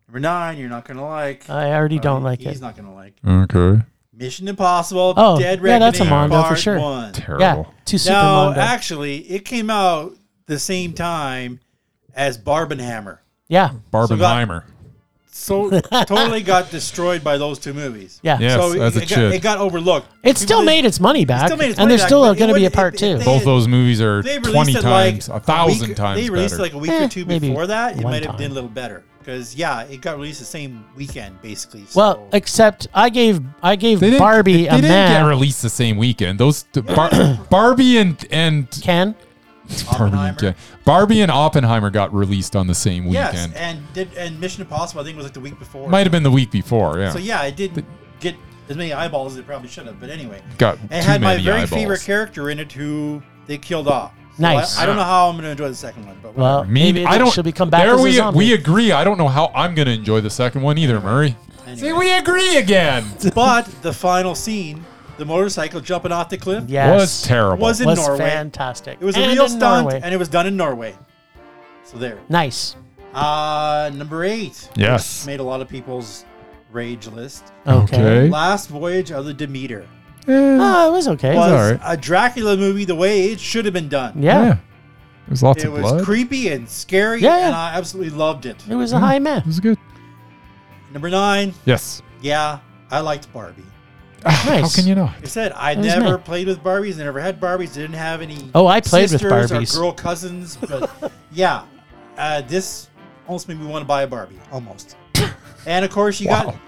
Speaker 3: Number nine, you're not gonna like.
Speaker 2: I already don't like
Speaker 3: he's
Speaker 2: it.
Speaker 3: Uh, He's not gonna like.
Speaker 1: Okay.
Speaker 3: Mission Impossible.
Speaker 2: Oh,
Speaker 3: Dead
Speaker 2: yeah, that's a
Speaker 3: Reckoning,
Speaker 2: Mondo for
Speaker 3: Part
Speaker 2: sure.
Speaker 3: One.
Speaker 2: Yeah,
Speaker 1: Terrible.
Speaker 2: too super
Speaker 3: No,
Speaker 2: Mondo.
Speaker 3: actually, it came out the same time as Barbenheimer.
Speaker 2: yeah,
Speaker 1: Barbenheimer.
Speaker 3: So totally got destroyed by those two movies.
Speaker 2: yeah,
Speaker 1: Yes,
Speaker 3: so
Speaker 1: as
Speaker 3: it,
Speaker 1: it
Speaker 3: got,
Speaker 1: should.
Speaker 3: it got overlooked.
Speaker 2: It still
Speaker 3: People
Speaker 2: made its money back,
Speaker 3: still made its
Speaker 2: and
Speaker 3: money
Speaker 2: there's
Speaker 3: back,
Speaker 2: still
Speaker 3: but it
Speaker 2: going to be a
Speaker 3: wouldn't-
Speaker 2: part
Speaker 3: if-
Speaker 2: two.
Speaker 3: if
Speaker 1: Both
Speaker 3: They-
Speaker 1: those movies are
Speaker 3: They released
Speaker 1: twenty
Speaker 3: it like
Speaker 1: times, a thousand
Speaker 3: week,
Speaker 1: times
Speaker 3: They released
Speaker 1: better.
Speaker 3: it like a week
Speaker 2: Eh,
Speaker 3: or two
Speaker 2: maybe
Speaker 3: before that. It
Speaker 2: one
Speaker 3: might have
Speaker 2: time.
Speaker 3: been a little better because yeah, it got released the same weekend basically. So.
Speaker 2: well, except I gave I gave
Speaker 1: they didn't,
Speaker 2: Barbie
Speaker 1: They
Speaker 2: a
Speaker 1: didn't get
Speaker 2: man.
Speaker 1: released the same weekend. Those t- Bar- Barbie and and
Speaker 2: Ken,
Speaker 1: Barbie and,
Speaker 3: Oppenheimer.
Speaker 1: Barbie and Oppenheimer got released on the same
Speaker 3: yes,
Speaker 1: weekend.
Speaker 3: and did, and Mission Impossible I think was like the week before.
Speaker 1: Might have been the week before. Yeah.
Speaker 3: So yeah, it didn't get as many eyeballs as it probably should have. But anyway,
Speaker 1: Got
Speaker 3: it
Speaker 1: too
Speaker 3: had my
Speaker 1: many
Speaker 3: very
Speaker 1: eyeballs.
Speaker 3: favorite character in it who they killed off. So I-
Speaker 2: Nice.
Speaker 3: I, don't know how I'm going to enjoy the second one, but
Speaker 2: well,
Speaker 3: whatever.
Speaker 2: maybe
Speaker 1: I don't.
Speaker 2: should be come back
Speaker 1: There
Speaker 2: as
Speaker 1: we
Speaker 2: a zombie.
Speaker 1: we agree. I don't know how I'm going to enjoy the second one either, Murray. See,
Speaker 3: Anyway.
Speaker 1: we agree again.
Speaker 3: but the final scene the motorcycle jumping off the cliff
Speaker 2: Yes.
Speaker 1: Was terrible.
Speaker 3: was in
Speaker 2: was
Speaker 3: Norway.
Speaker 2: fantastic.
Speaker 3: It was a
Speaker 2: And
Speaker 3: real
Speaker 2: in
Speaker 3: stunt,
Speaker 2: Norway.
Speaker 3: and it was done in Norway. So there.
Speaker 2: nice.
Speaker 3: Uh, number eight.
Speaker 1: Yes.
Speaker 3: Made a lot of people's rage list.
Speaker 2: Okay.
Speaker 1: Okay.
Speaker 3: Last Voyage of the Demeter
Speaker 2: Oh, it was okay.
Speaker 1: Well,
Speaker 3: was
Speaker 1: alright.
Speaker 3: a Dracula movie the way it should have been done.
Speaker 2: yeah.
Speaker 1: It was lots
Speaker 3: It
Speaker 1: of
Speaker 3: was
Speaker 1: blood.
Speaker 3: creepy and scary,
Speaker 2: Yeah, yeah.
Speaker 3: and I absolutely loved it.
Speaker 2: It was a
Speaker 1: Mm-hmm.
Speaker 2: high
Speaker 1: it
Speaker 2: man.
Speaker 1: was good.
Speaker 3: Number nine,
Speaker 1: Yes.
Speaker 3: yeah, I liked Barbie.
Speaker 1: How
Speaker 2: Nice.
Speaker 1: can you not?
Speaker 3: Like I said, I
Speaker 2: was
Speaker 3: never
Speaker 2: me.
Speaker 3: played with Barbies, I never had Barbies, didn't have any
Speaker 2: Oh, I played with
Speaker 3: sisters
Speaker 2: Barbies.
Speaker 3: or girl cousins, but yeah, uh, this almost made me want to buy a Barbie, almost. and of course, you got
Speaker 1: Wow.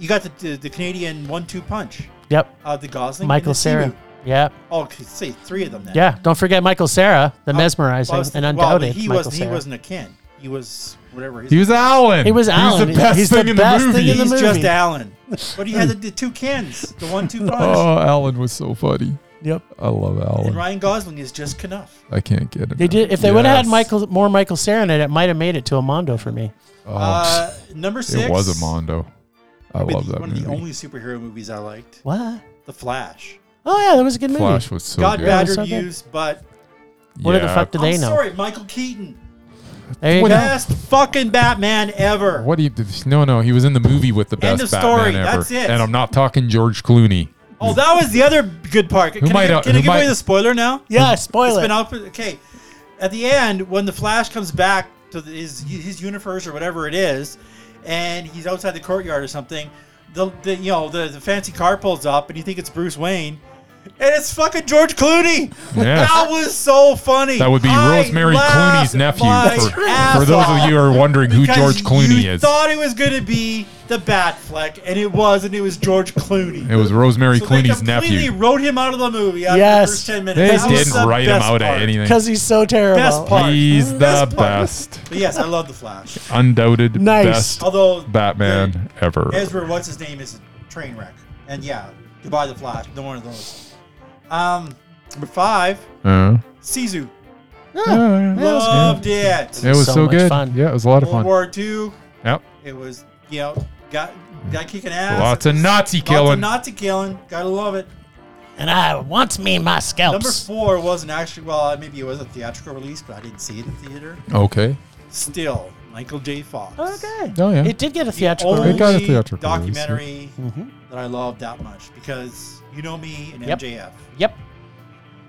Speaker 3: you got the, the, the Canadian one-two punch
Speaker 2: Yep.
Speaker 3: of the Gosling,
Speaker 2: Michael
Speaker 3: and the Simu.
Speaker 2: Sarah. Yeah.
Speaker 3: Oh, I could say three of them. Then.
Speaker 2: Yeah. Don't forget Michael Sarah, the
Speaker 3: Oh,
Speaker 2: mesmerizing
Speaker 3: well, I was-
Speaker 2: and
Speaker 3: well,
Speaker 2: undoubted
Speaker 3: he
Speaker 2: Michael
Speaker 3: wasn't.
Speaker 2: Cera.
Speaker 3: He wasn't a Ken. He was whatever. His
Speaker 1: He was Alan.
Speaker 2: He was Alan.
Speaker 1: He was the best
Speaker 2: He's the
Speaker 1: thing in
Speaker 2: best
Speaker 1: the
Speaker 2: thing
Speaker 1: movie.
Speaker 2: in the movie.
Speaker 3: He's just Alan. But he had the, the two Kens, the one-two punch.
Speaker 1: Oh, Alan was so funny.
Speaker 2: Yep.
Speaker 1: I love
Speaker 3: And
Speaker 1: Alan.
Speaker 3: Ryan Gosling is just Knuff.
Speaker 1: I can't get it.
Speaker 2: They did. If they would have had
Speaker 1: Yes.
Speaker 2: Michael more Michael Sarah in it, it might have made it to a Mondo for me.
Speaker 1: Oh,
Speaker 3: Uh, number six.
Speaker 1: it was a Mondo. I
Speaker 3: probably
Speaker 1: love
Speaker 3: the-
Speaker 1: that
Speaker 3: One
Speaker 1: movie.
Speaker 3: of the only superhero movies I liked,
Speaker 2: What?
Speaker 3: The Flash.
Speaker 2: Oh yeah, that was a good movie.
Speaker 1: Flash was so
Speaker 3: Got
Speaker 1: good.
Speaker 3: bad
Speaker 2: Yeah, so good.
Speaker 3: reviews, but
Speaker 2: What
Speaker 1: yeah.
Speaker 2: the fuck do they
Speaker 3: I'm
Speaker 2: know?
Speaker 3: sorry, Michael Keaton,
Speaker 2: There you
Speaker 1: What-
Speaker 2: go.
Speaker 3: best fucking Batman ever.
Speaker 1: What do you? No, no, he was in the movie with the
Speaker 3: End
Speaker 1: best
Speaker 3: of
Speaker 1: Batman
Speaker 3: story.
Speaker 1: ever.
Speaker 3: That's it.
Speaker 1: And I'm not talking George Clooney.
Speaker 3: Oh, that was the other good part. Can,
Speaker 1: might
Speaker 3: I,
Speaker 1: have-
Speaker 3: can I
Speaker 1: who
Speaker 3: give
Speaker 1: might-
Speaker 3: away the spoiler now?
Speaker 2: Yeah,
Speaker 3: It's
Speaker 2: spoil
Speaker 3: been
Speaker 2: it.
Speaker 3: out for okay. At the end, when the Flash comes back to the, his his universe or whatever it is, and he's outside the courtyard or something, the, the you know the, the fancy car pulls up and you think it's Bruce Wayne, and it's fucking George Clooney.
Speaker 1: Yeah.
Speaker 3: That was so funny.
Speaker 1: That would be
Speaker 3: I
Speaker 1: Rosemary
Speaker 3: laughed
Speaker 1: Clooney's nephew.
Speaker 3: my
Speaker 1: For,
Speaker 3: ass
Speaker 1: for those of
Speaker 3: off
Speaker 1: you who are wondering who
Speaker 3: because
Speaker 1: George Clooney
Speaker 3: you
Speaker 1: is,
Speaker 3: thought it was gonna be the Batfleck, and it was, and it was George Clooney.
Speaker 1: it was Rosemary
Speaker 3: So
Speaker 1: Clooney's
Speaker 3: they completely
Speaker 1: nephew.
Speaker 3: wrote him out of the movie after
Speaker 2: Yes.
Speaker 3: the first 10
Speaker 1: They
Speaker 3: minutes. That was
Speaker 1: didn't
Speaker 3: the
Speaker 1: write him
Speaker 3: best
Speaker 1: out
Speaker 3: part.
Speaker 1: of anything.
Speaker 2: Because he's so terrible.
Speaker 3: Best part.
Speaker 1: He's the
Speaker 3: Best part.
Speaker 1: best,
Speaker 3: But yes, I love The Flash.
Speaker 1: undoubted
Speaker 2: Nice.
Speaker 1: best
Speaker 3: Although
Speaker 1: Batman ever.
Speaker 3: the- Ezra, what's his name, is a train wreck. And yeah, goodbye The Flash. No one of those. Um, number five,
Speaker 1: Uh,
Speaker 3: Sisu.
Speaker 1: yeah, yeah.
Speaker 3: Loved it.
Speaker 1: It was so,
Speaker 2: So much
Speaker 1: good.
Speaker 2: fun.
Speaker 1: Yeah, it was a lot of
Speaker 3: World
Speaker 1: fun.
Speaker 3: War II.
Speaker 1: Yep.
Speaker 3: It was you know got got kicking ass.
Speaker 1: Lots of Nazi
Speaker 3: Lots of
Speaker 1: killing.
Speaker 3: Nazi killing. Gotta love it.
Speaker 2: And I wants me my
Speaker 3: Number
Speaker 2: scalps.
Speaker 3: four wasn't actually well, maybe it was a theatrical release, but I didn't see it in theater.
Speaker 1: Okay.
Speaker 3: Still, Michael J. Fox.
Speaker 2: okay.
Speaker 1: Oh, yeah.
Speaker 2: It did get a
Speaker 3: The
Speaker 2: theatrical.
Speaker 3: only
Speaker 1: It
Speaker 2: release.
Speaker 1: got a theatrical release,
Speaker 3: documentary that I loved that much because you know me and
Speaker 2: Mm-hmm. Yep.
Speaker 3: MJF.
Speaker 2: Yep.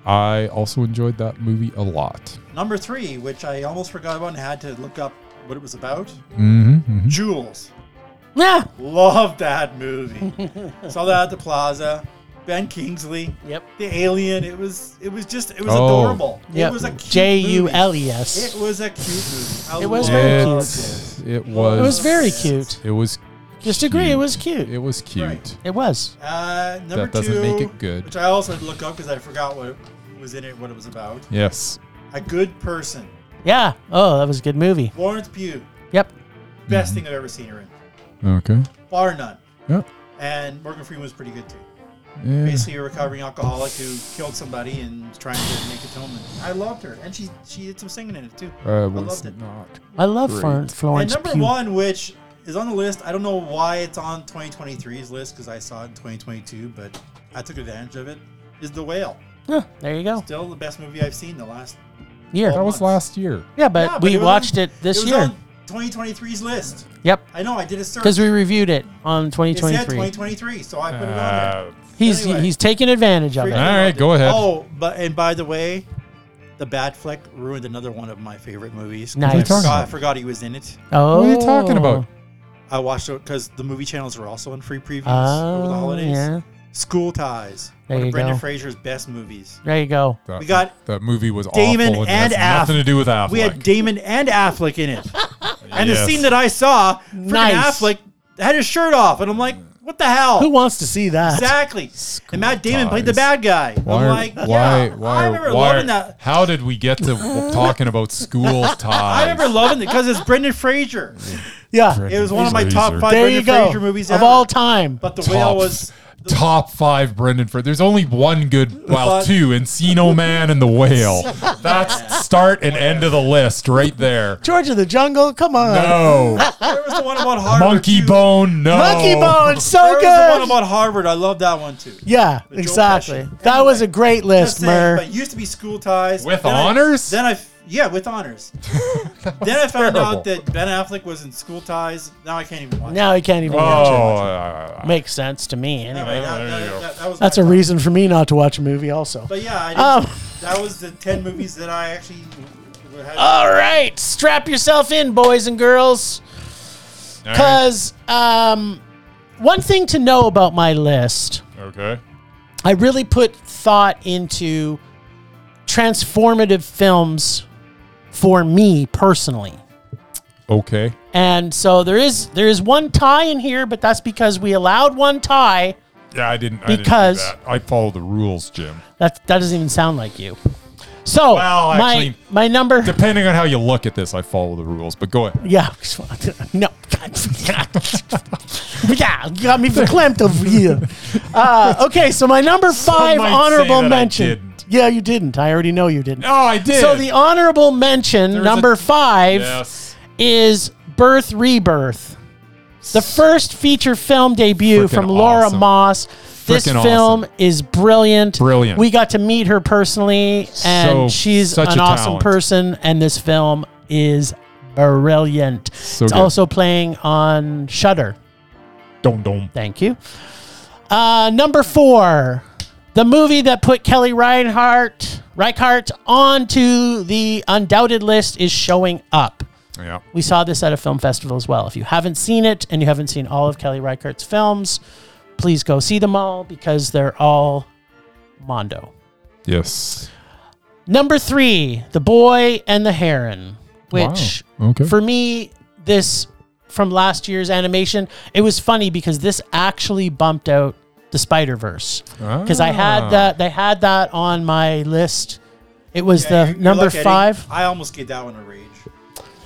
Speaker 1: I also enjoyed that movie a lot.
Speaker 3: Number three, which I almost forgot about and had to look up what it was about.
Speaker 1: hmm hmm
Speaker 3: Jules.
Speaker 2: Yeah.
Speaker 3: Loved that movie. Saw that at the plaza. Ben Kingsley.
Speaker 2: Yep.
Speaker 3: The alien. It was it was just it was
Speaker 1: Oh.
Speaker 3: adorable.
Speaker 2: Yep.
Speaker 3: It was a cute
Speaker 2: J U L
Speaker 3: movie.
Speaker 2: E
Speaker 3: It
Speaker 2: S.
Speaker 3: was a cute movie. I
Speaker 2: It was very
Speaker 3: loved
Speaker 1: It, it was.
Speaker 2: It was very cute.
Speaker 1: It was.
Speaker 2: Just agree, it was cute.
Speaker 1: It was cute.
Speaker 3: Right.
Speaker 2: It was.
Speaker 3: Uh, number
Speaker 1: That doesn't
Speaker 3: two,
Speaker 1: make it good.
Speaker 3: Which I also had to look up because I forgot what was in it, what it was about.
Speaker 1: Yes.
Speaker 3: A good person.
Speaker 2: Yeah. Oh, that was a good movie.
Speaker 3: Florence Pugh.
Speaker 2: Yep. Mm-hmm.
Speaker 3: Best thing I've ever seen her in.
Speaker 1: Okay.
Speaker 3: Bar none.
Speaker 1: Yeah.
Speaker 3: And Morgan Freeman was pretty good too.
Speaker 1: Yeah.
Speaker 3: Basically, a recovering alcoholic who killed somebody and was trying to make atonement. I loved her, and she she did some singing in it too. I
Speaker 1: Uh, was
Speaker 3: loved it.
Speaker 1: not.
Speaker 2: I love Florence,
Speaker 3: And
Speaker 2: Florence
Speaker 3: number
Speaker 2: Pugh.
Speaker 3: one, which is on the list, I don't know why it's on 2023's list because I saw it in 2022, but I took advantage of it. Is The Whale
Speaker 2: Yeah, there you go.
Speaker 3: still the best movie I've seen the last?
Speaker 2: Year.
Speaker 1: That was
Speaker 3: months.
Speaker 1: last year.
Speaker 2: Yeah, but
Speaker 3: Yeah, but
Speaker 2: Uh, we
Speaker 3: it was
Speaker 2: watched
Speaker 3: on-
Speaker 2: it this
Speaker 3: it was
Speaker 2: year.
Speaker 3: on 2023's list.
Speaker 2: yep.
Speaker 3: I know I did a search.
Speaker 2: Because we reviewed it on
Speaker 3: it said
Speaker 2: 2023.
Speaker 3: 2023, so I put it on there.
Speaker 1: Oh.
Speaker 2: He's
Speaker 3: anyway.
Speaker 2: he's taking advantage of
Speaker 3: Freaking
Speaker 2: it.
Speaker 1: All right,
Speaker 3: loved
Speaker 1: go
Speaker 3: it.
Speaker 1: ahead.
Speaker 3: Oh, but and by the way, the Batfleck ruined another one of my favorite movies.
Speaker 2: Nice. What are you
Speaker 3: I,
Speaker 2: talking
Speaker 3: forgot, I
Speaker 1: about?
Speaker 3: forgot he was in it.
Speaker 2: Oh,
Speaker 1: Uh, What are you talking about?
Speaker 3: I watched it because the movie channels were also on free previews over the
Speaker 2: Oh,
Speaker 3: holidays.
Speaker 2: yeah.
Speaker 3: School Ties,
Speaker 2: There
Speaker 3: one
Speaker 2: you
Speaker 3: of Brendan
Speaker 2: go.
Speaker 3: Fraser's best movies.
Speaker 2: There you go.
Speaker 1: That,
Speaker 3: We got
Speaker 1: that movie was
Speaker 3: Damon
Speaker 1: awful.
Speaker 3: and
Speaker 1: and it has
Speaker 3: Aff.
Speaker 1: nothing to do with Affleck.
Speaker 3: We had Damon and Affleck in it, and the
Speaker 1: Yes.
Speaker 3: scene that I saw, freaking
Speaker 2: Nice.
Speaker 3: Affleck had his shirt off, and I'm like, what the hell?
Speaker 2: Who wants to see that?
Speaker 3: exactly. And Matt Damon played the
Speaker 1: Ties.
Speaker 3: bad guy.
Speaker 1: Why?
Speaker 3: I'm
Speaker 1: are-
Speaker 3: like,
Speaker 1: why?
Speaker 3: yeah,
Speaker 1: why?
Speaker 3: I remember
Speaker 1: why-
Speaker 3: loving that.
Speaker 1: How did we get to w- talking about school ties?
Speaker 3: I remember loving it because it's Brendan Fraser.
Speaker 2: Yeah.
Speaker 1: Brendan
Speaker 3: It was one of my
Speaker 1: Fraser.
Speaker 3: top five
Speaker 2: There you
Speaker 3: Brendan
Speaker 2: go.
Speaker 3: Fraser movies
Speaker 2: Of
Speaker 3: ever.
Speaker 2: all time.
Speaker 3: But the
Speaker 1: Top
Speaker 3: whale was
Speaker 1: top five Brendan Fraser. There's only one good, well, two Encino Man and The Whale. That's start and end of the list right there.
Speaker 2: George of the Jungle, come on.
Speaker 1: No.
Speaker 3: There was the one about Harvard.
Speaker 1: Monkey
Speaker 3: too.
Speaker 1: Bone, no.
Speaker 2: Monkey Bone,
Speaker 3: There
Speaker 2: so
Speaker 3: was the one
Speaker 2: good.
Speaker 3: about Harvard. I love that one too.
Speaker 2: yeah,
Speaker 3: Joe
Speaker 2: exactly.
Speaker 3: Pesci.
Speaker 2: That was a great
Speaker 3: Just
Speaker 2: list,
Speaker 3: saying,
Speaker 2: Mur.
Speaker 3: but it used to be school ties
Speaker 1: With
Speaker 3: Then I-
Speaker 1: honors?
Speaker 3: then I f- yeah, with honors. then I found
Speaker 1: terrible.
Speaker 3: out that Ben Affleck was in school ties. Now I can't even watch. it.
Speaker 2: Now I can't even
Speaker 1: Oh,
Speaker 2: watch it.
Speaker 1: uh,
Speaker 2: Makes sense to me. Anyway,
Speaker 3: Anyway, that,
Speaker 1: there
Speaker 3: that-
Speaker 1: you go.
Speaker 3: that- that was
Speaker 2: that's
Speaker 3: my
Speaker 2: a
Speaker 3: fault.
Speaker 2: reason for me not to watch a movie. Also.
Speaker 3: But yeah, I did,
Speaker 2: Um.
Speaker 3: that was the ten movies that I actually had.
Speaker 2: All right, strap yourself in, boys and girls,
Speaker 1: all right.
Speaker 2: because um, one thing to know about my list,
Speaker 1: Okay.
Speaker 2: I really put thought into transformative films for me personally.
Speaker 1: Okay.
Speaker 2: And so there is there is one tie in here, but that's because we allowed one tie.
Speaker 1: Yeah, I didn't.
Speaker 2: Because-
Speaker 1: I, didn't do that. I follow the rules, Jim.
Speaker 2: That that doesn't even sound like you. So
Speaker 1: Well, actually-
Speaker 2: my my number
Speaker 1: Depending on how you look at this, I follow the rules. But go ahead. Oh,
Speaker 2: Yeah. No. yeah, you got me verklempt over here. Uh, okay, so my number five
Speaker 1: might say
Speaker 2: honorable
Speaker 1: that I
Speaker 2: mention.
Speaker 1: didn't. Oh,
Speaker 2: Yeah, you didn't. I already know you didn't.
Speaker 1: No, I did.
Speaker 2: So the honorable mention
Speaker 1: There's
Speaker 2: number
Speaker 1: a-
Speaker 2: five
Speaker 1: yes.
Speaker 2: is Birth Rebirth, the first feature film debut
Speaker 1: Frickin'
Speaker 2: from Laura
Speaker 1: awesome.
Speaker 2: Moss. This
Speaker 1: Frickin'
Speaker 2: film is brilliant.
Speaker 1: Brilliant.
Speaker 2: We got to meet her personally,
Speaker 1: So-
Speaker 2: and she's
Speaker 1: such
Speaker 2: an
Speaker 1: a
Speaker 2: awesome
Speaker 1: talent.
Speaker 2: person. And this film is brilliant. it's
Speaker 1: good.
Speaker 2: also playing on Shudder.
Speaker 1: Dom dom.
Speaker 2: Thank you. Uh, number four, the movie that put Kelly Reinhart Reichardt onto the undoubted list is showing up.
Speaker 1: Yeah.
Speaker 2: We saw this at a film festival as well. If you haven't seen it and you haven't seen all of Kelly Reichardt's films, please go see them all because they're all Mondo.
Speaker 1: Yes.
Speaker 2: Number three, The Boy and the Heron, which
Speaker 1: Wow. Okay.
Speaker 2: for me, this from last year's animation, it was funny because this actually bumped out the Spider Verse
Speaker 1: Ah.
Speaker 2: because I had that. They had that on my list. It was
Speaker 3: Yeah,
Speaker 2: the
Speaker 3: you're- you're
Speaker 2: number
Speaker 3: lucky I didn't-
Speaker 2: five.
Speaker 3: I almost gave that one a rage.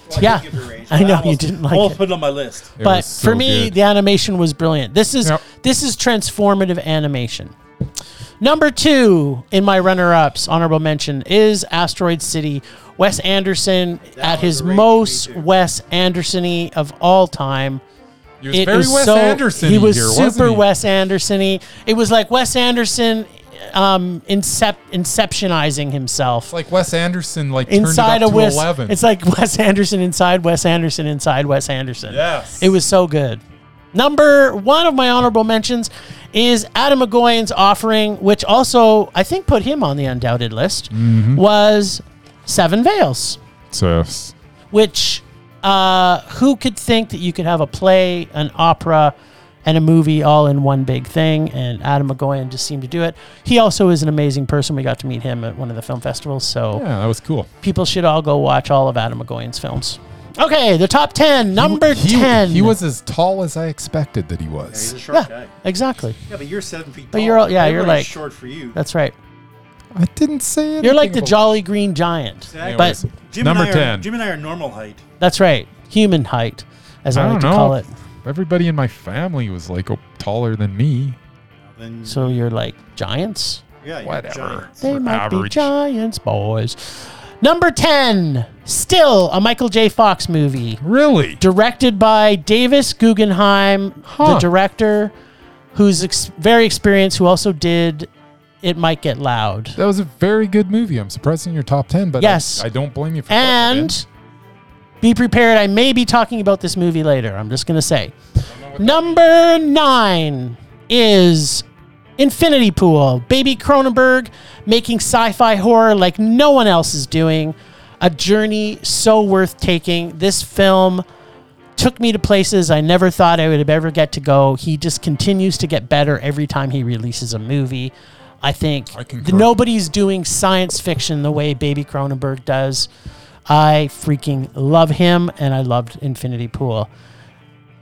Speaker 3: Well,
Speaker 2: Yeah,
Speaker 3: did give it a rage,
Speaker 2: I know,
Speaker 3: but
Speaker 2: you
Speaker 3: almost-
Speaker 2: didn't like
Speaker 3: almost
Speaker 2: it.
Speaker 3: put it on my list.
Speaker 1: It
Speaker 2: but
Speaker 1: was so
Speaker 2: for me,
Speaker 1: good.
Speaker 2: the animation was brilliant. This is
Speaker 1: Yep.
Speaker 2: this is transformative animation. Number two in my runner-ups, honorable mention, is Asteroid City. Wes Anderson at
Speaker 3: was
Speaker 2: his
Speaker 3: a rage for me
Speaker 2: most
Speaker 3: too.
Speaker 2: Wes Anderson-y of all time.
Speaker 1: He was
Speaker 2: It
Speaker 1: very
Speaker 2: is
Speaker 1: Wes
Speaker 2: so-
Speaker 1: Anderson.
Speaker 2: He was
Speaker 1: here, wasn't
Speaker 2: super
Speaker 1: he?
Speaker 2: Wes Anderson-y. It was like Wes Anderson um, incep- inceptionizing himself
Speaker 1: It's like Wes Anderson, like
Speaker 2: inside
Speaker 1: turned it
Speaker 2: a
Speaker 1: up to
Speaker 2: Wes.
Speaker 1: eleven.
Speaker 2: It's like Wes Anderson inside Wes Anderson inside Wes Anderson.
Speaker 1: yes.
Speaker 2: It was so good. Number one of my honorable mentions is Adam McGoyan's offering, which also I think put him on the undoubted list,
Speaker 1: Mm-hmm.
Speaker 2: was Seven Veils,
Speaker 1: Yes.
Speaker 2: which uh, who could think that you could have a play, an opera, and a movie all in one big thing? And Adam McGoyan just seemed to do it. He also is an amazing person. We got to meet him at one of the film festivals, so
Speaker 1: Yeah, that was cool.
Speaker 2: people should all go watch all of Adam McGoyan's films. Okay, the top ten. Number
Speaker 1: he,
Speaker 2: ten.
Speaker 1: He was as tall as I expected that he
Speaker 3: He's
Speaker 1: was.
Speaker 3: a short guy.
Speaker 2: exactly.
Speaker 3: Yeah, but you're seven feet.
Speaker 2: But
Speaker 3: tall.
Speaker 2: you're all- yeah, you're
Speaker 3: Everybody's
Speaker 2: like-
Speaker 3: short for you.
Speaker 2: That's right.
Speaker 1: I didn't say anything.
Speaker 2: You're like the
Speaker 1: about-
Speaker 2: Jolly Green Giant,
Speaker 3: Exactly.
Speaker 2: but
Speaker 3: Jim
Speaker 1: Number
Speaker 3: and I Are,
Speaker 1: 10.
Speaker 3: Jim and I are normal height.
Speaker 2: that's right. Human height, as I,
Speaker 1: I
Speaker 2: like
Speaker 1: don't
Speaker 2: to call
Speaker 1: know.
Speaker 2: it.
Speaker 1: Everybody in my family was like oh, taller than me.
Speaker 3: Then
Speaker 2: So you're like giants.
Speaker 3: yeah, you're
Speaker 1: whatever.
Speaker 3: giants.
Speaker 2: They
Speaker 1: We're
Speaker 2: might be
Speaker 1: average.
Speaker 2: giants, boys. Number ten. Still a Michael J. Fox movie,
Speaker 1: Really?
Speaker 2: directed by Davis Guggenheim, the
Speaker 1: Huh.
Speaker 2: director, who's ex- very experienced, who also did "It Might Get Loud."
Speaker 1: That was a very good movie. I'm surprised in your top ten, but I-
Speaker 2: Yes.
Speaker 1: I, don't blame you for putting it in.
Speaker 2: And be prepared. I may be talking about this movie later. I'm just going to say. Number nine is Infinity Pool. Baby Cronenberg making sci fi horror like no one else is doing. A journey so worth taking. This film took me to places I never thought I would ever get to go. He just continues to get better every time he releases a movie. I think
Speaker 1: I concur.
Speaker 2: th- nobody's doing science fiction the way Baby Cronenberg does. I freaking love him, and I loved Infinity Pool.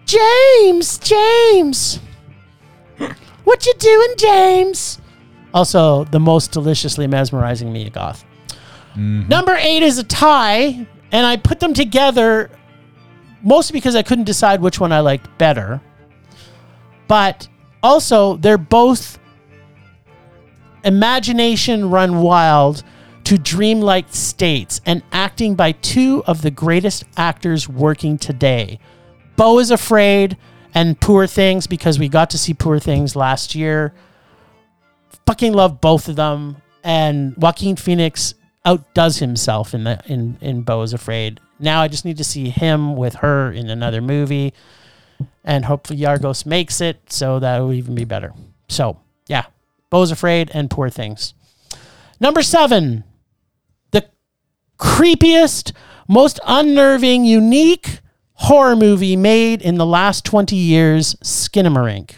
Speaker 2: James, James, what you doing, James? Also, the most deliciously mesmerizing Mia Goth. Number eight is a tie, and I put them together mostly because I couldn't decide which one I liked better. But Also, they're both imagination run wild to dreamlike states and acting by two of the greatest actors working today. Bo is afraid and Poor Things because we got to see Poor Things last year. Fucking love both of them. And Joaquin Phoenix outdoes himself in the in in Bo is Afraid. Now I just need to see him with her in another movie, and hopefully Yargos makes it, so that will even be better. So yeah, Bo is Afraid and Poor Things. Number seven, the creepiest, most unnerving, unique horror movie made in the last 20 years, Skinamarink.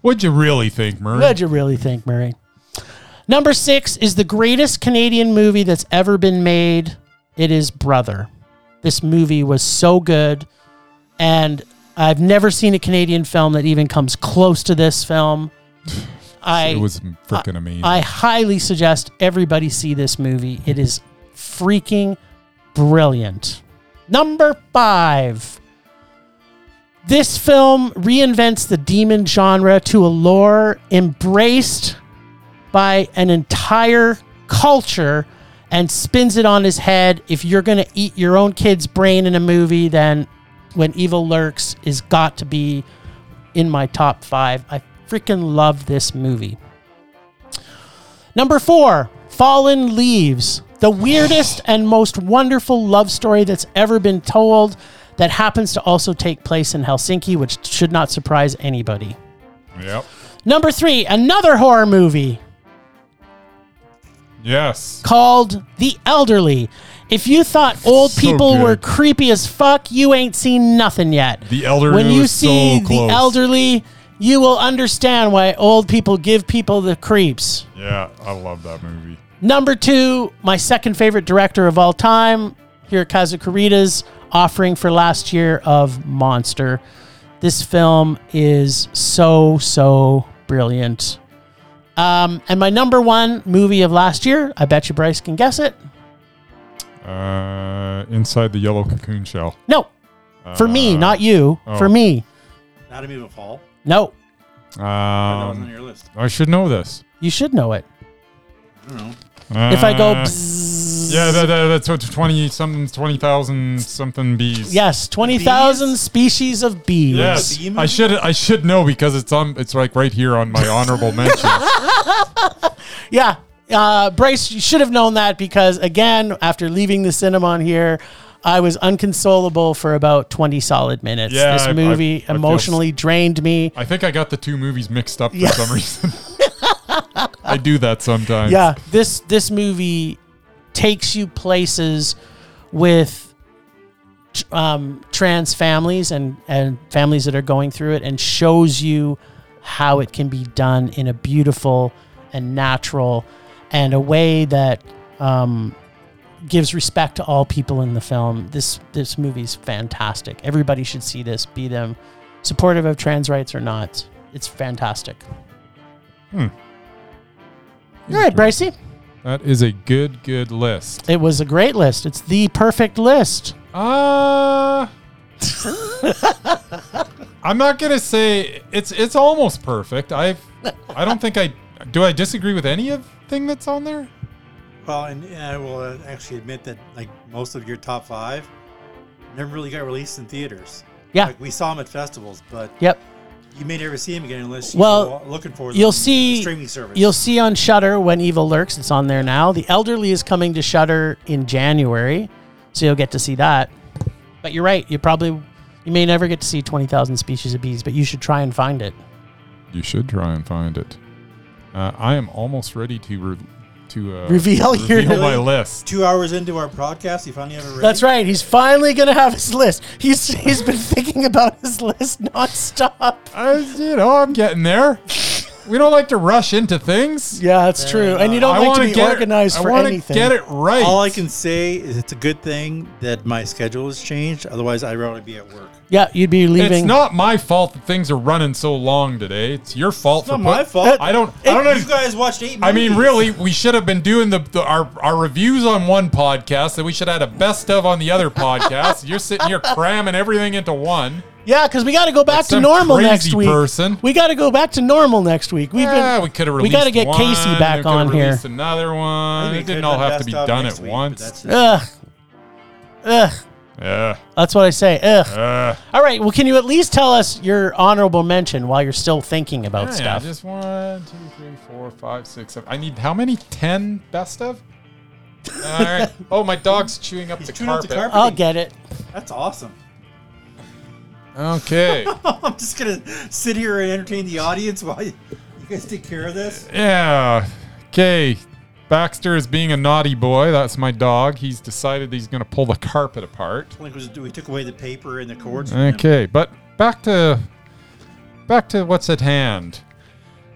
Speaker 1: What'd you really think, Murray?
Speaker 2: What'd you really think, Murray? Number six is the greatest Canadian movie that's ever been made. It is Brother. This movie was so good, and I've never seen a Canadian film that even comes close to this film. I
Speaker 1: it was freaking amazing.
Speaker 2: I highly suggest everybody see this movie. It is freaking brilliant. Number five. This film reinvents the demon genre to a lore embraced by an entire culture and spins it on his head. If you're going to eat your own kid's brain in a movie, then When Evil Lurks is got to be in my top five. I freaking love this movie. Number four, Fallen Leaves. The weirdest and most wonderful love story that's ever been told that happens to also take place in Helsinki, which should not surprise anybody.
Speaker 1: yep.
Speaker 2: Number three, another horror movie
Speaker 1: Yes.
Speaker 2: called The Elderly. If you thought old
Speaker 1: So
Speaker 2: people
Speaker 1: good.
Speaker 2: were creepy as fuck, you ain't seen nothing yet.
Speaker 1: The elderly
Speaker 2: when you
Speaker 1: was so
Speaker 2: see
Speaker 1: close.
Speaker 2: the elderly, you will understand why old people give people the creeps.
Speaker 1: Yeah, I love that movie.
Speaker 2: Number two, my second favorite director of all time here at Kazukurita's offering for last year of Monster. This film is so, so brilliant. Um, and my number one movie of last year, I bet you Bryce can guess it.
Speaker 1: Uh, Inside the Yellow Cocoon Shell.
Speaker 2: No, for
Speaker 1: Uh,
Speaker 2: me, not you.
Speaker 1: oh.
Speaker 2: For me,
Speaker 3: Not a Medieval Fall.
Speaker 2: no.
Speaker 3: that was on
Speaker 1: Um,
Speaker 3: your list.
Speaker 1: I should know this.
Speaker 2: You should know it.
Speaker 3: I don't know.
Speaker 2: If I go,
Speaker 1: Uh,
Speaker 2: bzzz,
Speaker 1: yeah, that, that, that's what twenty something, twenty thousand something bees.
Speaker 2: yes, twenty thousand species of bees.
Speaker 1: Yes,
Speaker 3: The bee
Speaker 1: I
Speaker 3: movie?
Speaker 1: should I should know because it's on it's like right here on my honorable mention.
Speaker 2: Yeah. Uh, Bryce, you should have known that because, again, after leaving the cinema on here, I was inconsolable for about 20 solid minutes.
Speaker 1: Yeah,
Speaker 2: this
Speaker 1: I- I-
Speaker 2: movie
Speaker 1: I feel-
Speaker 2: emotionally drained me.
Speaker 1: I think I got the two movies mixed up for some reason. I do that sometimes.
Speaker 2: Yeah, this this movie takes you places with um, trans families and and families that are going through it, and shows you how it can be done in a beautiful and natural and a way that um, gives respect to all people in the film. This this movie's fantastic. Everybody should see this, be them supportive of trans rights or not. It's fantastic. All right, Bracey.
Speaker 1: That is a good good list.
Speaker 2: It was a great list. It's the perfect list.
Speaker 1: Uh I'm not gonna say it's it's almost perfect. I've I don't think I do I disagree with any of thing that's on there?
Speaker 3: Well, and, and I will uh, actually admit that like most of your top five never really got released in theaters.
Speaker 2: Yeah.
Speaker 3: Like we saw them at festivals, but
Speaker 2: Yep.
Speaker 3: you may never see them again unless you
Speaker 2: Well,
Speaker 3: well, looking for them
Speaker 2: You'll
Speaker 3: on
Speaker 2: see
Speaker 3: streaming service.
Speaker 2: You'll see on Shutter when Evil Lurks. It's on there now. The Elderly is coming to Shutter in January, so you'll get to see that. But you're right. You probably you may never get to see twenty thousand species of bees, but you should try and find it.
Speaker 1: You should try and find it. Uh, I am almost ready to re- to uh,
Speaker 2: Reveal your-
Speaker 1: my list.
Speaker 3: two hours into our podcast, you finally have it ready.
Speaker 2: That's right. He's finally gonna have his list. He's he's been thinking about his list nonstop.
Speaker 1: I, you know, I'm getting there. We don't like to rush into things.
Speaker 2: Yeah, that's true. And you don't
Speaker 1: I
Speaker 2: like
Speaker 1: want
Speaker 2: to be
Speaker 1: get
Speaker 2: organized
Speaker 1: it,
Speaker 2: for
Speaker 1: I wanna
Speaker 2: anything.
Speaker 1: Get it right.
Speaker 3: All I can say is it's a good thing that my schedule has changed. Otherwise, I'd rather be at work.
Speaker 2: Yeah, you'd be leaving.
Speaker 1: It's not my fault that things are running so long today. It's your fault
Speaker 3: It's
Speaker 1: for
Speaker 3: not my
Speaker 1: put-
Speaker 3: fault.
Speaker 1: I don't. I don't know.
Speaker 3: You guys watched eight.
Speaker 1: I mean,
Speaker 3: movies.
Speaker 1: really, we should have been doing the, the our, our reviews on one podcast, and we should have had a best of on the other podcast. You're sitting here cramming everything into one.
Speaker 2: yeah, because we got to go back to
Speaker 1: some
Speaker 2: normal
Speaker 1: crazy
Speaker 2: next week.
Speaker 1: person.
Speaker 2: We got to go back to normal next week. We've
Speaker 1: Yeah,
Speaker 2: been.
Speaker 1: we could have
Speaker 2: we
Speaker 1: released.
Speaker 2: got to get
Speaker 1: one,
Speaker 2: Casey
Speaker 1: we
Speaker 2: back
Speaker 1: could have
Speaker 2: on here.
Speaker 1: released Another one.
Speaker 3: We
Speaker 1: It didn't
Speaker 3: could
Speaker 1: all have
Speaker 3: best
Speaker 1: to be
Speaker 3: of
Speaker 1: done
Speaker 3: next
Speaker 1: at
Speaker 3: week, but
Speaker 1: once.
Speaker 3: that's it.
Speaker 2: Ugh. Ugh.
Speaker 1: Yeah.
Speaker 2: That's what I say. Ugh.
Speaker 1: Uh,
Speaker 2: All right. Well, can you at least tell us your honorable mention while you're still thinking about
Speaker 1: yeah,
Speaker 2: stuff?
Speaker 1: Just one, two, three, four, five, six, seven. I need how many? Ten best of. All right. Oh, my dog's chewing up
Speaker 3: He's
Speaker 1: the
Speaker 3: chewing up the
Speaker 1: carpet.
Speaker 3: carpet.
Speaker 2: I'll get it.
Speaker 3: That's awesome.
Speaker 1: Okay.
Speaker 3: I'm just gonna sit here and entertain the audience while you, you guys take care of this.
Speaker 1: Yeah. Okay. Baxter is being a naughty boy. That's my dog. He's decided he's going to pull the carpet apart.
Speaker 3: Like was we took away the paper and the cords. from him.
Speaker 1: Okay, but back to back to what's at hand.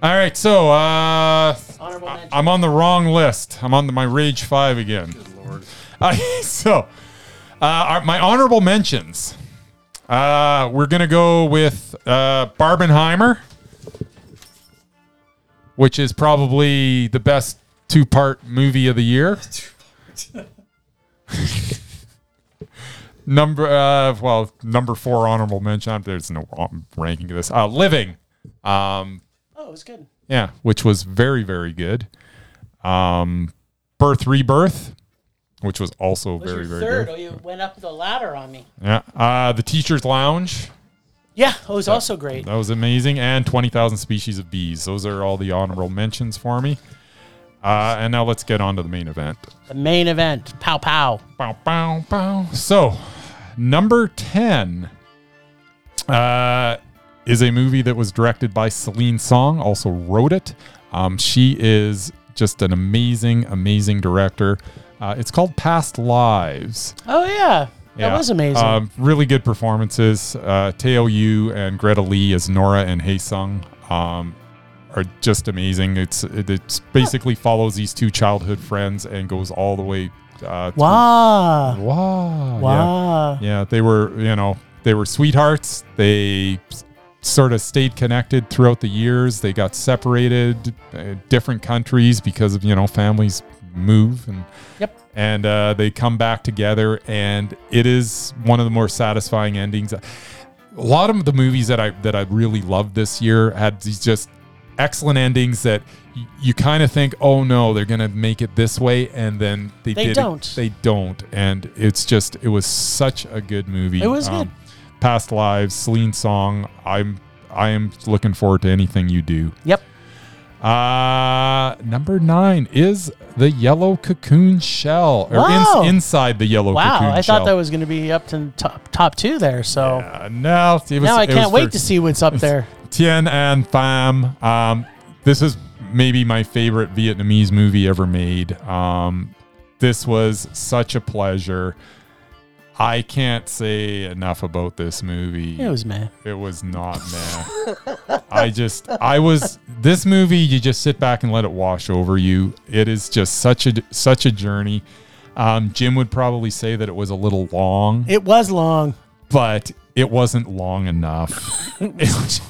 Speaker 1: All right, so uh,
Speaker 2: Honorable
Speaker 1: I-
Speaker 2: mention.
Speaker 1: I'm on the wrong list. I'm on the, my Rage Five again.
Speaker 3: Lord.
Speaker 1: Uh, so, uh, our, my honorable mentions. Uh, we're gonna go with uh, Barbenheimer, which is probably the best two-part movie of the year. number, uh, well, number four honorable mention. I'm- There's no wrong ranking of this. Uh, Living, um,
Speaker 2: Oh, it was good.
Speaker 1: yeah, which was very very good. Um, Birth Rebirth, which was also
Speaker 2: Was
Speaker 1: very
Speaker 2: your
Speaker 1: very
Speaker 2: third?
Speaker 1: good.
Speaker 2: Oh, you went up the ladder on me.
Speaker 1: Yeah. Uh, the Teacher's Lounge.
Speaker 2: Yeah, it was also great.
Speaker 1: That was amazing. And 20,000 Species of Bees. Those are all the honorable mentions for me. Uh, and now let's get on to the main event.
Speaker 2: The main event. Pow pow.
Speaker 1: Bow, bow, bow. So, number 10 uh, is a movie that was directed by Celine Song, also wrote it. Um, she is just an amazing, amazing director. Uh, it's called Past Lives.
Speaker 2: Oh yeah,
Speaker 1: Yeah.
Speaker 2: that was amazing.
Speaker 1: Um, really good performances. Uh, Tao Yu and Greta Lee as Nora and Haesung um, are just amazing. It's it it's basically follows these two childhood friends and goes all the way. Uh, through-
Speaker 2: wow.
Speaker 1: Wow. Yeah.
Speaker 2: Wow.
Speaker 1: Yeah, they were, you know, they were sweethearts. They s- sort of stayed connected throughout the years. They got separated, uh, different countries because of, you know, families move and
Speaker 2: Yep.
Speaker 1: and uh, they come back together and it is one of the more satisfying endings a lot of the movies that i that i really loved this year had these just excellent endings that y- you kind of think oh no they're gonna make it this way and then they,
Speaker 2: They
Speaker 1: did it-
Speaker 2: don't.
Speaker 1: they don't and it's just it was such a good movie Um,
Speaker 2: It was good.
Speaker 1: past lives celine song i'm i am looking forward to anything you do
Speaker 2: Yep.
Speaker 1: uh, number nine is the yellow cocoon shell, or
Speaker 2: Wow.
Speaker 1: ins- inside the yellow
Speaker 2: Wow.
Speaker 1: cocoon
Speaker 2: I
Speaker 1: shell.
Speaker 2: thought that was going to be up to the top top two there. So
Speaker 1: Uh, no, it was,
Speaker 2: now I
Speaker 1: it
Speaker 2: can't
Speaker 1: was
Speaker 2: wait
Speaker 1: for
Speaker 2: to see what's up there.
Speaker 1: Tien and Pham. Um, this is maybe my favorite Vietnamese movie ever made. Um, this was such a pleasure. I can't say enough about this movie.
Speaker 2: It was man.
Speaker 1: It was not, man. I just, I was. This movie, you just sit back and let it wash over you. It is just such a such a journey. Um, Jim would probably say that it was a little long,
Speaker 2: It was long.
Speaker 1: but it wasn't long enough. it,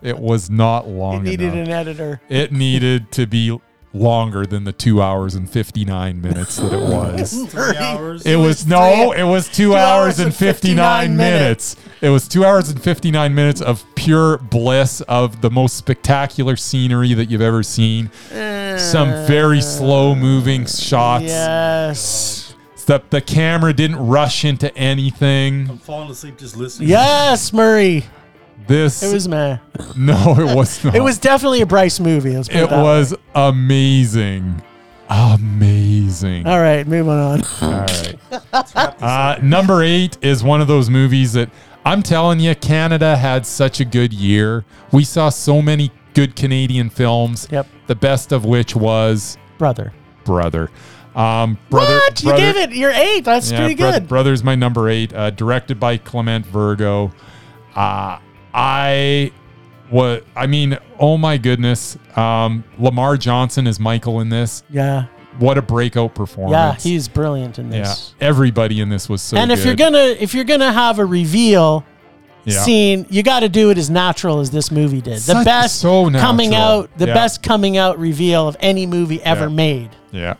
Speaker 1: it was not long
Speaker 2: It needed
Speaker 1: enough.
Speaker 2: an editor.
Speaker 1: it needed to be longer than the two hours and fifty nine minutes that it was.
Speaker 3: Three hours.
Speaker 1: It was no, it was two, hours, and 59,
Speaker 2: 59
Speaker 1: minutes. It was two hours and 59 minutes of pure bliss of the most spectacular scenery that you've ever seen. Some very slow moving shots.
Speaker 2: Yes.
Speaker 1: That the camera didn't rush into anything.
Speaker 3: I'm falling asleep just
Speaker 1: Oh,
Speaker 3: listening.
Speaker 2: Yes, Murray.
Speaker 1: This
Speaker 2: It was man.
Speaker 1: no, it was not.
Speaker 2: It was definitely a Bryce movie. Let's put
Speaker 1: Oh. it
Speaker 2: that
Speaker 1: was amazing. Amazing.
Speaker 2: way. All right, moving on.
Speaker 1: All right. Uh, number eight is one of those movies that I'm telling you, Canada had such a good year. We saw so many good Canadian films.
Speaker 2: Yep.
Speaker 1: The best of which was
Speaker 2: Brother.
Speaker 1: Brother. Um, brother, Brother-
Speaker 2: what? you gave it. You're eight. That's
Speaker 1: yeah,
Speaker 2: pretty
Speaker 1: Bro-
Speaker 2: good.
Speaker 1: Brother's my number eight, uh, directed by Clement Virgo. Uh, I what I mean, oh my goodness. Um, Lamar Johnson is Michael in this.
Speaker 2: yeah.
Speaker 1: What a breakout performance.
Speaker 2: Yeah, he's brilliant in
Speaker 1: yeah.
Speaker 2: this.
Speaker 1: Everybody in this was so
Speaker 2: and if you're
Speaker 1: good.
Speaker 2: gonna if you're gonna have a reveal,
Speaker 1: Yeah.
Speaker 2: scene, you got to do it as natural as this movie did. The
Speaker 1: Such-
Speaker 2: best
Speaker 1: so
Speaker 2: coming
Speaker 1: natural.
Speaker 2: out, the
Speaker 1: Yeah.
Speaker 2: best coming out reveal of any movie ever
Speaker 1: Yeah.
Speaker 2: made.
Speaker 1: Yeah.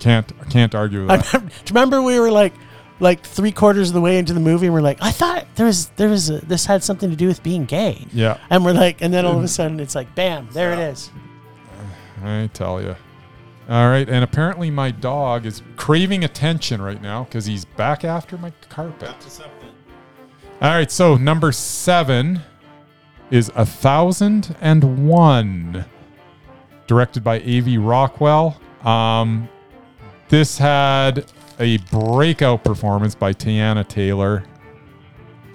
Speaker 1: Can't I can't argue with
Speaker 2: I
Speaker 1: that.
Speaker 2: remember, do you remember we were like, like three quarters of the way into the movie, and we're like, I thought there was there was a, this had something to do with being gay.
Speaker 1: Yeah.
Speaker 2: And we're like, and then all of a sudden it's like, bam, there it is.
Speaker 1: I tell you. All right, and apparently my dog is craving attention right now because he's back after my carpet. All right, so number seven is A Thousand and One, directed by A.V. Rockwell. Um, this had a breakout performance by Tiana Taylor,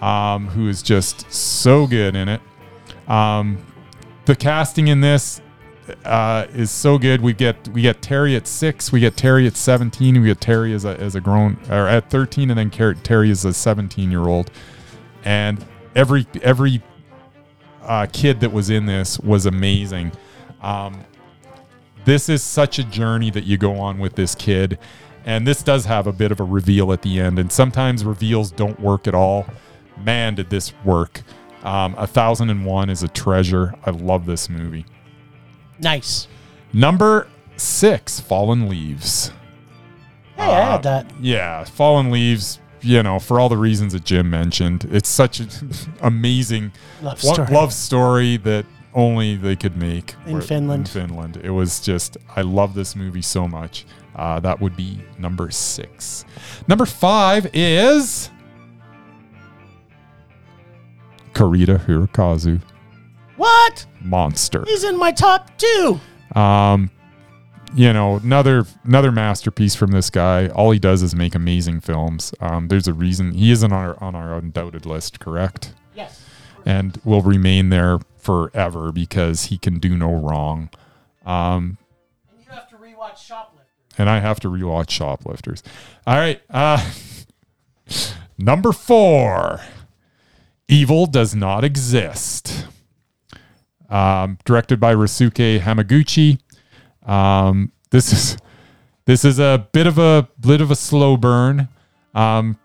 Speaker 1: um, who is just so good in it. Um, the casting in this uh, is so good. We get we get Terry at six, we get Terry at seventeen, we get Terry as a as a grown or at thirteen, and then Car- Terry as a seventeen year old. And every every uh, kid that was in this was amazing. Um, this is such a journey that you go on with this kid, and this does have a bit of a reveal at the end. And sometimes reveals don't work at all. Man, did this work! Um, a thousand and one is a treasure. I love this movie.
Speaker 2: Nice.
Speaker 1: Number six, Fallen Leaves.
Speaker 2: Hey, I
Speaker 1: Uh,
Speaker 2: had that.
Speaker 1: Yeah, Fallen Leaves, you know, for all the reasons that Jim mentioned, it's such an amazing
Speaker 2: Love
Speaker 1: lo-
Speaker 2: story.
Speaker 1: love story that only they could make
Speaker 2: In
Speaker 1: Or-
Speaker 2: Finland.
Speaker 1: In Finland. It was just, I love this movie so much. Uh, that would be number six. Number five is. Karita Hirokazu,
Speaker 2: What?
Speaker 1: Monster.
Speaker 2: He's in my top two.
Speaker 1: Um, you know, another another masterpiece from this guy. All he does is make amazing films. Um, there's a reason he isn't on our on our undoubted list, correct?
Speaker 2: Yes.
Speaker 1: And will remain there forever because he can do no wrong. Um,
Speaker 2: And you have to rewatch Shoplifter.
Speaker 1: and I have to rewatch Shoplifters. All right, uh, number four, Evil Does Not Exist, um, directed by Rasuke Hamaguchi. Um, this is this is a bit of a bit of a slow burn. Um,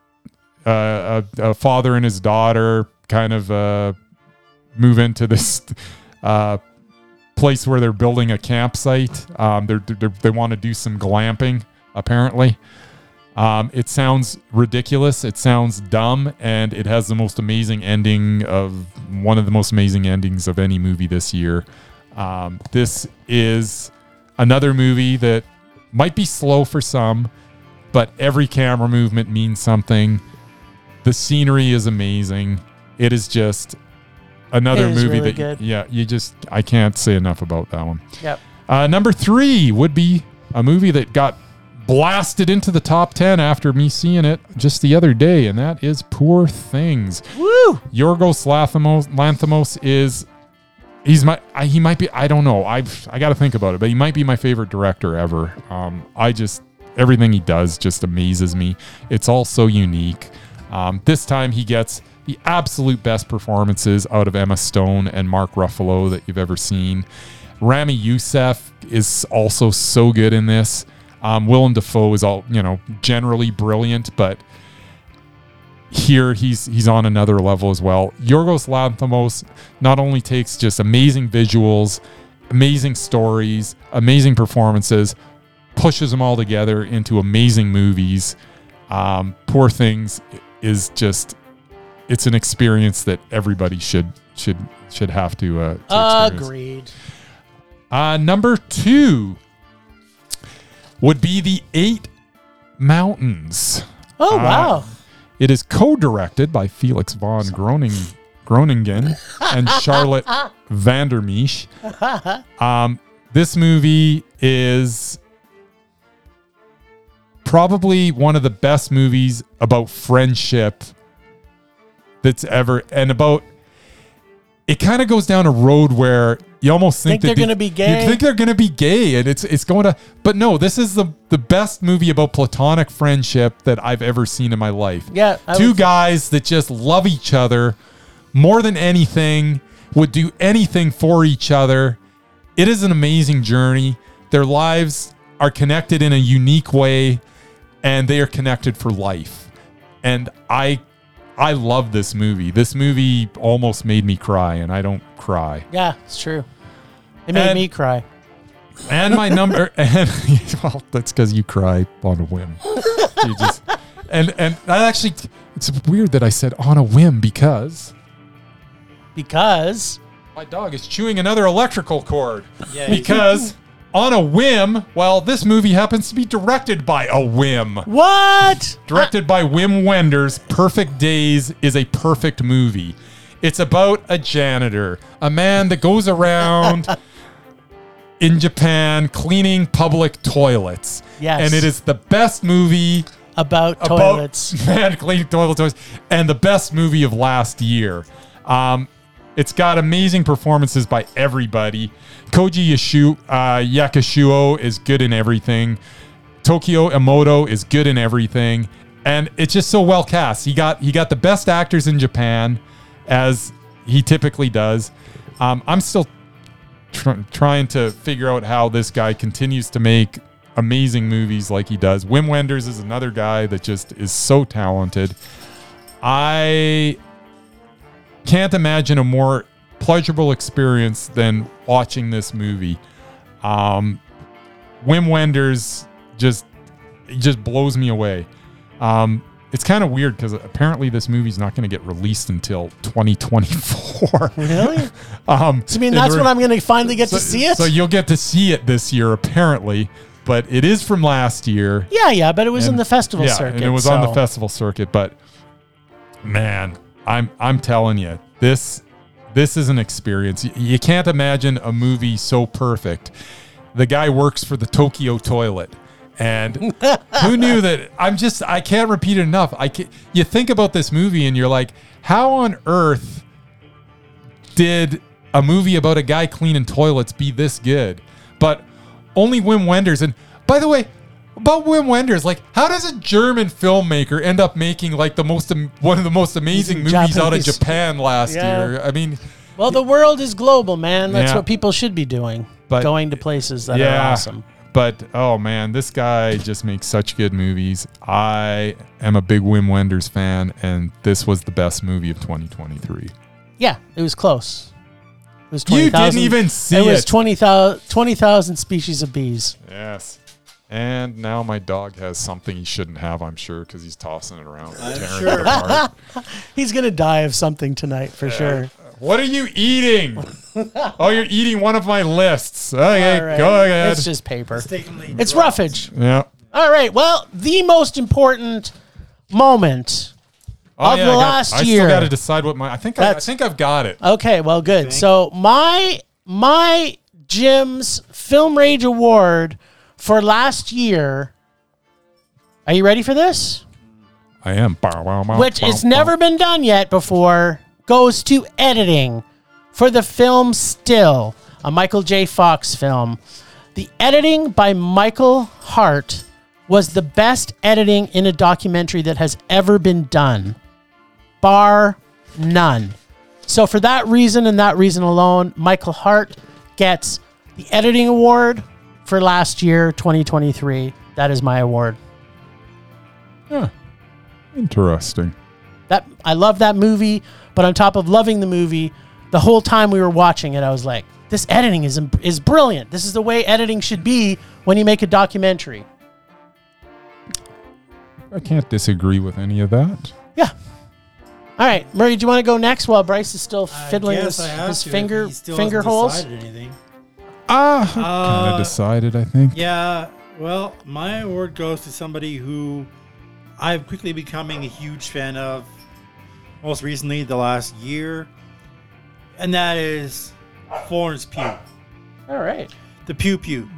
Speaker 1: uh, a, a father and his daughter kind of uh, move into this uh, place where they're building a campsite. Um, they're, they're, they want to do some glamping, apparently. Um, it sounds ridiculous. It sounds dumb, and it has the most amazing ending of one of the most amazing endings of any movie this year. Um, this is another movie that might be slow for some, but every camera movement means something. The scenery is amazing. It is just another
Speaker 2: It is
Speaker 1: movie
Speaker 2: really
Speaker 1: that
Speaker 2: good.
Speaker 1: yeah, you just I can't say enough about that one.
Speaker 2: Yep.
Speaker 1: Uh, number three would be a movie that got blasted into the top ten after me seeing it just the other day, and that is Poor Things.
Speaker 2: Woo!
Speaker 1: Yorgos Lanthimos, Lanthimos is he's my I, he might be I don't know I've I got to think about it, but he might be my favorite director ever. Um, I just everything he does just amazes me. It's all so unique. Um, this time he gets the absolute best performances out of Emma Stone and Mark Ruffalo that you've ever seen. Rami Youssef is also so good in this. Um, Willem Dafoe is all you know generally brilliant, but here he's he's on another level as well. Yorgos Lanthimos not only takes just amazing visuals, amazing stories, amazing performances, pushes them all together into amazing movies. Um, Poor Things is just it's an experience that everybody should should should have to, uh, to experience.
Speaker 2: Agreed.
Speaker 1: Uh, number two would be the Eight Mountains.
Speaker 2: Oh
Speaker 1: Uh,
Speaker 2: wow.
Speaker 1: It is co-directed by Felix von Groning, Groningen and Charlotte Vandermeesh. Um, this movie is probably one of the best movies about friendship that's ever and about. It kind of goes down a road where you almost think,
Speaker 2: Think they're
Speaker 1: that the-
Speaker 2: gonna be
Speaker 1: you
Speaker 2: gay?
Speaker 1: think they're gonna be gay, and it's it's going to. But no, this is the the best movie about platonic friendship that I've ever seen in my life
Speaker 2: Yeah, I
Speaker 1: two
Speaker 2: would-
Speaker 1: guys that just love each other more than anything, would do anything for each other. It is an amazing journey. Their lives are connected in a unique way, and they are connected for life. And I I love this movie. This movie almost made me cry, and I don't cry.
Speaker 2: Yeah, it's true. It made
Speaker 1: And-
Speaker 2: me cry.
Speaker 1: And my number, and well, that's because you cry on a whim. You just, and and I actually, it's weird that I said on a whim because
Speaker 2: Because
Speaker 1: my dog is chewing another electrical cord.
Speaker 3: Yeah, he's-
Speaker 1: Because on a whim, well, this movie happens to be directed by a whim.
Speaker 2: what?
Speaker 1: directed by Wim Wenders, Perfect Days is a perfect movie. It's about a janitor, a man that goes around in Japan cleaning public toilets.
Speaker 2: Yes.
Speaker 1: And it is the best movie
Speaker 2: About
Speaker 1: about
Speaker 2: toilets.
Speaker 1: man cleaning toilet toys and the best movie of last year. Um, it's got amazing performances by everybody. Koji Yashu, uh, Yakushuo is good in everything. Tokyo Emoto is good in everything, and it's just so well cast. He got he got the best actors in Japan, as he typically does. Um, I'm still tr- trying to figure out how this guy continues to make amazing movies like he does. Wim Wenders is another guy that just is so talented. I can't imagine a more pleasurable experience than watching this movie. Um, Wim Wenders just it just blows me away. Um, it's kind of weird because apparently this movie's not going to get released until 2024.
Speaker 2: Really?
Speaker 1: um,
Speaker 2: I mean, that's
Speaker 1: in
Speaker 2: when
Speaker 1: re-
Speaker 2: I'm going to finally get
Speaker 1: so,
Speaker 2: to see it.
Speaker 1: so you'll get to see it this year, apparently, but it is from last year.
Speaker 2: yeah, yeah, but it was in the festival
Speaker 1: yeah,
Speaker 2: circuit.
Speaker 1: and it was on the
Speaker 2: so-
Speaker 1: festival circuit. But man, I'm I'm telling you, this this is an experience. You, you can't imagine a movie so perfect. The guy works for the Tokyo toilet. And who knew that? I'm just, I can't repeat it enough. I can You think about this movie and you're like, how on earth did a movie about a guy cleaning toilets be this good? But only Wim Wenders. And by the way, about Wim Wenders, like how does a German filmmaker end up making like the most am- one of the most amazing movies out of
Speaker 2: Japanese.
Speaker 1: Japan last
Speaker 2: Yeah.
Speaker 1: year? I mean,
Speaker 2: Well, the world is global, man. That's
Speaker 1: Yeah.
Speaker 2: what people should be doing.
Speaker 1: But-
Speaker 2: going to places that
Speaker 1: yeah.
Speaker 2: are awesome.
Speaker 1: But oh man, this guy just makes such good movies. I am a big Wim Wenders fan, and this was the best movie of 2023.
Speaker 2: Yeah, it was close. It was
Speaker 1: You
Speaker 2: 20,000
Speaker 1: didn't even see
Speaker 2: It was
Speaker 1: it.
Speaker 2: 20,000 20,000 species of bees.
Speaker 1: Yes. And now my dog has something he shouldn't have, I'm sure, because he's tossing it around. and tearing it apart.
Speaker 2: He's going to die of something tonight for sure.
Speaker 1: What are you eating? oh, you're eating one of my lists. Okay,
Speaker 2: All right.
Speaker 1: go ahead.
Speaker 2: It's just paper.
Speaker 3: Take him late.
Speaker 2: It's roughage.
Speaker 1: yeah.
Speaker 2: All right. Well, the most important moment.
Speaker 1: Oh,
Speaker 2: Of the
Speaker 1: I got-
Speaker 2: last
Speaker 1: I
Speaker 2: year.
Speaker 1: still got to decide what my. I think I, I
Speaker 2: That's-
Speaker 1: think I've got it.
Speaker 2: Okay. Well, good. So my my Jim's Film Rage Award for last year. Are you ready for this?
Speaker 1: I am. Bow, wow, wow,
Speaker 2: which
Speaker 1: wow,
Speaker 2: it's
Speaker 1: wow.
Speaker 2: never been done yet before, goes to editing for the film Still, a Michael J. Fox film. The editing by Michael Hart was the best editing in a documentary that has ever been done, bar none. So, for that reason and that reason alone, Michael Hart gets the editing award for last year, 2023. That is my award.
Speaker 1: Interesting.
Speaker 2: That I love that movie, but on top of loving the movie, the whole time we were watching it, I was like, "This editing is is brilliant. This is the way editing should be when you make a documentary."
Speaker 1: I can't disagree with any of that.
Speaker 2: Yeah. All right, Murray, do you want to go next while Bryce is still
Speaker 3: I
Speaker 2: fiddling
Speaker 3: guess
Speaker 2: his,
Speaker 3: I have
Speaker 2: his
Speaker 3: to if
Speaker 2: finger
Speaker 3: he still
Speaker 2: finger
Speaker 3: hasn't
Speaker 2: holes?
Speaker 3: decided anything.
Speaker 1: Ah, kind
Speaker 3: Uh,
Speaker 1: of decided. I think.
Speaker 3: Yeah, well, my award goes to somebody who I'm quickly becoming a huge fan of, most recently the last year, and that is Florence Pugh,
Speaker 2: All right.
Speaker 3: the Pew Pew.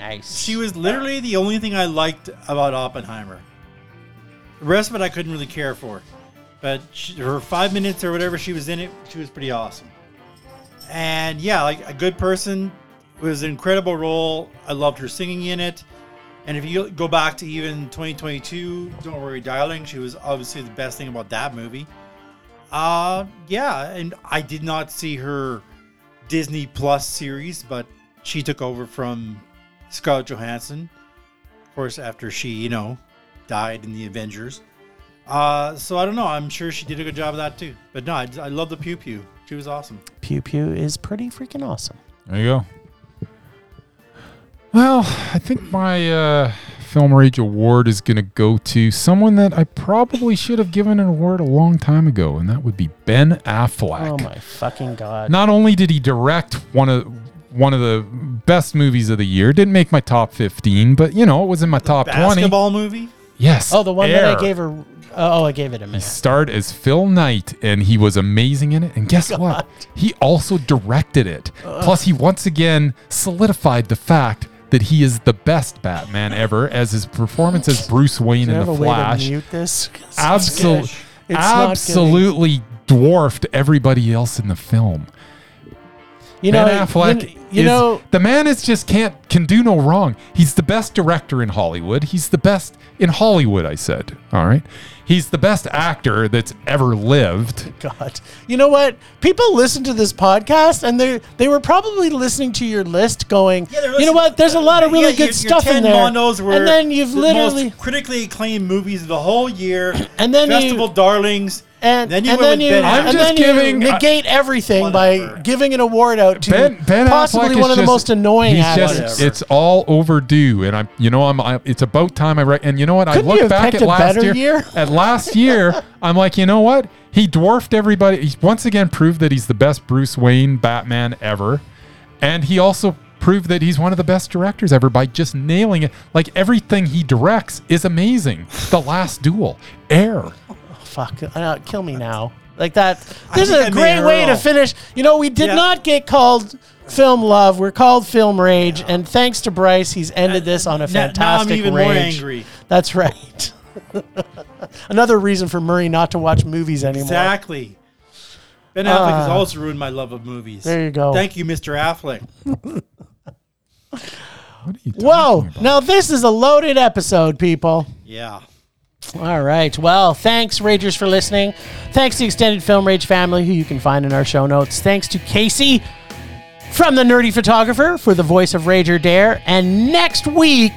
Speaker 2: Nice.
Speaker 3: She was literally the only thing I liked about Oppenheimer. The rest of it I couldn't really care for, but she, her five minutes or whatever she was in it, she was pretty awesome. And yeah, like a good person it was an incredible role. I loved her singing in it. And if you go back to even 2022, Don't Worry, Darling, she was obviously the best thing about that movie. Uh, yeah, and I did not see her Disney Plus series, but she took over from Scarlett Johansson, of course, after she, you know, died in the Avengers. Uh, so I don't know. I'm sure she did a good job of that too. But no, I, I love the pew pew. She was awesome.
Speaker 2: Pew Pew is pretty freaking awesome.
Speaker 1: There you go. Well, I think my uh, Film Rage award is going to go to someone that I probably should have given an award a long time ago, and that would be Ben Affleck.
Speaker 2: Oh my fucking god.
Speaker 1: Not only did he direct one of one of the best movies of the year, didn't make my top 15, but you know, it was in my top 20.
Speaker 3: Basketball movie.
Speaker 1: Yes.
Speaker 2: Oh, the one that
Speaker 1: Air.
Speaker 2: I gave her. Oh, oh, I gave it a
Speaker 1: He
Speaker 2: miss.
Speaker 1: starred as Phil Knight, and he was amazing in it. And guess what? He also directed it. Plus, he once again solidified the fact that he is the best Batman ever, as his performance as Bruce Wayne
Speaker 2: Do you
Speaker 1: in
Speaker 2: have a
Speaker 1: The
Speaker 2: way to
Speaker 1: Flash Ah,
Speaker 2: mute this? It's
Speaker 1: absol-
Speaker 2: good. It's not
Speaker 1: absolutely dwarfed everybody else in the film.
Speaker 2: You know,
Speaker 1: Ben
Speaker 2: you-
Speaker 1: Affleck,
Speaker 2: You,
Speaker 1: is-
Speaker 2: know,
Speaker 1: the man is just can't can do no wrong. He's the best director in Hollywood. He's the best in Hollywood. I said, all right. He's the best actor that's ever lived.
Speaker 2: God. You know what? People listen to this podcast, and they they were probably listening to your list, going,
Speaker 3: Yeah, they're
Speaker 2: "You know
Speaker 3: listening-
Speaker 2: what? There's a lot of really
Speaker 3: Yeah,
Speaker 2: good
Speaker 3: your- your
Speaker 2: stuff
Speaker 3: 10
Speaker 2: in there."
Speaker 3: Mondos were
Speaker 2: and then you've
Speaker 3: the
Speaker 2: literally,
Speaker 3: most critically acclaimed movies of the whole year.
Speaker 2: And then you-
Speaker 3: festival darlings.
Speaker 2: and
Speaker 3: then you
Speaker 2: and then
Speaker 3: went with
Speaker 2: you,
Speaker 3: Ben
Speaker 1: I'm
Speaker 2: and
Speaker 1: just
Speaker 2: then you
Speaker 1: giving-
Speaker 2: negate everything
Speaker 3: Whatever.
Speaker 2: by giving an award out to
Speaker 1: Ben, ben
Speaker 2: Mm. possibly
Speaker 1: Affleck is
Speaker 2: one of the
Speaker 1: just-
Speaker 2: most annoying
Speaker 1: He's
Speaker 2: actors.
Speaker 1: just,
Speaker 3: Whatever.
Speaker 1: it's all overdue, and I'm, you know, I'm. I, it's about time I write. And you know what?
Speaker 2: Couldn't
Speaker 1: I
Speaker 2: you
Speaker 1: look
Speaker 2: have
Speaker 1: back
Speaker 2: picked
Speaker 1: at
Speaker 2: a
Speaker 1: last
Speaker 2: better
Speaker 1: year.
Speaker 2: year?
Speaker 1: At last year, I'm like, you know what? He dwarfed everybody. He once again proved that he's the best Bruce Wayne Batman ever, and he also proved that he's one of the best directors ever by just nailing it. Like everything he directs is amazing. The Last Duel, Air.
Speaker 2: fuck, uh, kill me now. Like that. This is
Speaker 3: think I
Speaker 2: a
Speaker 3: made
Speaker 2: great
Speaker 3: her
Speaker 2: way to
Speaker 3: all.
Speaker 2: finish. You know, we did
Speaker 3: Yeah.
Speaker 2: not get called film love. We're called film rage. And thanks to Bryce, he's ended this on a
Speaker 3: Uh, Now- now I'm
Speaker 2: fantastic
Speaker 3: even
Speaker 2: rage.
Speaker 3: more angry.
Speaker 2: That's right. Another reason for Murray not to watch movies anymore.
Speaker 3: Exactly. Ben Affleck has also ruined my love of movies.
Speaker 2: Ah. There you go.
Speaker 3: Thank you, Mr. Affleck.
Speaker 1: What are you talking
Speaker 2: Whoa!
Speaker 1: about?
Speaker 2: Now this is a loaded episode, people.
Speaker 3: Yeah.
Speaker 2: All right. Well, thanks, Ragers, for listening. Thanks to the extended Film Rage family, who you can find in our show notes. Thanks to Casey from The Nerdy Photographer for the voice of Rager Dare. And next week,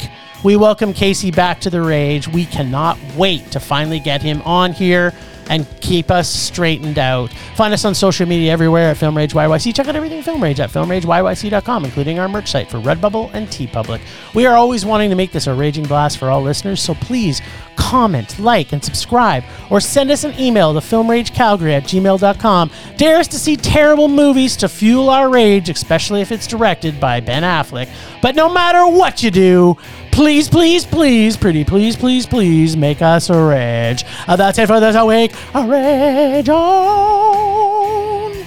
Speaker 2: we welcome Casey back to the Rage. We cannot wait to finally get him on here and keep us straightened out. Find us on social media everywhere at Film Rage YYC. Check out everything Film Rage at filmrageyyc.com, including our merch site for Redbubble and TeePublic. We are always wanting to make this a raging blast for all listeners, so please comment, like, and subscribe, or send us an email to filmragecalgary at gmail.com. Dare us to see terrible movies to fuel our rage, especially if it's directed by Ben Affleck. But no matter what you do, please, please, please, pretty please, please, please make us a rage. Uh, that's it for this week. A rage on.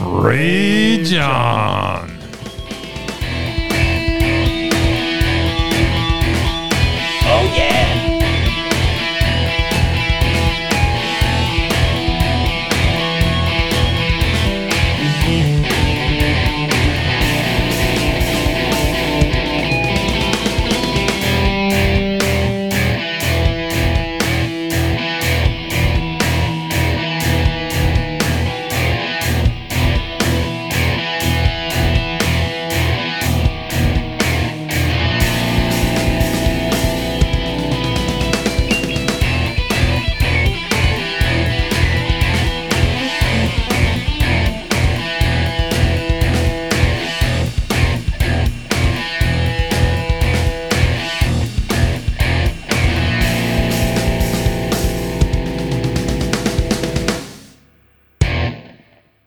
Speaker 1: Rage on.